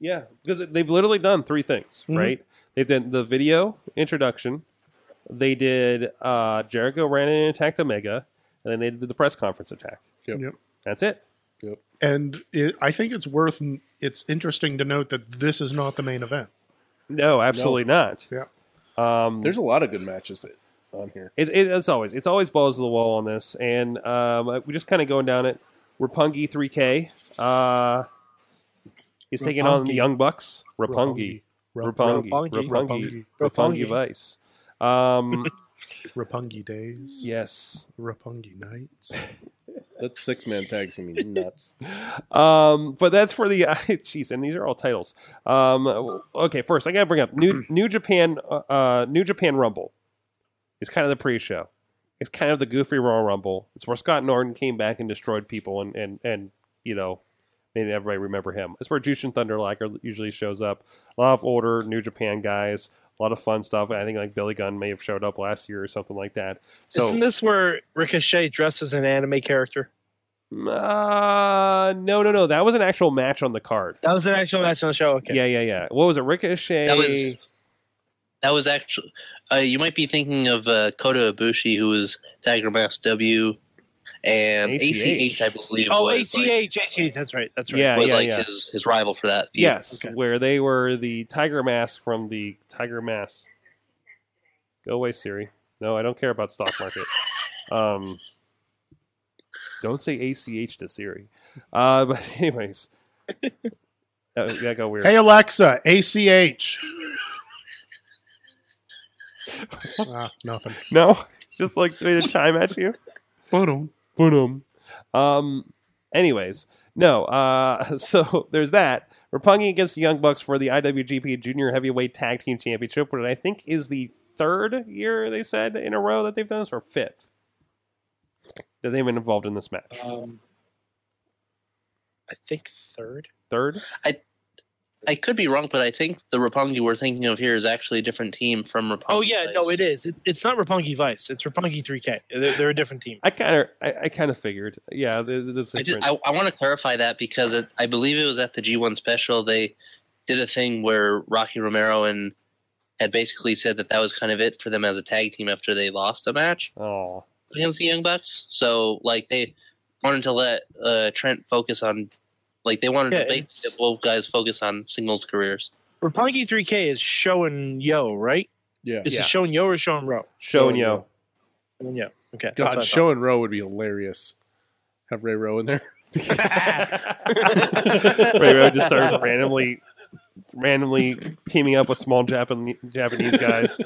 [SPEAKER 2] Yeah, because they've literally done three things,
[SPEAKER 4] Mhm.
[SPEAKER 2] right? They've done the video introduction, they did uh, Jericho ran in and attacked Omega, and then they did the press conference attack.
[SPEAKER 7] Yep.
[SPEAKER 4] Yep.
[SPEAKER 2] That's it.
[SPEAKER 4] And it, I think it's worth it's interesting to note that this is not the main event.
[SPEAKER 2] No, absolutely not.
[SPEAKER 4] Yeah.
[SPEAKER 2] Um,
[SPEAKER 7] There's a lot of good matches that- on here.
[SPEAKER 2] It, it, it's always it's always balls to the wall on this, and um, we just kind of going down it. Rapungi 3K. Uh, he's taking on the
[SPEAKER 4] Roppongi.
[SPEAKER 2] Young Bucks. Rapungi.
[SPEAKER 4] Rup-
[SPEAKER 2] Rapungi.
[SPEAKER 5] Roppongi.
[SPEAKER 2] Rapungi.
[SPEAKER 4] Roppongi.
[SPEAKER 2] Rapungi
[SPEAKER 5] Roppongi.
[SPEAKER 2] Vice. Um,
[SPEAKER 4] Rapungi days.
[SPEAKER 2] yes.
[SPEAKER 4] Rapungi nights.
[SPEAKER 7] That six man tag's gonna be nuts.
[SPEAKER 2] Um, but that's for the jeez, and these are all titles. Um, okay, first I gotta bring up New New Japan uh, uh, New Japan Rumble. It's kind of the pre-show. It's kind of the goofy Royal Rumble. It's where Scott Norton came back and destroyed people, and and and you know made everybody remember him. It's where Jushin Thunder Liger usually shows up. A lot of older New Japan guys, a lot of fun stuff. I think like Billy Gunn may have showed up last year or something like that. So
[SPEAKER 5] Isn't this where Ricochet dresses an anime character?
[SPEAKER 2] uh, no, no, no. That was an actual match on the card.
[SPEAKER 5] That was an actual match on the show. Okay.
[SPEAKER 2] Yeah, yeah, yeah. What was it? Ricochet.
[SPEAKER 6] That was- That was actually. Uh, you might be thinking of uh, Kota Ibushi, who was Tiger Mask W, and ACH,
[SPEAKER 2] ACH,
[SPEAKER 6] I believe.
[SPEAKER 5] Oh,
[SPEAKER 6] was,
[SPEAKER 5] ACH,
[SPEAKER 6] like-
[SPEAKER 5] ACH. That's right. That's right.
[SPEAKER 2] Yeah,
[SPEAKER 6] was
[SPEAKER 2] yeah,
[SPEAKER 6] like
[SPEAKER 2] yeah.
[SPEAKER 6] his his rival for that. feud.
[SPEAKER 2] yes,
[SPEAKER 5] Okay.
[SPEAKER 2] where they were the Tiger Mask from the Tiger Mask. Go away, Siri. No, I don't care about stock market. um, don't say ACH to Siri. Uh, but anyways, that, that got weird.
[SPEAKER 4] Hey Alexa, ACH. ah, nothing.
[SPEAKER 2] No, just like doing a chime at you.
[SPEAKER 4] Boom.
[SPEAKER 2] Boom. Um. Anyways, no. Uh. So there's that. Rapungi against the Young Bucks for the IWGP Junior Heavyweight Tag Team Championship, which I think is the third year they said in a row that they've done this, or fifth that they've been involved in this match.
[SPEAKER 5] Um, I think third.
[SPEAKER 2] Third.
[SPEAKER 6] I could be wrong, but I think the Rapongi we're thinking of here is actually a different team from Rapongi.
[SPEAKER 5] Oh yeah, no, it is. It, it's not Rapungi Vice. It's Rapungi 3K. They're, they're a different team.
[SPEAKER 2] I kind of, I, I kind of figured. Yeah. th- th- This
[SPEAKER 6] I just
[SPEAKER 2] different.
[SPEAKER 6] I, I want to clarify that because it, I believe it was at the G1 special they did a thing where Rocky Romero and had basically said that that was kind of it for them as a tag team after they lost a match
[SPEAKER 2] oh.
[SPEAKER 6] against the Young Bucks. So like they wanted to let uh, Trent focus on like they wanted
[SPEAKER 5] Yeah,
[SPEAKER 6] to make the both guys focus on singles careers.
[SPEAKER 5] Rapungi 3K is Show and Yo, right?
[SPEAKER 7] Yeah.
[SPEAKER 5] Is
[SPEAKER 2] Yeah.
[SPEAKER 5] it Show and Yo or Show and Ro?
[SPEAKER 2] Show and yo.
[SPEAKER 5] Show and Yo. Okay. that's
[SPEAKER 7] God,
[SPEAKER 5] what I
[SPEAKER 7] Show and Row would be hilarious. Have Ray Row in there.
[SPEAKER 2] Ray Road just started randomly, randomly teaming up with small Japan, Japanese guys,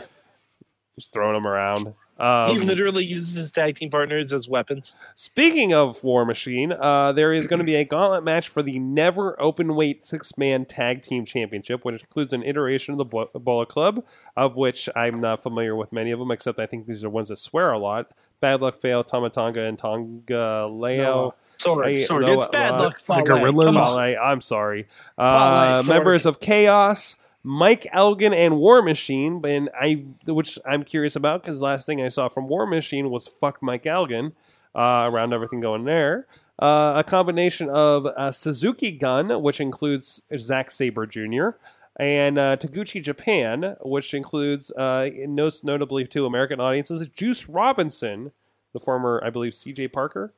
[SPEAKER 2] just throwing them around.
[SPEAKER 5] thought. he
[SPEAKER 2] Um,
[SPEAKER 5] literally uses his tag team partners as weapons.
[SPEAKER 2] speaking of War Machine, uh, there is going to be a gauntlet match for the never open weight six man tag team championship, which includes an iteration of the Bu- Bullet Club, of which I'm not familiar with many of them, except I think these are ones that swear a lot. Bad Luck Fail, Tamatanga, and Tonga Leo.
[SPEAKER 5] Sorry,
[SPEAKER 2] Hey,
[SPEAKER 5] sorry.
[SPEAKER 2] no,
[SPEAKER 5] it's bad
[SPEAKER 2] uh,
[SPEAKER 5] luck.
[SPEAKER 4] The
[SPEAKER 5] Fale.
[SPEAKER 4] gorillas.
[SPEAKER 5] Come on.
[SPEAKER 2] Fale, I'm sorry.
[SPEAKER 5] Fale,
[SPEAKER 2] Uh,
[SPEAKER 5] sorry.
[SPEAKER 2] members of Chaos, Mike Elgin, and War Machine, and I, which I'm curious about because last thing I saw from War Machine was "fuck Mike Elgin" uh, around everything going there. Uh, a combination of uh, Suzuki Gun, which includes Zack Saber Jr. And uh, Taguchi Japan, which includes uh, most notably to American audiences, Juice Robinson, the former, I believe, C.J. Parker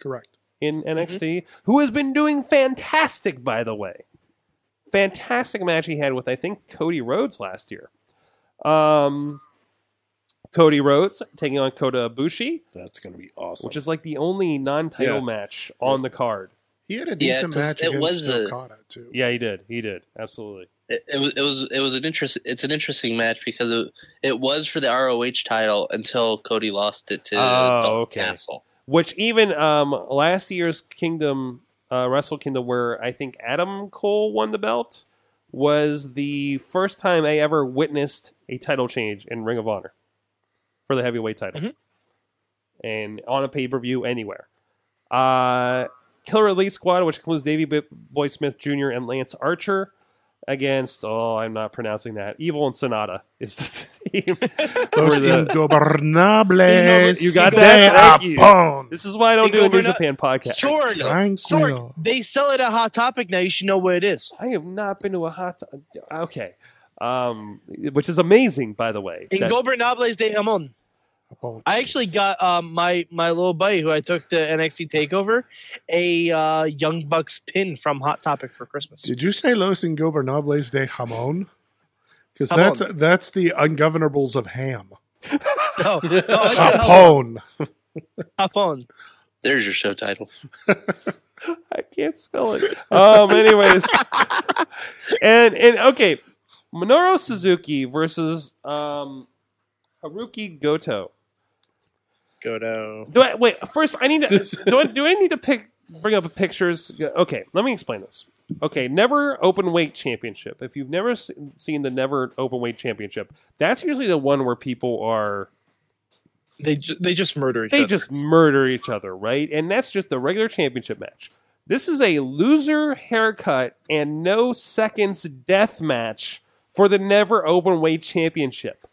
[SPEAKER 4] Correct.
[SPEAKER 2] in NXT, who has been doing fantastic, by the way. Fantastic match he had with, I think, Cody Rhodes last year. Um, Cody Rhodes taking on Kota Ibushi,
[SPEAKER 7] That's gonna be awesome.
[SPEAKER 2] which is like the only non-title
[SPEAKER 7] Yeah.
[SPEAKER 2] match on the card.
[SPEAKER 4] He had a
[SPEAKER 6] Yeah,
[SPEAKER 4] decent
[SPEAKER 6] 'cause
[SPEAKER 4] match
[SPEAKER 6] it
[SPEAKER 4] against
[SPEAKER 6] was a-
[SPEAKER 4] Okada too.
[SPEAKER 2] Yeah, he did. He did absolutely.
[SPEAKER 6] It, it was it was it was an interest. It's an interesting match because it, it was for the ROH title until Cody lost it to
[SPEAKER 2] Oh,
[SPEAKER 6] Dalton
[SPEAKER 2] okay.
[SPEAKER 6] Castle.
[SPEAKER 2] Which even um, last year's Kingdom uh, Wrestle Kingdom, where I think Adam Cole won the belt, was the first time I ever witnessed a title change in Ring of Honor for the heavyweight title,
[SPEAKER 5] Mhm.
[SPEAKER 2] and on a pay per view anywhere. Uh, Killer Elite Squad, which includes Davey B- Boy Smith Jr. and Lance Archer, against oh, I'm not pronouncing that. Evil and Sonata is the team. for
[SPEAKER 4] Los
[SPEAKER 2] the-
[SPEAKER 4] ingobernables.
[SPEAKER 2] You got
[SPEAKER 4] de
[SPEAKER 2] that? Thank you.
[SPEAKER 4] Apon.
[SPEAKER 2] this is why I don't do a New
[SPEAKER 5] Ingoberna-
[SPEAKER 2] Japan podcast.
[SPEAKER 5] Sorg,
[SPEAKER 4] Tranquilo.
[SPEAKER 5] Sorg, they sell it at Hot Topic now. You should know where it is.
[SPEAKER 2] I have not been to a hot. t- okay, um, which is amazing, by the way.
[SPEAKER 5] In
[SPEAKER 2] That-
[SPEAKER 5] Gobernables de Jamon.
[SPEAKER 4] Apon.
[SPEAKER 5] I actually got um, my my little buddy who I took to NXT Takeover a uh, Young Bucks pin from Hot Topic for Christmas.
[SPEAKER 4] Did you say Los Ingobernables de Jamon? because
[SPEAKER 5] Come
[SPEAKER 4] that's that's the ungovernables of ham.
[SPEAKER 5] No, no, it's a hell of
[SPEAKER 4] Capone.
[SPEAKER 5] a hop on.
[SPEAKER 6] There's your show title.
[SPEAKER 2] I can't spell it. Um. Anyways, and and okay, Minoru Suzuki versus um, Haruki Goto.
[SPEAKER 5] Go down.
[SPEAKER 2] Do I wait? First, I need to. do I do I need to pick bring up pictures? Okay, let me explain this. Okay, never open weight championship. If you've never se- seen the never open weight championship, that's usually the one where people are
[SPEAKER 5] They ju- they just murder each
[SPEAKER 2] they
[SPEAKER 5] other.
[SPEAKER 2] just murder each other, right? And that's just the regular championship match. This is a loser haircut and no seconds death match for the never open weight championship.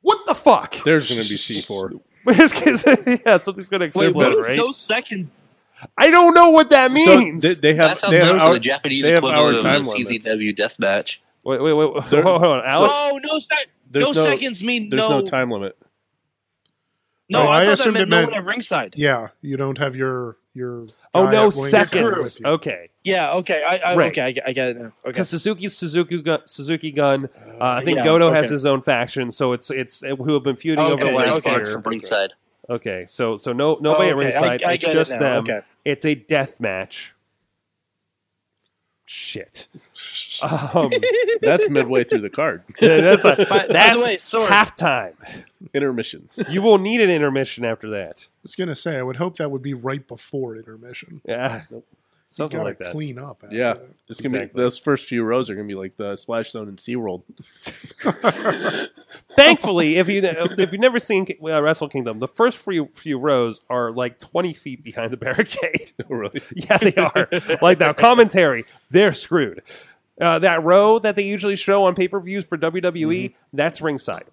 [SPEAKER 2] What the fuck?
[SPEAKER 7] There's going to be C4.
[SPEAKER 2] yeah, something's gonna
[SPEAKER 5] Wait,
[SPEAKER 2] explode,
[SPEAKER 5] what is
[SPEAKER 2] right?
[SPEAKER 5] no second?
[SPEAKER 2] I don't know what that means.
[SPEAKER 7] So they, they have
[SPEAKER 6] That sounds
[SPEAKER 7] they have
[SPEAKER 6] like
[SPEAKER 7] hour-
[SPEAKER 6] the Japanese
[SPEAKER 7] they have hour
[SPEAKER 6] equivalent of
[SPEAKER 7] time
[SPEAKER 6] the
[SPEAKER 7] limits.
[SPEAKER 6] CZW deathmatch.
[SPEAKER 2] Wait, wait, wait. wait.
[SPEAKER 7] There-
[SPEAKER 2] hold on, Alex.
[SPEAKER 5] oh, no, sec-
[SPEAKER 7] there's
[SPEAKER 5] no,
[SPEAKER 7] no,
[SPEAKER 5] seconds mean
[SPEAKER 7] there's
[SPEAKER 5] no.
[SPEAKER 7] no time limit.
[SPEAKER 5] No,
[SPEAKER 4] No, I
[SPEAKER 5] I, thought
[SPEAKER 4] assumed
[SPEAKER 5] that
[SPEAKER 4] it
[SPEAKER 5] meant no
[SPEAKER 4] meant-
[SPEAKER 5] one at ringside.
[SPEAKER 4] Yeah, you don't have your your.
[SPEAKER 2] oh
[SPEAKER 4] guy
[SPEAKER 2] no,
[SPEAKER 4] at ringside
[SPEAKER 2] seconds.
[SPEAKER 4] with you.
[SPEAKER 2] Okay,
[SPEAKER 5] Yeah, okay, I, I
[SPEAKER 2] Right.
[SPEAKER 5] okay, I, get- I get it now. Okay,
[SPEAKER 2] because Suzuki's Suzuki gun, Suzuki gun. Uh, I think
[SPEAKER 5] Yeah,
[SPEAKER 2] Goto has
[SPEAKER 5] okay.
[SPEAKER 2] his own faction, so it's it's who have been feuding over the
[SPEAKER 5] Okay,
[SPEAKER 2] last
[SPEAKER 5] okay.
[SPEAKER 2] year.
[SPEAKER 6] From ringside.
[SPEAKER 2] Okay, so so no nobody at
[SPEAKER 5] okay,
[SPEAKER 2] ringside.
[SPEAKER 5] I, I
[SPEAKER 2] it's
[SPEAKER 5] get it
[SPEAKER 2] just
[SPEAKER 5] now,
[SPEAKER 2] them.
[SPEAKER 5] Okay.
[SPEAKER 2] It's a death match. Shit. Um,
[SPEAKER 7] That's midway through the card.
[SPEAKER 2] yeah, that's a,
[SPEAKER 5] by the
[SPEAKER 2] that's
[SPEAKER 5] way, sorry.
[SPEAKER 2] halftime.
[SPEAKER 7] Intermission.
[SPEAKER 2] You will need an intermission after that.
[SPEAKER 4] I was gonna say I would hope that would be right before intermission.
[SPEAKER 2] Yeah,
[SPEAKER 4] You
[SPEAKER 2] something
[SPEAKER 4] gotta
[SPEAKER 2] like that.
[SPEAKER 4] clean up. After
[SPEAKER 7] Yeah.
[SPEAKER 4] that.
[SPEAKER 7] It's gonna
[SPEAKER 2] Exactly.
[SPEAKER 7] be those first few rows are gonna be like the splash zone and SeaWorld.
[SPEAKER 2] Thankfully, if you if you've never seen uh, Wrestle Kingdom, the first few few rows are like twenty feet behind the barricade.
[SPEAKER 7] really?
[SPEAKER 2] yeah, they are. like that commentary, they're screwed. Uh, that row that they usually show on pay per views for WWE, that's ringside,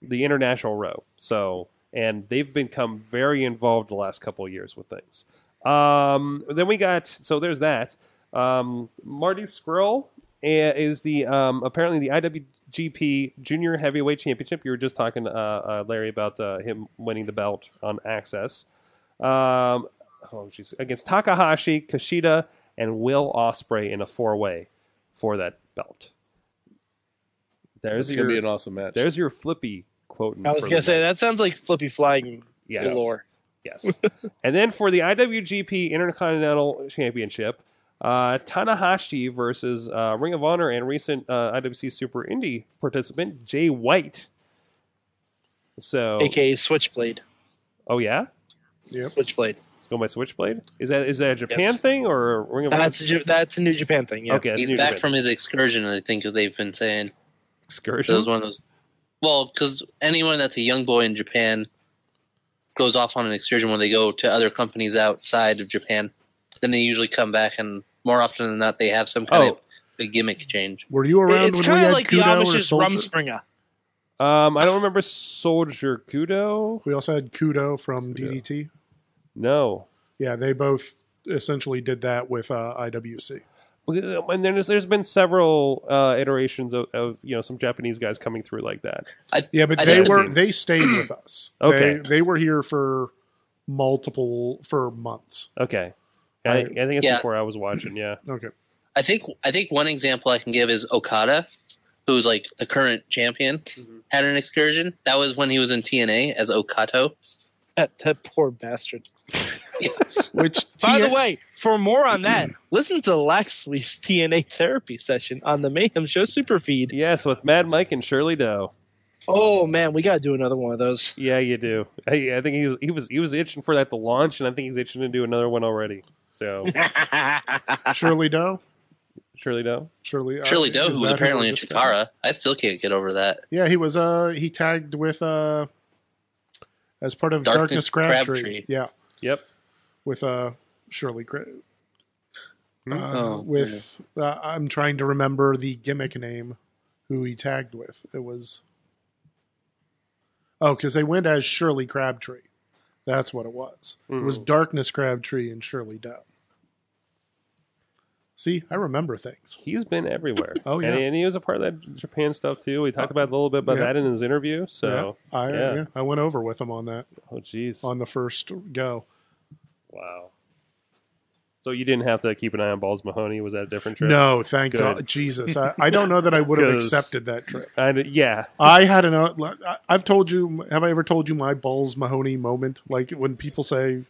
[SPEAKER 2] the international row. So, and they've become very involved the last couple of years with things. Um, then we got so there's that. Um, Marty Skrull eh, is the um, apparently the IWGP Junior Heavyweight Championship. You were just talking, uh, uh, Larry, about uh, him winning the belt on Access. Um, oh, jeez, against Takahashi, Kushida, and Will Osprey in a four way for that belt. There's
[SPEAKER 7] It's gonna
[SPEAKER 2] your
[SPEAKER 7] be an awesome match.
[SPEAKER 2] there's your flippy quote.
[SPEAKER 5] I was gonna say that sounds like flippy flying
[SPEAKER 2] yes.
[SPEAKER 5] galore.
[SPEAKER 2] Yes. and then for the IWGP Intercontinental Championship, uh, Tanahashi versus uh, Ring of Honor and recent uh, IWC Super Indie participant Jay White. So,
[SPEAKER 5] aka Switchblade.
[SPEAKER 2] oh yeah,
[SPEAKER 5] Switchblade.
[SPEAKER 2] it's going by Switchblade. Is that is that a Japan
[SPEAKER 5] Yes.
[SPEAKER 2] thing or a Ring of Honor?
[SPEAKER 5] That's a, Ju- that's a New Japan thing. Yeah.
[SPEAKER 2] Okay, that's
[SPEAKER 6] He's
[SPEAKER 2] New
[SPEAKER 6] back
[SPEAKER 2] Japan.
[SPEAKER 6] from his excursion, I think they've been saying. So it
[SPEAKER 2] excursion.
[SPEAKER 6] was one of those. Well, because anyone that's a young boy in Japan goes off on an excursion when they go to other companies outside of Japan. Then they usually come back, and more often than not, they have some kind
[SPEAKER 2] Oh.
[SPEAKER 6] of a gimmick change.
[SPEAKER 4] Were you around
[SPEAKER 5] It's
[SPEAKER 4] when we
[SPEAKER 5] kind
[SPEAKER 4] had
[SPEAKER 5] of like the
[SPEAKER 4] Kudo or
[SPEAKER 5] Amish's
[SPEAKER 4] Soldier?
[SPEAKER 5] Rumspringer.
[SPEAKER 2] Um, I don't remember Soldier Kudo.
[SPEAKER 4] We also had Kudo from DDT.
[SPEAKER 2] No,
[SPEAKER 4] Yeah, they both essentially did that with uh, IWC.
[SPEAKER 2] and then there's, there's been several uh, iterations of, of you know some Japanese guys coming through like that.
[SPEAKER 4] Yeah, but
[SPEAKER 6] I
[SPEAKER 4] they
[SPEAKER 6] think I've
[SPEAKER 4] were
[SPEAKER 6] seen-
[SPEAKER 4] they stayed with us.
[SPEAKER 2] Okay.
[SPEAKER 4] they, they were here for multiple for months.
[SPEAKER 2] Okay, I, I think it's
[SPEAKER 6] Yeah.
[SPEAKER 2] before I was watching. Yeah,
[SPEAKER 4] Okay,
[SPEAKER 6] I think I think one example I can give is Okada, who's like the current champion, had an excursion. That was when he was in TNA as Okato.
[SPEAKER 5] That, that poor bastard.
[SPEAKER 4] which
[SPEAKER 5] By the
[SPEAKER 4] TN
[SPEAKER 5] way, for more on that, listen to last week's TNA therapy session on the Mayhem Show Superfeed.
[SPEAKER 2] yes, with Mad Mike and Shirley Doe.
[SPEAKER 5] Oh man, we gotta do another one of those.
[SPEAKER 2] Yeah, you do. I, I think he was he was he was itching for that to launch, and I think he's itching to do another one already. So
[SPEAKER 4] Shirley Doe.
[SPEAKER 2] Shirley Doe.
[SPEAKER 4] Shirley uh,
[SPEAKER 6] Shirley
[SPEAKER 4] is
[SPEAKER 6] Doe, who
[SPEAKER 4] that
[SPEAKER 6] was apparently
[SPEAKER 4] we're
[SPEAKER 6] in
[SPEAKER 4] discussing?
[SPEAKER 6] Chikara. I still can't get over that.
[SPEAKER 4] Yeah, he was. Uh, he tagged with uh, as part of Darkness,
[SPEAKER 6] Darkness
[SPEAKER 4] Crabtree.
[SPEAKER 6] Crabtree.
[SPEAKER 4] Yeah,
[SPEAKER 2] Yep.
[SPEAKER 4] with uh, Shirley. Cra- uh,
[SPEAKER 6] Oh,
[SPEAKER 4] with uh, I'm trying to remember the gimmick name who he tagged with. It was oh, because they went as Shirley Crabtree. That's what it was. It was Darkness Crabtree and Shirley Depp. See, I remember things.
[SPEAKER 2] Mm. He's been everywhere.
[SPEAKER 4] Oh,
[SPEAKER 2] And-
[SPEAKER 4] yeah.
[SPEAKER 2] and, he was a part of that Japan stuff too. We talked about a little bit about
[SPEAKER 4] Yeah.
[SPEAKER 2] that in his interview. So,
[SPEAKER 4] yeah, I
[SPEAKER 2] yeah.
[SPEAKER 4] yeah, I went over with him on that
[SPEAKER 2] oh jeez,
[SPEAKER 4] on the first go.
[SPEAKER 2] wow. So you didn't have to keep an eye on Balls Mahoney. Was that a different trip?
[SPEAKER 4] No, thank
[SPEAKER 2] Good.
[SPEAKER 4] God, Jesus. I, I don't know that I would have
[SPEAKER 2] 'Cause-
[SPEAKER 4] accepted that trip.
[SPEAKER 2] I, yeah.
[SPEAKER 4] I had an. uh, I- I've told you. Have I ever told you my balls Mahoney moment? Like when people say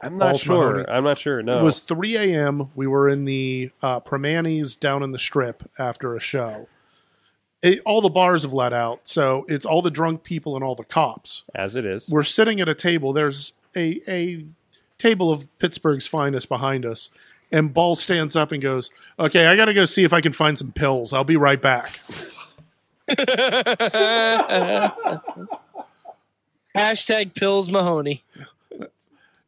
[SPEAKER 2] I'm not
[SPEAKER 4] Balls
[SPEAKER 2] sure.
[SPEAKER 4] Mahoney.
[SPEAKER 2] I'm not sure. No.
[SPEAKER 4] it was 3 a.m. We were in the uh, Primanti's down in the Strip after a show. It, all the bars have let out, so it's all the drunk people and all the cops.
[SPEAKER 2] as it is.
[SPEAKER 4] We're sitting at a table. There's a a table of Pittsburgh's finest behind us, and Ball stands up and goes, "Okay, I got to go see if I can find some pills. I'll be right back."
[SPEAKER 5] Hashtag pills Mahoney.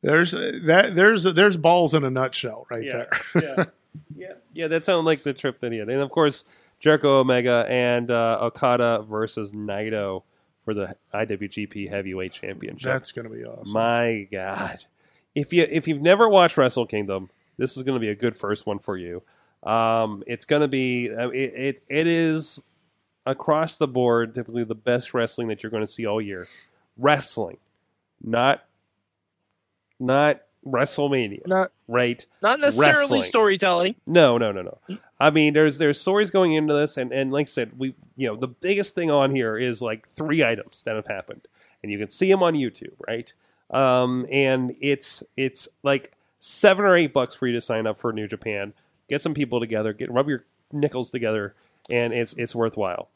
[SPEAKER 4] There's that. There's there's balls in a nutshell right
[SPEAKER 2] Yeah.
[SPEAKER 4] there.
[SPEAKER 2] yeah. Yeah. Yeah, that sounded like the trip that he had. And of course, Jericho Omega and uh, Okada versus Naito for the IWGP Heavyweight Championship.
[SPEAKER 4] That's gonna be awesome.
[SPEAKER 2] My God. If you if you've never watched Wrestle Kingdom, this is going to be a good first one for you. Um, it's going to be uh, it, it it is across the board typically the best wrestling that you're going to see all year. Wrestling, not not WrestleMania,
[SPEAKER 5] Not
[SPEAKER 2] right?
[SPEAKER 5] not necessarily
[SPEAKER 2] Wrestling.
[SPEAKER 5] storytelling.
[SPEAKER 2] No, no, no,
[SPEAKER 7] Mm.
[SPEAKER 2] no. I mean, there's there's stories going into this, and and like I said, we you know the biggest thing on here is like three items that have happened, and you can see them on YouTube, right? Um, and it's it's like seven or eight bucks for you to sign up for New Japan, get some people together, get rub your nickels together, and it's it's worthwhile.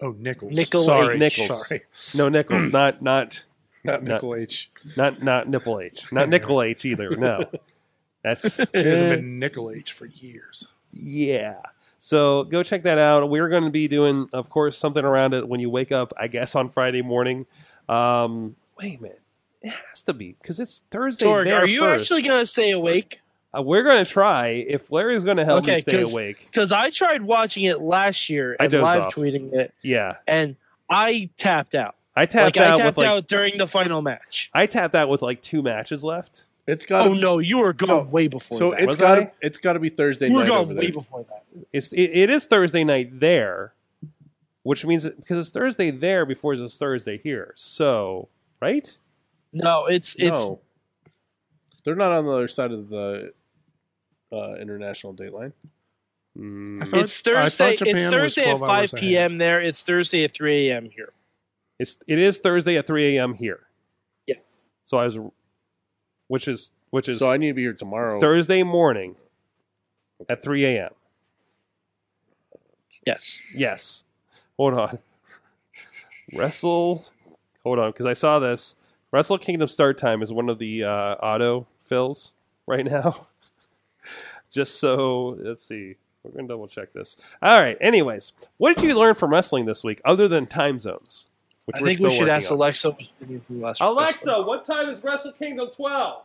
[SPEAKER 4] Oh, nickels.
[SPEAKER 5] Nickel
[SPEAKER 4] Sorry,
[SPEAKER 2] eight nickels.
[SPEAKER 4] Sorry.
[SPEAKER 2] No nickels, not not
[SPEAKER 7] Not
[SPEAKER 2] No.
[SPEAKER 7] Nickel H.
[SPEAKER 2] not not nipple H, not nickel H either. No, that's
[SPEAKER 4] She hasn't
[SPEAKER 5] Eh.
[SPEAKER 4] been nickel age for years.
[SPEAKER 2] Yeah. So go check that out. We're going to be doing, of course, something around it when you wake up, I guess, on Friday morning. Um, wait a minute. It has to be because it's Thursday.
[SPEAKER 5] Torg,
[SPEAKER 2] there
[SPEAKER 5] are you
[SPEAKER 2] first.
[SPEAKER 5] actually gonna stay awake?
[SPEAKER 2] Uh, we're going to try. If Larry's going to help me
[SPEAKER 5] Okay,
[SPEAKER 2] stay
[SPEAKER 5] 'cause-
[SPEAKER 2] awake.
[SPEAKER 5] Because I tried watching it last year
[SPEAKER 2] I
[SPEAKER 5] and
[SPEAKER 2] dozed
[SPEAKER 5] live
[SPEAKER 2] off.
[SPEAKER 5] tweeting it,
[SPEAKER 2] Yeah.
[SPEAKER 5] and I tapped out.
[SPEAKER 2] I tapped
[SPEAKER 5] like I
[SPEAKER 2] out
[SPEAKER 5] tapped
[SPEAKER 2] with like.
[SPEAKER 5] out during the final match.
[SPEAKER 2] I tapped out with like two matches left.
[SPEAKER 7] It's got.
[SPEAKER 5] Oh no, you were going
[SPEAKER 7] No.
[SPEAKER 5] way before.
[SPEAKER 7] Um, So
[SPEAKER 5] that.
[SPEAKER 7] it's
[SPEAKER 2] Was
[SPEAKER 7] got.
[SPEAKER 2] I?
[SPEAKER 7] to It's got to be Thursday
[SPEAKER 5] you were
[SPEAKER 7] night over
[SPEAKER 5] going way
[SPEAKER 7] there.
[SPEAKER 5] before that.
[SPEAKER 2] It's it, it is Thursday night there, which means because it's Thursday there before it's Thursday here. So right?
[SPEAKER 5] No, it's it's
[SPEAKER 7] No, they're not on the other side of the uh, international dateline.
[SPEAKER 2] Mm.
[SPEAKER 4] I thought-
[SPEAKER 5] it's
[SPEAKER 4] I
[SPEAKER 5] Thursday.
[SPEAKER 4] thought
[SPEAKER 5] It's
[SPEAKER 4] Japan was
[SPEAKER 5] Thursday at
[SPEAKER 4] 12 hours
[SPEAKER 5] five
[SPEAKER 4] ahead.
[SPEAKER 5] p.m. there. It's Thursday at three a.m. here.
[SPEAKER 2] It's it is Thursday at three a.m. here.
[SPEAKER 5] Yeah.
[SPEAKER 2] So I was, which is which is
[SPEAKER 7] So I need to be here tomorrow.
[SPEAKER 2] Thursday morning at three a.m.
[SPEAKER 5] Yes.
[SPEAKER 2] Yes. Hold on. Wrestle. Hold on, because I saw this. Wrestle Kingdom start time is one of the uh, auto fills right now. Just so let's see. We're gonna double check this. All right. Anyways, what did you learn from wrestling this week, other than time zones? Which
[SPEAKER 5] I
[SPEAKER 2] we're
[SPEAKER 5] think we
[SPEAKER 2] still
[SPEAKER 5] should
[SPEAKER 2] working
[SPEAKER 5] ask
[SPEAKER 2] on?
[SPEAKER 5] Alexa. what she did for last-
[SPEAKER 2] Alexa, what time is Wrestle Kingdom 12?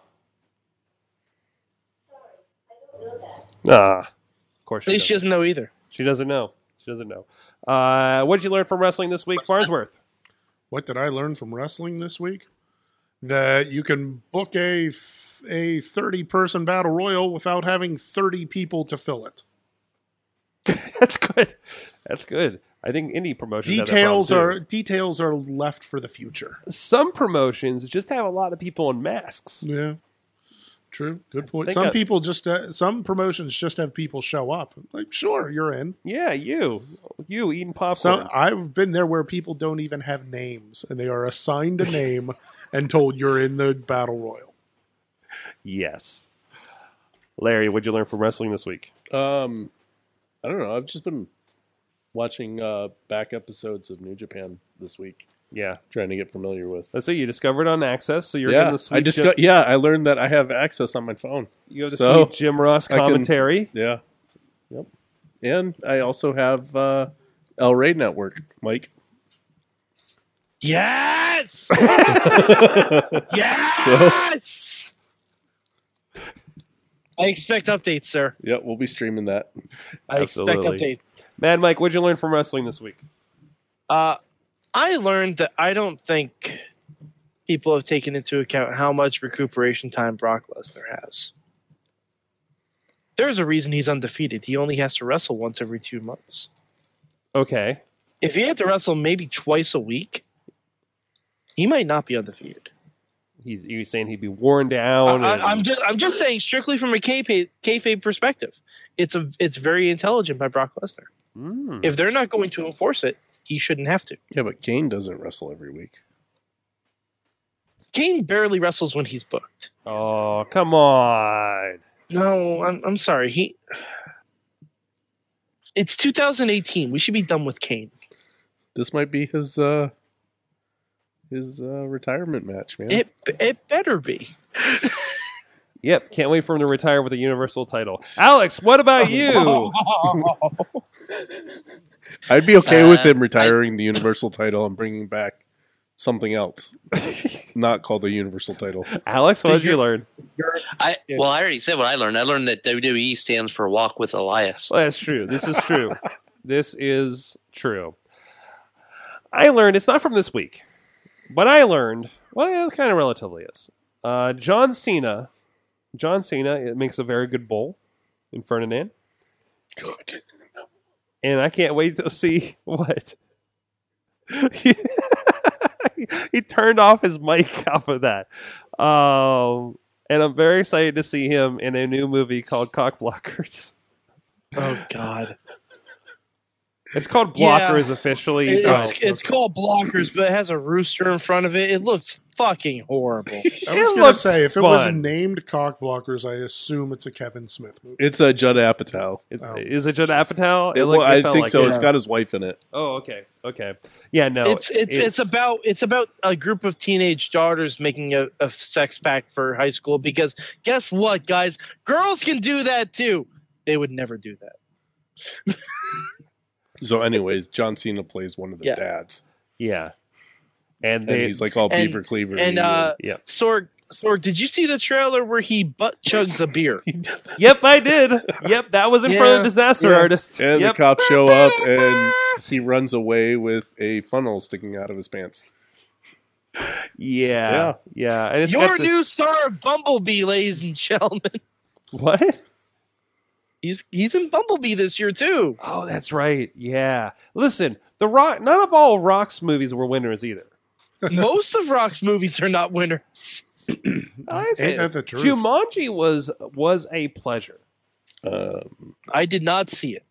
[SPEAKER 2] Ah, of course
[SPEAKER 5] I
[SPEAKER 2] she
[SPEAKER 5] think she
[SPEAKER 2] doesn't.
[SPEAKER 5] doesn't know either.
[SPEAKER 2] she doesn't know. She doesn't know. Uh, what did you learn from wrestling this week, Farnsworth?
[SPEAKER 4] What did I learn from wrestling this week? That you can book a f- a thirty person battle royal without having thirty people to fill it.
[SPEAKER 2] That's good. That's good. I think indie promotions have that problem,
[SPEAKER 4] Details
[SPEAKER 2] too.
[SPEAKER 4] are details are left for the future.
[SPEAKER 2] some promotions just have a lot of people in masks.
[SPEAKER 4] Yeah, true. Good point.
[SPEAKER 2] think
[SPEAKER 4] Some
[SPEAKER 2] I-
[SPEAKER 4] people just uh, some promotions just have people show up. Like, sure, you're in.
[SPEAKER 2] Yeah, you, you eating popcorn.
[SPEAKER 4] So I've been there where people don't even have names and they are assigned a name and told you're in the battle royal.
[SPEAKER 2] yes. Larry, what'd you learn from wrestling this week?
[SPEAKER 7] Um, I don't know. I've just been watching uh, back episodes of New Japan this week,
[SPEAKER 2] Yeah,
[SPEAKER 7] trying to get familiar with.
[SPEAKER 2] let's say you discovered on Access, so you're
[SPEAKER 7] yeah,
[SPEAKER 2] getting the sweet.
[SPEAKER 7] I just
[SPEAKER 2] Jim-
[SPEAKER 7] got, yeah, I learned that I have access on my phone.
[SPEAKER 2] you have the
[SPEAKER 7] So,
[SPEAKER 2] sweet Jim Ross
[SPEAKER 7] I can-
[SPEAKER 2] commentary.
[SPEAKER 7] Yeah. Yep. And I also have uh, El Rey Network, Mike.
[SPEAKER 5] Yes. yes. I expect updates, sir.
[SPEAKER 7] Yeah, we'll be streaming that.
[SPEAKER 5] I
[SPEAKER 2] Absolutely.
[SPEAKER 5] expect updates.
[SPEAKER 2] Mad Mike, what'd you learn from wrestling this week?
[SPEAKER 5] Uh, I learned that I don't think people have taken into account how much recuperation time Brock Lesnar has. There's a reason he's undefeated. He only has to wrestle once every two months.
[SPEAKER 2] Okay.
[SPEAKER 5] If he had to wrestle maybe twice a week, he might not be undefeated.
[SPEAKER 2] He's you saying he'd be worn down. and-
[SPEAKER 5] I, am just I'm just saying strictly from a kayfabe, kayfabe perspective. It's a it's very intelligent by Brock Lesnar.
[SPEAKER 2] Mm.
[SPEAKER 5] If they're not going to enforce it, he shouldn't have to.
[SPEAKER 7] Yeah, but Kane doesn't wrestle every week.
[SPEAKER 5] Kane barely wrestles when he's booked.
[SPEAKER 2] oh, come on.
[SPEAKER 5] No, I'm I'm sorry. He It's 2018. We should be done with Kane.
[SPEAKER 7] This might be his uh his uh retirement match, man.
[SPEAKER 5] It it better be.
[SPEAKER 2] Yep, can't wait for him to retire with a universal title. Alex, what
[SPEAKER 5] Oh,
[SPEAKER 2] about you?
[SPEAKER 7] I'd be okay with
[SPEAKER 6] Uh,
[SPEAKER 7] him retiring the Universal title and bringing back something else, not called the Universal title.
[SPEAKER 2] Alex, what did you learn?
[SPEAKER 6] I well, I already said what I learned. I learned that WWE stands for Walk with Elias.
[SPEAKER 2] Well, Oh, that's true. This is true. this is true. I learned it's not from this week, but I learned. Well, yeah, it kind of relatively is. Uh, John Cena. John Cena it makes a very good bowl in Ferdinand,
[SPEAKER 7] Good.
[SPEAKER 2] and I can't wait to see what. he turned off his mic off of that. Um, and I'm very excited to see him in a new movie called Cock Blockers.
[SPEAKER 5] Oh God!
[SPEAKER 2] It's called
[SPEAKER 5] Yeah.
[SPEAKER 2] Blockers officially.
[SPEAKER 5] It-
[SPEAKER 2] Oh.
[SPEAKER 5] it's, it's called blockers, but it has a rooster in front of it. It looks fucking horrible.
[SPEAKER 4] I was
[SPEAKER 2] It
[SPEAKER 4] going to
[SPEAKER 2] looks
[SPEAKER 4] say, if it was
[SPEAKER 2] fun.
[SPEAKER 4] named Cock Blockers, I assume it's a Kevin Smith movie.
[SPEAKER 7] It's a Judd Apatow.
[SPEAKER 2] Is,
[SPEAKER 4] Oh.
[SPEAKER 2] is it Judd Apatow? It
[SPEAKER 7] Well,
[SPEAKER 2] looked- it
[SPEAKER 7] I
[SPEAKER 2] felt
[SPEAKER 7] think
[SPEAKER 2] like
[SPEAKER 7] so.
[SPEAKER 2] it.
[SPEAKER 7] It's got his wife in it.
[SPEAKER 2] Oh, okay, okay, yeah, no,
[SPEAKER 5] it's, it's it's about it's about a group of teenage daughters making a, a sex pact for high school because guess what, guys? Girls can do that too. They would never do that.
[SPEAKER 7] So, anyways, John Cena plays one of the
[SPEAKER 5] Yeah.
[SPEAKER 7] dads,
[SPEAKER 2] yeah, and
[SPEAKER 7] and
[SPEAKER 2] they
[SPEAKER 7] he's like all
[SPEAKER 5] and-
[SPEAKER 7] beaver cleaver.
[SPEAKER 5] And uh,
[SPEAKER 2] Yep.
[SPEAKER 5] Sorg, Sorg, did you see the trailer where he butt chugs a beer?
[SPEAKER 2] yep, I did. Yep, that was in front of
[SPEAKER 5] Yeah,
[SPEAKER 2] the disaster
[SPEAKER 7] yeah.
[SPEAKER 2] artist.
[SPEAKER 7] and
[SPEAKER 2] yep,
[SPEAKER 7] the cops show up, and he runs away with a funnel sticking out of his pants.
[SPEAKER 2] yeah, yeah,
[SPEAKER 7] Yeah.
[SPEAKER 2] and it's
[SPEAKER 5] Your
[SPEAKER 2] got the-
[SPEAKER 5] new star of Bumblebee, ladies and gentlemen.
[SPEAKER 2] what?
[SPEAKER 5] He's he's in Bumblebee this year too.
[SPEAKER 2] Oh, that's right. Yeah, listen, the Rock. None of all Rock's movies were winners either.
[SPEAKER 5] Most of Rock's movies are not winners.
[SPEAKER 2] I
[SPEAKER 4] Ain't
[SPEAKER 2] said-
[SPEAKER 4] that the truth?
[SPEAKER 2] Jumanji was was a pleasure. Uh,
[SPEAKER 7] Um,
[SPEAKER 5] I did not see it.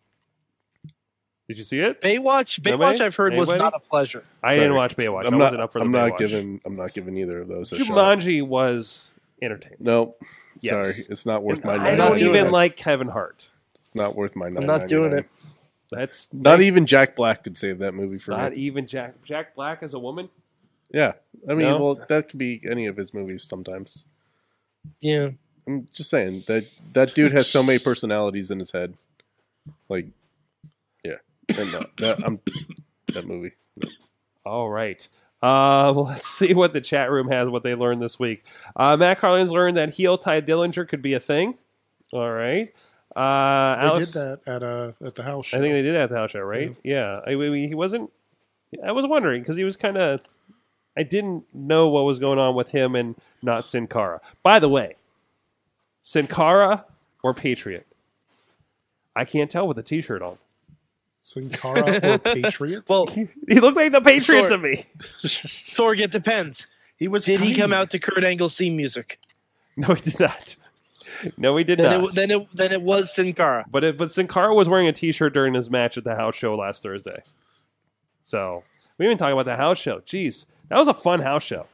[SPEAKER 2] Did you see it?
[SPEAKER 5] Baywatch,
[SPEAKER 2] Nobody?
[SPEAKER 5] Baywatch, I've heard was
[SPEAKER 2] Anybody?
[SPEAKER 5] not a pleasure.
[SPEAKER 2] I
[SPEAKER 7] Sorry.
[SPEAKER 2] didn't watch Baywatch.
[SPEAKER 7] I'm
[SPEAKER 2] I
[SPEAKER 7] not.
[SPEAKER 2] wasn't up for the
[SPEAKER 7] I'm not
[SPEAKER 2] Baywatch.
[SPEAKER 7] giving. I'm not giving either of those. A shot.
[SPEAKER 2] Jumanji was entertaining.
[SPEAKER 7] No,
[SPEAKER 2] Yes.
[SPEAKER 7] sorry, it's not worth my.
[SPEAKER 2] I
[SPEAKER 5] I'm
[SPEAKER 2] don't
[SPEAKER 5] not doing
[SPEAKER 2] even
[SPEAKER 7] $9.99.
[SPEAKER 2] like Kevin Hart.
[SPEAKER 7] It's not worth my.
[SPEAKER 5] I'm not doing
[SPEAKER 7] $9.99.
[SPEAKER 5] it.
[SPEAKER 2] That's
[SPEAKER 7] Not even Jack Black could save that movie for
[SPEAKER 2] not e-
[SPEAKER 7] me.
[SPEAKER 2] even Jack Jack Black as a woman.
[SPEAKER 7] yeah, I mean,
[SPEAKER 2] No?
[SPEAKER 7] well, that could be any of his movies. Sometimes
[SPEAKER 5] Yeah.
[SPEAKER 7] I'm just saying that that dude has so many personalities in his head. Like, yeah, And no, that, I'm that movie.
[SPEAKER 2] All right. Uh, well, let's see what the chat room has, what they learned this week. Uh, Matt Carlin's learned that heel Ty Dillinger could be a thing. All right. Uh,
[SPEAKER 4] they
[SPEAKER 2] Alex,
[SPEAKER 4] did that at a at the house. Show.
[SPEAKER 2] I think they did that at the house show, right? Yeah. I, mean, he wasn't. I was wondering because he was kind of. I didn't know what was going on with him and not Sin Cara. By the way, Sin Cara or Patriot? I can't tell with the T-shirt on.
[SPEAKER 4] Sin Cara or Patriot.
[SPEAKER 5] Well,
[SPEAKER 2] He looked like the Patriot
[SPEAKER 5] Sorry.
[SPEAKER 2] to me.
[SPEAKER 5] Sorg, it depends.
[SPEAKER 4] he was.
[SPEAKER 5] Did he come
[SPEAKER 4] tiny.
[SPEAKER 5] out to Kurt Angle's theme music?
[SPEAKER 2] No, he did not. No, he did
[SPEAKER 5] Then
[SPEAKER 2] not.
[SPEAKER 5] it, then it then it was Sin Cara.
[SPEAKER 2] but it, but Sin Cara was wearing a T-shirt during his match at the house show last Thursday. So we didn't even talk about the house show. Jeez, that was a fun house show.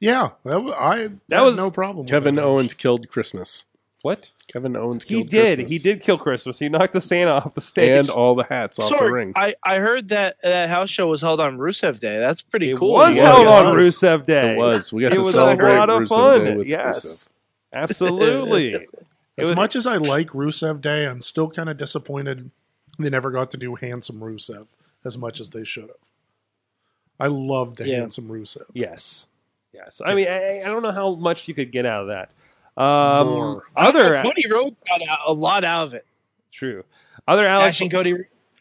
[SPEAKER 4] Yeah, that was, I. That
[SPEAKER 2] was-
[SPEAKER 4] was no problem. with
[SPEAKER 7] Kevin
[SPEAKER 4] that.
[SPEAKER 7] Owens killed Christmas.
[SPEAKER 2] What
[SPEAKER 7] Kevin Owens
[SPEAKER 2] he
[SPEAKER 7] killed
[SPEAKER 2] did?
[SPEAKER 7] Christmas.
[SPEAKER 2] He did kill Christmas. He knocked the Santa off the stage.
[SPEAKER 7] And all the hats off the
[SPEAKER 5] Sorg,
[SPEAKER 7] ring.
[SPEAKER 5] I, I heard that that house show was held on Rusev Day. That's pretty
[SPEAKER 2] it
[SPEAKER 5] cool.
[SPEAKER 2] was
[SPEAKER 4] Yeah,
[SPEAKER 2] held
[SPEAKER 4] it
[SPEAKER 2] on
[SPEAKER 4] was.
[SPEAKER 2] Rusev Day.
[SPEAKER 7] It was. We got
[SPEAKER 2] It
[SPEAKER 7] to
[SPEAKER 2] was a
[SPEAKER 7] celebrate
[SPEAKER 2] lot of
[SPEAKER 7] Rusev Day
[SPEAKER 2] fun.
[SPEAKER 7] with
[SPEAKER 2] Yes, absolutely. It
[SPEAKER 4] As
[SPEAKER 2] was-
[SPEAKER 4] much as I like Rusev Day, I'm still kind of disappointed they never got to do Handsome Rusev as much as they should have. I love the
[SPEAKER 5] Yeah.
[SPEAKER 4] Handsome Rusev.
[SPEAKER 2] Yes, yes. I mean, I, I don't know how much you could get out of that. Um,
[SPEAKER 4] More.
[SPEAKER 2] other
[SPEAKER 5] Cody Rhodes got out, a lot out of it.
[SPEAKER 2] true. Other Alex
[SPEAKER 5] Alex and Cody.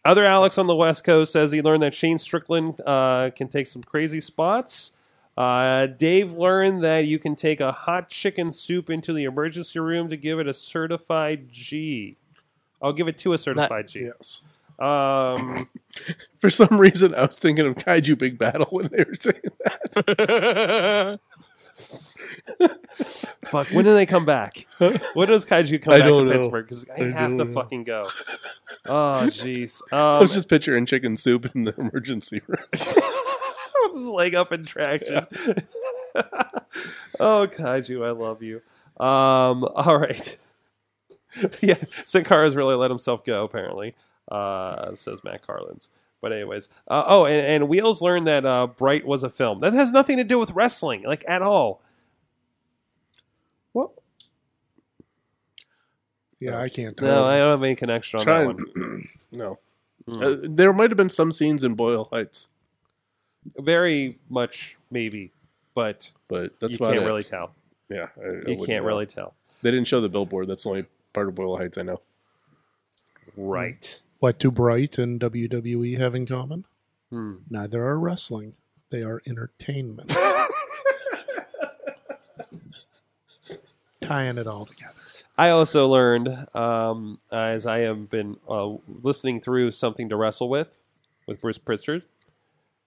[SPEAKER 2] Other Alex on the West Coast says he learned that Shane Strickland uh, can take some crazy spots. Uh, Dave learned that you can take a hot chicken soup into the emergency room to give it a certified G. I'll give it to a certified G.
[SPEAKER 4] Yes.
[SPEAKER 2] Um,
[SPEAKER 7] For some reason, I was thinking of Kaiju Big Battle when they were saying that.
[SPEAKER 2] Fuck. When do they come back? When does Kaiju come
[SPEAKER 7] I
[SPEAKER 2] back to
[SPEAKER 7] don't know.
[SPEAKER 2] Pittsburgh? Because I,
[SPEAKER 7] I
[SPEAKER 2] have to
[SPEAKER 7] don't know.
[SPEAKER 2] fucking go. Oh jeez.
[SPEAKER 7] I
[SPEAKER 2] Um,
[SPEAKER 7] was just picturing chicken soup in the emergency room.
[SPEAKER 2] with his leg up in traction. oh, Kaiju, I love you. Um, all right. yeah, Sankara's really let himself go, apparently, uh, says Matt Carlins. But anyways, uh, oh, and, and Wheels learned that uh, Bright was a film. That has nothing to do with wrestling, like at all.
[SPEAKER 7] What?
[SPEAKER 4] Yeah, I can't tell.
[SPEAKER 2] No, I don't have any connection on
[SPEAKER 7] Try
[SPEAKER 2] that one.
[SPEAKER 7] and- no.
[SPEAKER 2] Mm.
[SPEAKER 7] Uh, there might have been some scenes in Boyle Heights,
[SPEAKER 2] Very much, maybe, but
[SPEAKER 7] but that's
[SPEAKER 2] you
[SPEAKER 7] about
[SPEAKER 2] can't
[SPEAKER 7] it.
[SPEAKER 2] really tell.
[SPEAKER 7] Yeah, I- I
[SPEAKER 2] You
[SPEAKER 7] wouldn't
[SPEAKER 2] can't
[SPEAKER 7] know.
[SPEAKER 2] really tell.
[SPEAKER 7] They didn't show the billboard. That's the only part of Boyle Heights I know. Hmm.
[SPEAKER 2] Right.
[SPEAKER 4] What do Bright and WWE have in common?
[SPEAKER 2] Hmm.
[SPEAKER 4] Neither are wrestling. They are entertainment. Tying it all together.
[SPEAKER 2] I also learned um, as I have been uh, listening through something to wrestle with with Bruce Pritchard.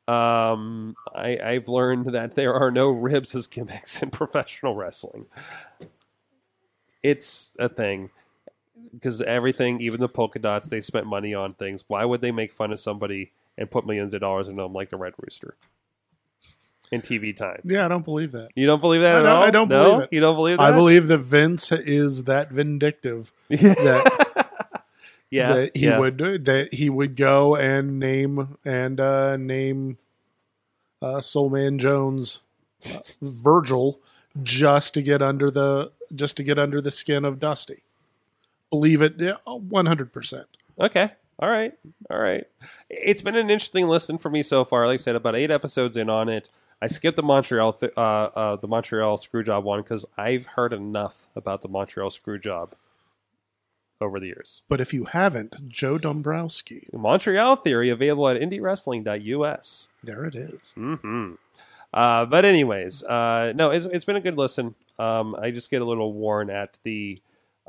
[SPEAKER 2] Um, I, I've learned that there are no ribs as gimmicks in professional wrestling. It's a thing because everything, even the polka dots, they spent money on things. Why would they make fun of somebody and put millions of dollars into them like the Red Rooster in TV time?
[SPEAKER 4] Yeah, I don't believe that.
[SPEAKER 2] You don't believe that
[SPEAKER 4] I
[SPEAKER 2] at
[SPEAKER 4] don't-
[SPEAKER 2] all?
[SPEAKER 4] I don't
[SPEAKER 2] No?
[SPEAKER 4] believe it.
[SPEAKER 2] You don't believe that?
[SPEAKER 4] I believe that Vince is that vindictive
[SPEAKER 2] yeah,
[SPEAKER 4] that he
[SPEAKER 2] yeah.
[SPEAKER 4] would that he would go and name and uh, name uh, Soulman Jones uh, Virgil just to get under the just to get under the skin of Dusty. Believe it, oh, one hundred percent.
[SPEAKER 2] Okay. All right. All right. It's been an interesting listen for me so far. Like I said, about eight episodes in on it. I skipped the Montreal th- uh, uh, the Montreal Screwjob one because I've heard enough about the Montreal Screwjob over the years.
[SPEAKER 4] But if you haven't, Joe Dombrowski,
[SPEAKER 2] Montreal Theory available at indiewrestling.us.
[SPEAKER 4] there it is.
[SPEAKER 2] Mm-hmm. Uh, but anyways, uh, no, it's, it's been a good listen. Um, I just get a little worn at the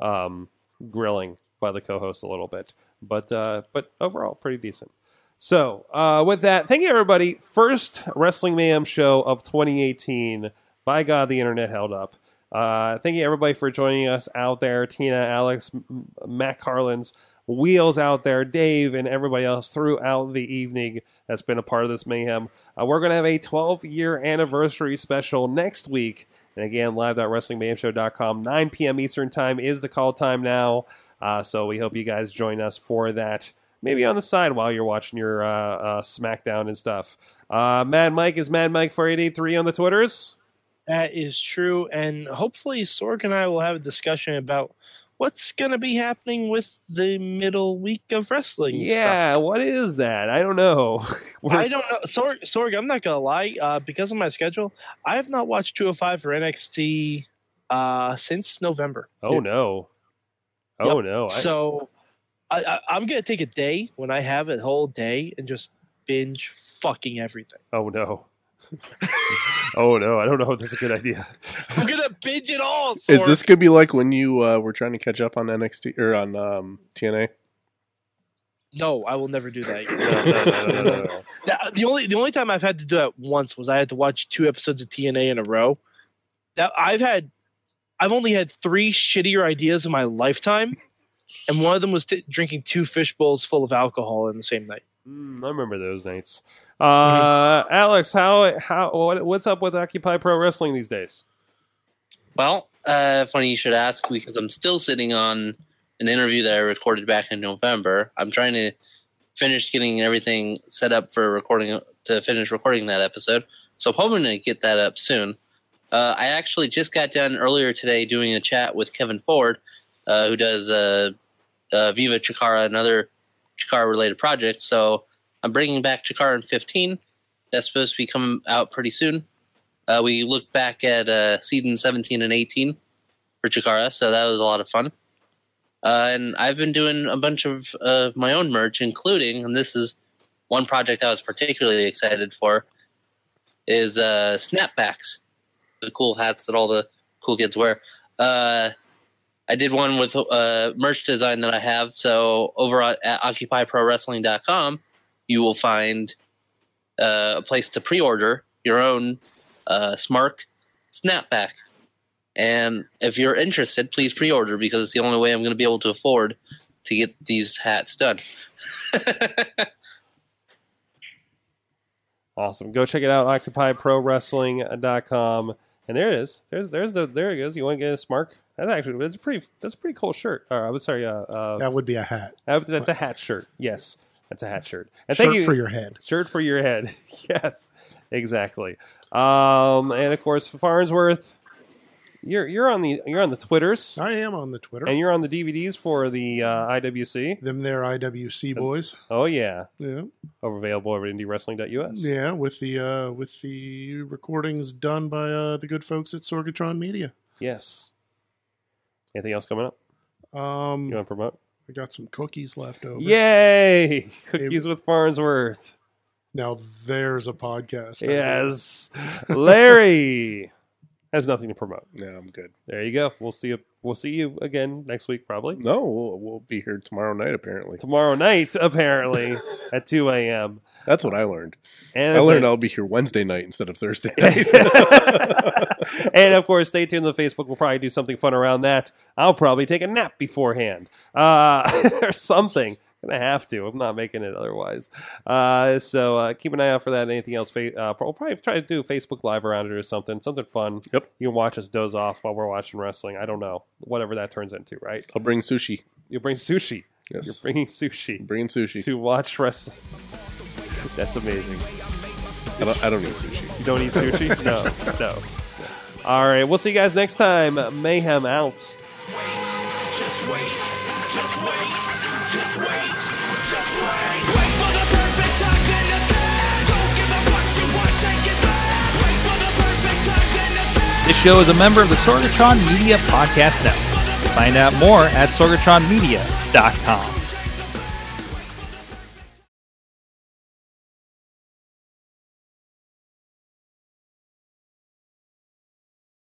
[SPEAKER 2] um, grilling by the co-host a little bit, but uh, but overall pretty decent. So uh, with that, thank you everybody. First Wrestling Mayhem show of 2018. By God, the internet held up. Uh, thank you everybody for joining us out there. Tina, Alex, M- Matt Carlins, Wheels out there, Dave, and everybody else throughout the evening that's been a part of this mayhem. Uh, we're going to have a 12 year anniversary special next week. And again, live.wrestlingmayhemshow.com. 9 p.m. Eastern Time is the call time now. Uh, so we hope you guys join us for that. Maybe on the side while you're watching your uh, uh, SmackDown and stuff. Uh, Mad Mike is Mad Mike 483 on the Twitters.
[SPEAKER 5] That is true, and hopefully Sorg and I will have a discussion about what's going to be happening with the middle week of wrestling.
[SPEAKER 2] Yeah,
[SPEAKER 5] stuff.
[SPEAKER 2] what is that? I don't know. We're-
[SPEAKER 5] I don't know, Sorg. Sorg, I'm not going to lie, uh, because of my schedule, I have not watched 205 or NXT uh, since November.
[SPEAKER 2] oh no. Oh no. I,
[SPEAKER 5] So I, I, I'm going to take a day when I have a whole day and just binge fucking everything.
[SPEAKER 2] oh no. oh no. I don't know if that's a good idea.
[SPEAKER 5] I'm going to binge it all. Sorg.
[SPEAKER 7] Is this gonna be like when you uh, were trying to catch up on NXT or on um, TNA?
[SPEAKER 5] No, I will never do that. again.
[SPEAKER 2] No, no, no, no, no, no.
[SPEAKER 5] Now, the only the only time I've had to do that once was I had to watch two episodes of TNA in a row. That I've had, I've only had three shittier ideas in my lifetime, and one of them was t- drinking two fish bowls full of alcohol in the same night.
[SPEAKER 2] Mm, I remember those nights. Uh, Alex, how how what, what's up with Occupy Pro Wrestling these days?
[SPEAKER 6] Well, uh, funny you should ask because I'm still sitting on an interview that I recorded back in November. I'm trying to finish getting everything set up for recording to finish recording that episode. So I'm hoping to get that up soon. Uh, I actually just got done earlier today doing a chat with Kevin Ford, uh, who does uh, uh, Viva Chikara and other Chikara related projects. So I'm bringing back Chikara in 15. That's supposed to be coming out pretty soon. Uh, we looked back at uh, season 17 and 18 for Chikara, so that was a lot of fun. Uh, and I've been doing a bunch of uh, my own merch, including, and this is one project I was particularly excited for, is uh, snapbacks, the cool hats that all the cool kids wear. Uh, I did one with uh, merch design that I have, so over at at OccupyProWrestling.com, you will find uh, a place to pre-order your own uh, Smark Snapback. And if you're interested, please pre order because it's the only way I'm going to be able to afford to get these hats done.
[SPEAKER 2] Awesome. Go check it out, OccupyProWrestling.com. And there it is. There's there's the there it goes. You want to get this mark? That's actually that's a pretty that's a pretty cool shirt. Or, I'm sorry. Uh, uh,
[SPEAKER 4] That would be a hat.
[SPEAKER 2] that- that's a hat shirt. Yes, that's a hat shirt. And
[SPEAKER 4] Shirt
[SPEAKER 2] thank you
[SPEAKER 4] for your head.
[SPEAKER 2] Shirt for your head. yes, exactly. Um, and of course, Farnsworth, you're you're on the you're on the Twitters
[SPEAKER 4] I am on the Twitter.
[SPEAKER 2] and you're on the DVDs for the uh, IWC.
[SPEAKER 4] Them there IWC boys.
[SPEAKER 2] Oh yeah,
[SPEAKER 4] Yeah.
[SPEAKER 2] over available over at IndieWrestling.us.
[SPEAKER 4] Yeah, with the uh with the recordings done by uh the good folks at Sorgatron Media.
[SPEAKER 2] Yes. Anything else coming up?
[SPEAKER 4] Um
[SPEAKER 2] You want to promote?
[SPEAKER 4] I got some cookies left over.
[SPEAKER 2] Yay! Cookies with Farnsworth.
[SPEAKER 4] Now there's a podcast.
[SPEAKER 2] Yes. Larry has nothing to promote.
[SPEAKER 7] Yeah, I'm good.
[SPEAKER 2] There you go. We'll see you. We'll see you again next week, probably.
[SPEAKER 7] No, we'll, we'll be here tomorrow night. Apparently,
[SPEAKER 2] Tomorrow night, apparently, at 2 a.m.
[SPEAKER 7] that's what I learned.
[SPEAKER 2] And
[SPEAKER 7] I
[SPEAKER 2] it's
[SPEAKER 7] learned
[SPEAKER 2] like-
[SPEAKER 7] I'll be here Wednesday night instead of Thursday night.
[SPEAKER 2] and of course, stay tuned to Facebook. We'll probably do something fun around that. I'll probably take a nap beforehand uh, or something. Gonna have to. I'm not making it otherwise. Uh, so uh, keep an eye out for that. Anything else? Fa- uh, we'll probably try to do a Facebook Live around it or something. Something fun.
[SPEAKER 7] Yep.
[SPEAKER 2] You can watch us doze off while we're watching wrestling. I don't know. Whatever that turns into, right?
[SPEAKER 7] I'll bring sushi.
[SPEAKER 2] You bring sushi.
[SPEAKER 7] Yes,
[SPEAKER 2] You're bringing sushi
[SPEAKER 7] I'm bringing sushi.
[SPEAKER 2] to watch wrestling. That's amazing.
[SPEAKER 7] I don't, I don't eat sushi.
[SPEAKER 2] You don't eat sushi? no, no. All right, we'll see you guys next time. Mayhem out.
[SPEAKER 1] wait, just wait, just wait, just wait, just wait. Wait for the perfect time then attack. Don't give up what you want, take it back. Wait for the perfect time then attack.
[SPEAKER 9] This show is a member of the Sorgatron Media Podcast Network. Find out more at sorgatronmedia.com.